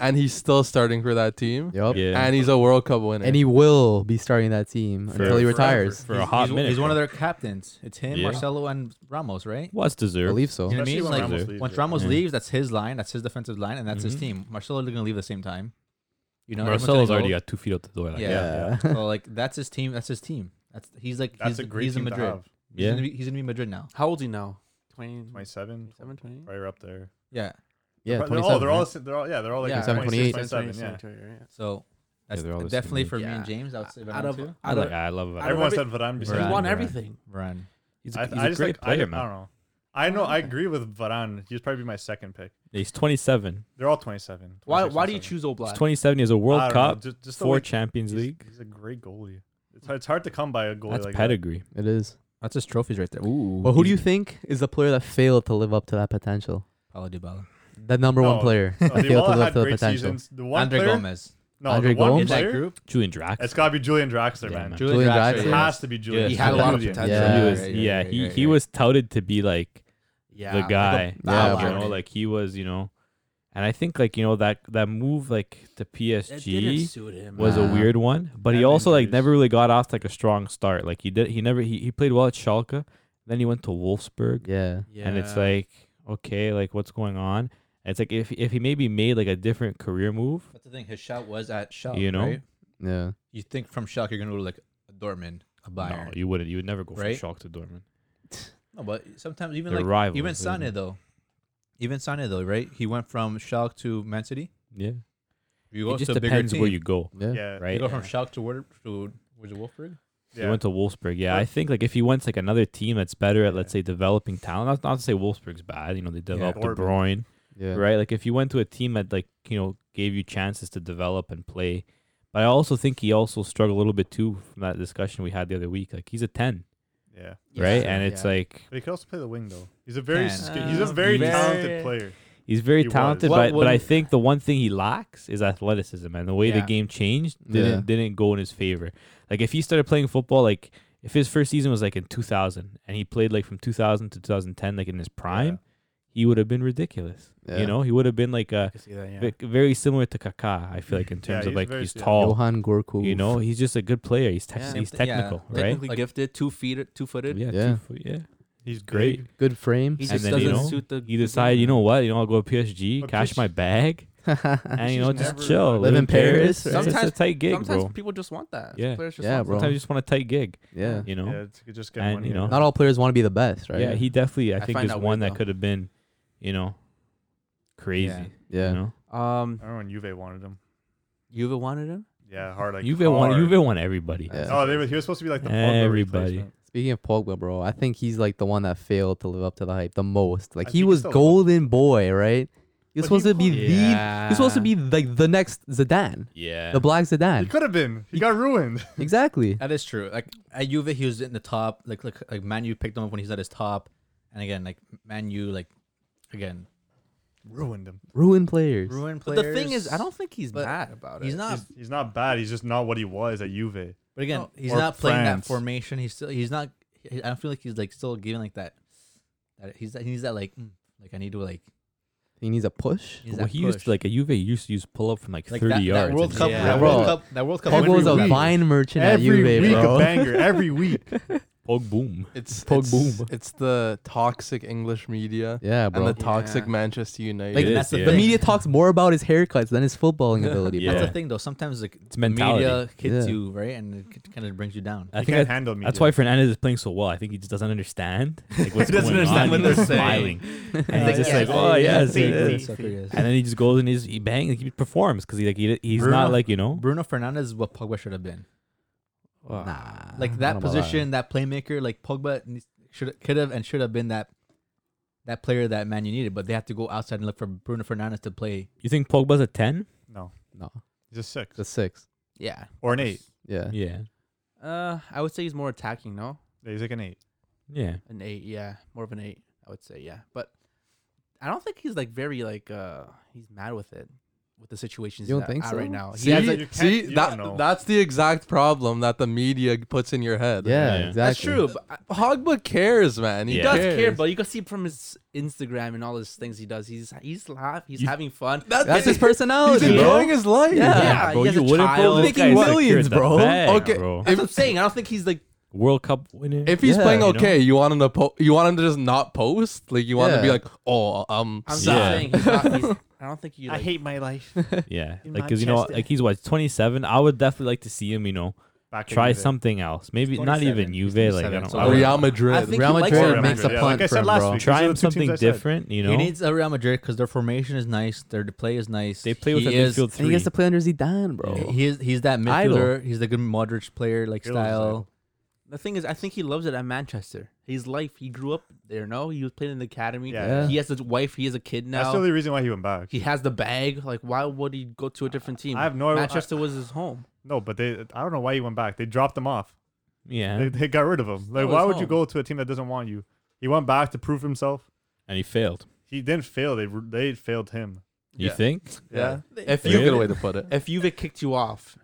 B: and he's still starting for that team.
A: Yep.
E: Yeah.
B: And he's a World Cup winner.
A: And he will be starting that team until he
E: Forever.
A: retires.
E: for a hot
F: he's,
E: minute.
F: He's
E: bro.
F: one of their captains. It's him,
E: Yeah.
F: Marcelo, and Ramos, right?
E: Well, it's
A: I
E: deserved.
A: believe so.
F: You know what I
D: Especially
F: mean? Like,
D: when Ramos
E: Dude.
D: leaves,
F: Once
D: yeah.
F: Ramos
E: Yeah.
F: leaves, that's his line, that's his defensive line, and that's his
D: Mm-hmm.
E: Mhm.
F: team. Marcelo going to leave at the same time. You know, everyone's
E: Marcelo's
F: gonna
E: already
F: go.
E: got two feet out the door. Like,
F: Yeah.
E: yeah.
F: So like that's his team. That's his team. That's he's like he's,
D: That's a great
F: he's in
D: team to
F: Madrid.
D: have.
F: He's,
E: Yeah.
F: gonna be, he's gonna be in Madrid now.
G: How old is he now? 20,
D: 27,
G: 27, 28?
D: right up there.
F: Yeah.
A: Yeah,
D: But
A: 27.
D: they're all, they're all,
A: right?
D: they're all, yeah, they're all like
F: Yeah,
D: 27,
A: 28.
D: 27, yeah.
F: So That's
E: they're all the same
F: definitely
E: league.
F: for me
C: Yeah.
F: and James. I would say
C: out
F: Varane
C: of
F: too.
E: I
C: out of
E: like. I love
C: I don't
E: Varane.
D: Everyone
C: remember-
D: said
F: Varane,
D: Varane
C: he
D: before.
C: won
F: Varane.
C: everything.
F: Varane.
E: He's
D: I,
E: a, he's
D: I
E: a
D: just
E: great
D: like,
E: player,
D: I,
E: man.
D: I don't know. I know. I agree with Varane. He's probably my second pick.
E: He's 27.
D: They're all 27.
C: Why why do you
D: 27.
C: choose
E: He's
C: Oblak?
E: 27. He has a World
D: I don't know,
E: Cup,
D: ju- just the
E: four
D: way-
E: Champions
D: he's-
E: League.
D: He's a great goalie. It's hard, it's hard to come by a goalie
E: That's
D: like that.
E: pedigree.
A: It is.
F: That's his trophies right there. Ooh.
A: But who do you think is the player that failed to live up to that potential?
F: Paulo Dybala.
A: The number one
D: No.
A: player
D: No,
A: that
D: they
A: failed
D: all
A: to live up
D: Oh. had
A: to the
D: great
A: potential.
D: seasons. The one
F: Andre
D: player,
F: Gomez.
D: no,
A: Andre
D: the one
A: Gomes?
F: In that
D: player,
F: group,
E: Julian Draxler.
D: it's gotta be Julian Draxler,
E: Yeah,
D: man.
E: man.
A: Julian
D: It
A: Draxler.
D: has to be Julian.
C: He had a lot of
D: Julian.
C: potential.
A: Yeah.
E: he was,
F: right,
E: yeah,
F: right,
E: he,
F: right,
E: he
F: right.
E: was touted to be like
C: Yeah,
E: the
C: like a
E: guy.
A: Yeah,
C: ballad.
E: you know, like he was, you know, and I think like you know that that move like to
C: That didn't
E: PSG
C: suit him. Uh,
E: was a
F: Nah.
E: weird one, but he
D: And
E: also like
D: injuries.
E: never really got off to, like a strong start. Like he did, he never he, he played well at Schalke, then he went to Wolfsburg,
A: Yeah.
E: and it's like okay, like what's going on? And it's like if if he maybe made like a different career move,
F: That's the thing. His shot was at Schalke.
E: You know?
F: right?
A: Yeah.
F: you think from Schalke you're gonna go to like a Dortmund, a Bayern.
E: no, you wouldn't. You would never go
F: Right?
E: from Schalke to Dortmund.
F: No, but sometimes even
E: They're
F: like
E: rivals,
F: even
E: isn't
F: Sané
E: it?
F: though, even Sané though, right? He went from Schalke to Man City.
E: Yeah,
F: You
E: it
F: go
E: just
F: to a bigger
E: depends
F: team.
E: where you go,
A: Yeah.
D: Yeah,
E: right?
F: You go from Schalke to Werder to was it Wolfsburg?
E: He
D: yeah.
E: went to Wolfsburg. Yeah,
D: But-
E: I think like if he went to like another team that's better at let's say developing talent. Not, not to say Wolfsburg's bad. You know they developed De
D: Dortmund.
E: Bruyne,
A: Yeah.
E: right? Like if you went to a team that like you know gave you chances to develop and play. But I also think he also struggled a little bit too from that discussion we had the other week. Like he's a ten,
D: yeah.
E: right? And it's like
D: But he could also play the wing though. He's a very
F: Can.
D: sk- he's a
C: Uh,
D: very
C: very-
D: talented player.
E: he's very
D: He was.
E: talented,
C: What-
E: but
C: what-
E: but I think the one thing he lacks is athleticism. And the way the
C: Yeah.
E: game changed didn't
A: Yeah.
E: didn't go in his favor. Like if he started playing football, like if his first season was like in 2000 and he played like from 2000 to 2010, like in his prime, he would have been ridiculous.
A: Yeah.
E: You know, he would have been like a
C: I see that, yeah.
E: ve- very similar to Kaká. I feel like in terms
D: he's
E: of like
D: very
E: he's
D: similar.
E: tall.
A: Johan Gorku.
E: You know, he's just a good player. He's te-
C: Yeah.
E: he's
F: Same thing, yeah.
E: technical, right?
F: Technically
C: Like, gifted, two feet, two footed.
E: Yeah,
A: Yeah.
E: Two foot, yeah.
D: He's
E: Great.
D: great.
A: good frame.
C: He
E: And
C: just
E: then,
C: doesn't
E: you know,
C: suit the.
E: You decide, you know what? You know, I'll go to PSG,
D: But
E: cash
D: PSG
E: my bag, and you know,
D: just
E: just
D: never-
E: chill.
A: Live in Paris,
E: It's
A: right?
E: just a tight gig,
C: Sometimes
E: bro.
C: people just want that.
E: Yeah.
C: Players just
A: Yeah,
C: want
A: bro.
E: Sometimes you just want a tight gig,
A: yeah.
E: you know?
D: Yeah, it's you just get
E: And,
D: money.
E: you know,
D: out
A: Not
D: of
A: all players want to be the best, right?
E: Yeah, he definitely, I,
C: I
E: think,
C: find
E: is
C: that
E: one
C: weird,
E: that
C: though.
E: could have been, you know, crazy.
A: Yeah.
E: You know?
C: Um,
D: I remember when Juve wanted him.
C: Juve wanted him.
D: Yeah, hard like
E: Juve won,
D: hard.
E: Juve won everybody.
A: Yeah.
D: Oh, they were, he was supposed to be like the
E: Everybody.
D: everybody.
A: Speaking of Pogba, bro, I think he's like the one that failed to live up to the hype the most. Like
D: I
A: he
D: think
A: was
D: so.
A: golden boy, right? He was
D: But he
A: supposed to be
D: couldn't.
A: the. He was supposed to be like the next Zidane,
E: Yeah.
A: the Black
D: He
A: Zidane.
D: could have been. He got ruined.
A: Exactly.
F: That is true. Like at Juve, he was in the top. Like like like Manu picked him up when he's at his top, and again like Manu like again
D: ruined him.
A: Ruined players.
F: ruined
C: But
F: players.
C: the thing is, I don't think he's
F: but
C: mad about it.
F: He's not.
D: He's, he's not bad. He's just not what he was at Juve.
F: but again,
C: no.
F: he's
D: Or
F: not playing that
D: France.
F: formation. He's still. He's not. He, I don't feel like he's like still giving like that. that he's that. He's that like. mm, Like I need to like.
A: He needs a push.
F: He's
E: well,
F: that
E: he used
F: push.
E: to, like a Juve used to use pull up from like,
F: Like
E: 30
F: that,
E: yards.
F: That World
E: and
F: Cup.
E: shit.
A: Yeah,
F: That
A: bro.
F: World Cup. That World Cup.
A: Pogba
D: Every
A: was a
D: week.
A: vine merchant at
D: every
A: Juve,
D: week,
A: bro.
D: a banger. Every week.
E: Pog boom.
B: It's
A: Poke
B: it's,
A: boom.
B: it's the toxic English media
A: yeah, bro.
B: and the toxic
C: Yeah.
B: Manchester United.
A: Like,
E: It
F: that's the
E: yeah.
A: The media talks more about his haircuts than his footballing ability,
E: Yeah.
A: bro.
F: That's the thing though. Sometimes like
E: It's mentality.
F: media hits
A: Yeah.
F: you right, and it kind of brings you down.
E: I
D: he
E: think
D: can't
E: that-
D: handle me.
E: that's why Fernandez is playing so well. I think he just doesn't understand like, what's
D: doesn't
E: going
D: understand
E: on.
D: what
E: He's
D: they're saying.
E: smiling. And he's just
D: yeah,
E: like,
D: yeah,
E: oh,
D: yeah,
E: yes,
D: yeah,
E: it
D: yeah.
E: is."
F: Sucker, yes.
E: and then he just goes and he's, he bang, like, he performs because he like he, he's
D: Bruno-
E: not like you know.
F: Bruno Fernandez is what Pogba should have been.
A: Nah. I
F: Like
A: don't know
F: that
A: about
F: position, that. playmaker, like Pogba needs- should could have and should have been that that player that Man you needed, but they have to go outside and look for Bruno Fernandez to play.
E: You think Pogba's a ten?
D: No,
A: No,
D: he's a six
A: the six.
C: yeah.
D: or an eight.
A: Yeah.
E: Yeah,
C: Uh, I would say he's more attacking. No,
D: Yeah, he's like an eight.
E: yeah.
C: an eight. Yeah, more of an eight. I would say yeah, but I don't think he's like very like uh he's mad with it with the situations
A: You
C: he's
A: don't think
C: at
A: so?
C: right now. He
B: See,
D: Yeah,
C: has,
D: but
C: like,
D: you can't-
B: see
D: you don't know.
B: that that's the exact problem that the media puts in your head.
A: Yeah,
E: Yeah.
A: exactly.
B: that's true. But I- Pogba cares, man. He
E: Yeah.
C: He does
B: cares.
C: care, but you can see from his Instagram and all his things he does. He's he's laugh, he's
E: You-
C: having fun.
A: That's his
B: He's
A: personality. bro.
B: enjoying his life.
A: Yeah.
E: bro,
C: he has
E: you
C: a
E: wouldn't
C: child.
E: bro, this
A: Making
E: guy's
A: millions,
E: secured the
A: bro.
E: bag,
B: Okay.
E: bro.
C: That's what I'm saying. I don't think he's like
E: World Cup winner.
B: If he's
A: Yeah,
B: playing
E: you know?
B: okay, you want him to po- you want him to just not post. Like you want him to be
A: Yeah.
B: like, oh, um,
C: I'm just
E: Yeah.
C: saying he's not, he's, I don't think you like,
D: my life.
E: yeah,
D: in
E: like because you know,
D: Manchester.
E: like he's what twenty seven. I would definitely like to see him, you know,
D: Back in
E: Try
D: the day.
E: something else. Maybe not even
F: 27.
E: Juve.
F: He's
E: Like I
F: 27,
E: don't.
F: so
E: I would-
F: Real-
B: Real Madrid.
C: I think
A: Real
C: he likes
A: Madrid
C: Real
A: makes a
D: Yeah,
A: punt
D: like I
A: for
D: said
A: him,
D: last
A: bro.
D: week,
E: try
D: these are
E: him
D: the two teams
E: something
D: I said.
E: different. You know,
F: He needs a Real Madrid because their formation is nice, their play is nice.
E: they play
F: He
E: with a
F: is-
E: midfield
A: And he
E: three.
A: gets to play under Zidane, bro.
F: He is he's that
A: Oh. Idol.
F: midfielder. He's the good Modric player like
D: Real
F: style.
C: The thing is, I think he loves it at Manchester. His life, he grew up there. No, he was playing in the academy.
D: Yeah.
A: Yeah.
C: He has his wife. He has a kid
D: That's
C: now.
D: the only reason why he went back.
C: he has the bag. Like, why would he go to a different team?
D: I have no I-
C: Manchester was his home.
D: No, but they. I don't know why he went back. They dropped him off. They,
E: yeah,
D: they got rid of him. Like,
C: Still
D: why
C: his
D: would you
C: home.
D: go to a team that doesn't want you? He went back to prove himself.
E: and he failed.
D: He didn't fail. They re- they failed him.
E: You
B: Yeah.
E: think?
B: Yeah.
C: If
B: It's a
E: Really?
C: you
B: good way to put it.
C: if Juve kicked you off,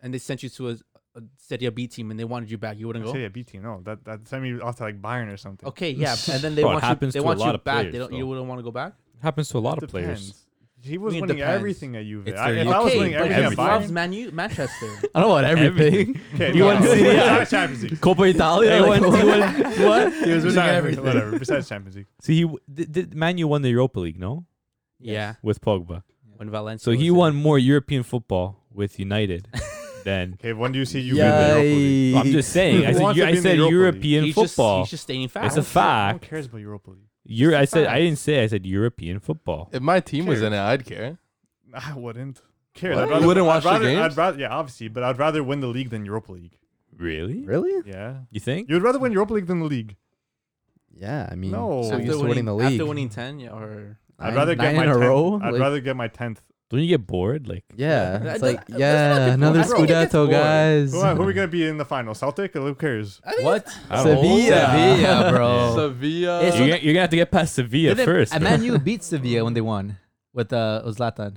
C: and they sent you to a, a Serie B team, and they wanted you back, you wouldn't
D: I'd say
C: go.
D: yeah, BT. No, that that sent me off to like Bayern or something.
C: Okay, yeah, and then they
E: Bro, it
C: want you.
E: happens
C: They
E: to a
C: want you
E: lot of
C: back. they
E: players,
C: don't.
E: though.
C: You wouldn't want to go back.
E: Happens to a lot
D: It
E: of players.
D: depends. He was
C: mean, it
D: winning
C: depends.
D: everything at Juve.
F: It's
D: I,
F: their
D: if
F: youth.
D: I was
C: okay,
D: winning
C: but
D: everything
C: he
E: everything.
D: at
C: loves
D: Bayern,
C: Manu, Manchester.
A: I don't want everything.
D: okay,
A: You wouldn't see it.
D: besides Champions League.
A: Copa Italia.
D: They
A: like,
D: won-
A: what? what?
D: He was winning
F: everything.
D: Whatever. Besides Champions League,
E: See, he w- did, did Manu won the Europa League, no,
C: Yeah,
E: with Pogba.
C: when Valencia.
E: So he
C: was
E: won more European football with United than.
D: okay. When do you see Juve? in the Europa League?
E: Well, I'm just saying. I
D: Who
E: said,
D: wants
E: Eu-
D: to
E: I
D: be in the
E: said
D: Europa League?
C: there.
E: European
C: he's
E: football.
C: Just, he's just stating
E: it's
C: facts.
E: a
D: Who
E: fact.
D: cares about Europa League?
E: Euro- I said I
D: fact.
E: didn't say I said European football.
B: If my team was in it, I'd care.
D: I wouldn't. Care.
B: What?
D: I'd
B: You
D: rather-
B: wouldn't watch
D: I'd
B: the
D: rather, I'd
B: games?
D: rather, yeah, obviously, but I'd rather win the league than Europa League.
E: Really?
A: Really?
D: Yeah.
E: You think?
D: You would rather win Europa League than the league.
A: Yeah, I mean,
D: No.
A: so
D: After
A: you're just winning, the league.
C: After winning ten, yeah, or
D: I'd
A: Nine-
D: rather
A: nine
D: get my
A: in a
D: tenth,
A: row.
D: I'd
A: like-
D: rather get my tenth.
E: Don't you get bored? Like
A: Yeah,
C: Yeah,
A: it's
C: that-
A: like
C: that's not
A: yeah,
C: good
A: another
C: for- I don't think it's
A: Scudetto,
C: boring.
A: guys.
D: Who, are- who are we gonna be in the final? Celtic? Who cares?
F: What?
E: I don't
D: Oh,
E: know.
A: Sevilla.
F: Sevilla, bro.
B: Sevilla.
F: It's-
E: You're, gonna- you're gonna have to get past Sevilla
F: Didn't-
E: first.
F: And
E: bro.
F: Man U beat Sevilla when they won with uh was Zlatan.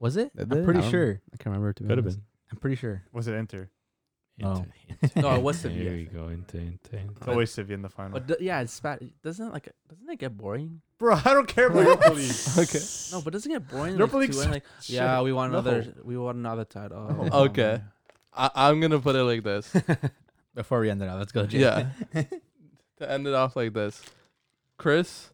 F: Was it?
A: Did Um, they?
F: I'm
A: I
F: pretty
A: don't-
F: sure.
A: I can't remember. To be
E: Could have
A: honest.
E: been.
F: I'm pretty sure.
D: Was it Inter?
F: Oh.
E: Inter-
C: No, it was
E: Inter.
C: Sevilla,
E: There
C: I
E: you
C: think.
E: go. Inter, Inter, Inter.
D: It's always Sevilla in the final.
C: but d- yeah, it's bad. Doesn't it, like doesn't it get boring?
D: Bro, I don't care about Europa League.
B: okay.
C: No, but doesn't it get boring?
D: Europa
C: like,
D: League
C: to win, like,
D: sucks.
C: yeah, we want
D: No.
C: another. We want another title.
D: No.
C: Oh,
B: Okay. I, I'm gonna put it like this.
F: Before we end it out, let's go, Jay.
B: yeah. to end it off like this, Chris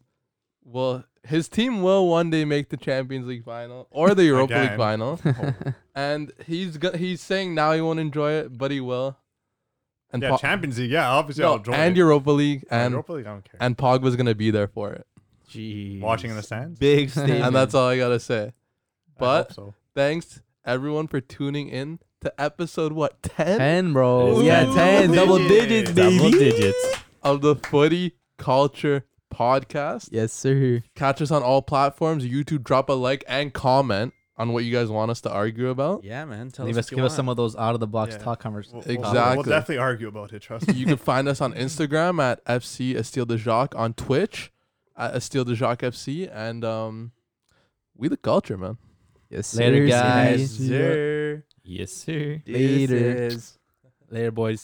B: will his team will one day make the Champions League final or the Europa League
D: Again.
B: final,
D: Oh.
B: and he's go- he's saying now he won't enjoy it, but he will. And
D: yeah,
B: Po-
D: Champions League. Yeah, obviously
B: no,
D: I'll join.
B: and
D: it.
B: Europa League
D: Yeah,
B: and
D: Europa League. I don't care.
B: and Pogba's gonna be there for it,
C: Jeez.
D: Watching in the stands.
C: big
A: statement.
B: and that's all I gotta say.
D: I
B: But
D: hope so.
B: thanks everyone for tuning in to episode what ten
A: ten, bro.
E: Ooh.
A: Oh, Yeah, ten, double
D: Yeah.
A: digits, baby.
E: Double digits.
B: of the Footy Culture Podcast.
A: Yes, sir.
B: Catch us on all platforms. YouTube, drop a like and comment on what you guys want us to argue about.
C: Yeah, man. Tell
F: Leave
C: us,
F: us, give us some of those out of the box
D: Yeah.
F: talk conversations.
D: We'll, we'll- We'll,
B: Exactly.
D: definitely argue about it. Trust me.
B: you can find us on Instagram at FC Estil de Jacques on Twitch at Estil de Jacques FC and um we the culture, man.
A: Yes,
F: Later,
A: sir.
F: guys.
A: See ya.
E: Yes, sir.
A: Later.
C: Later, boys.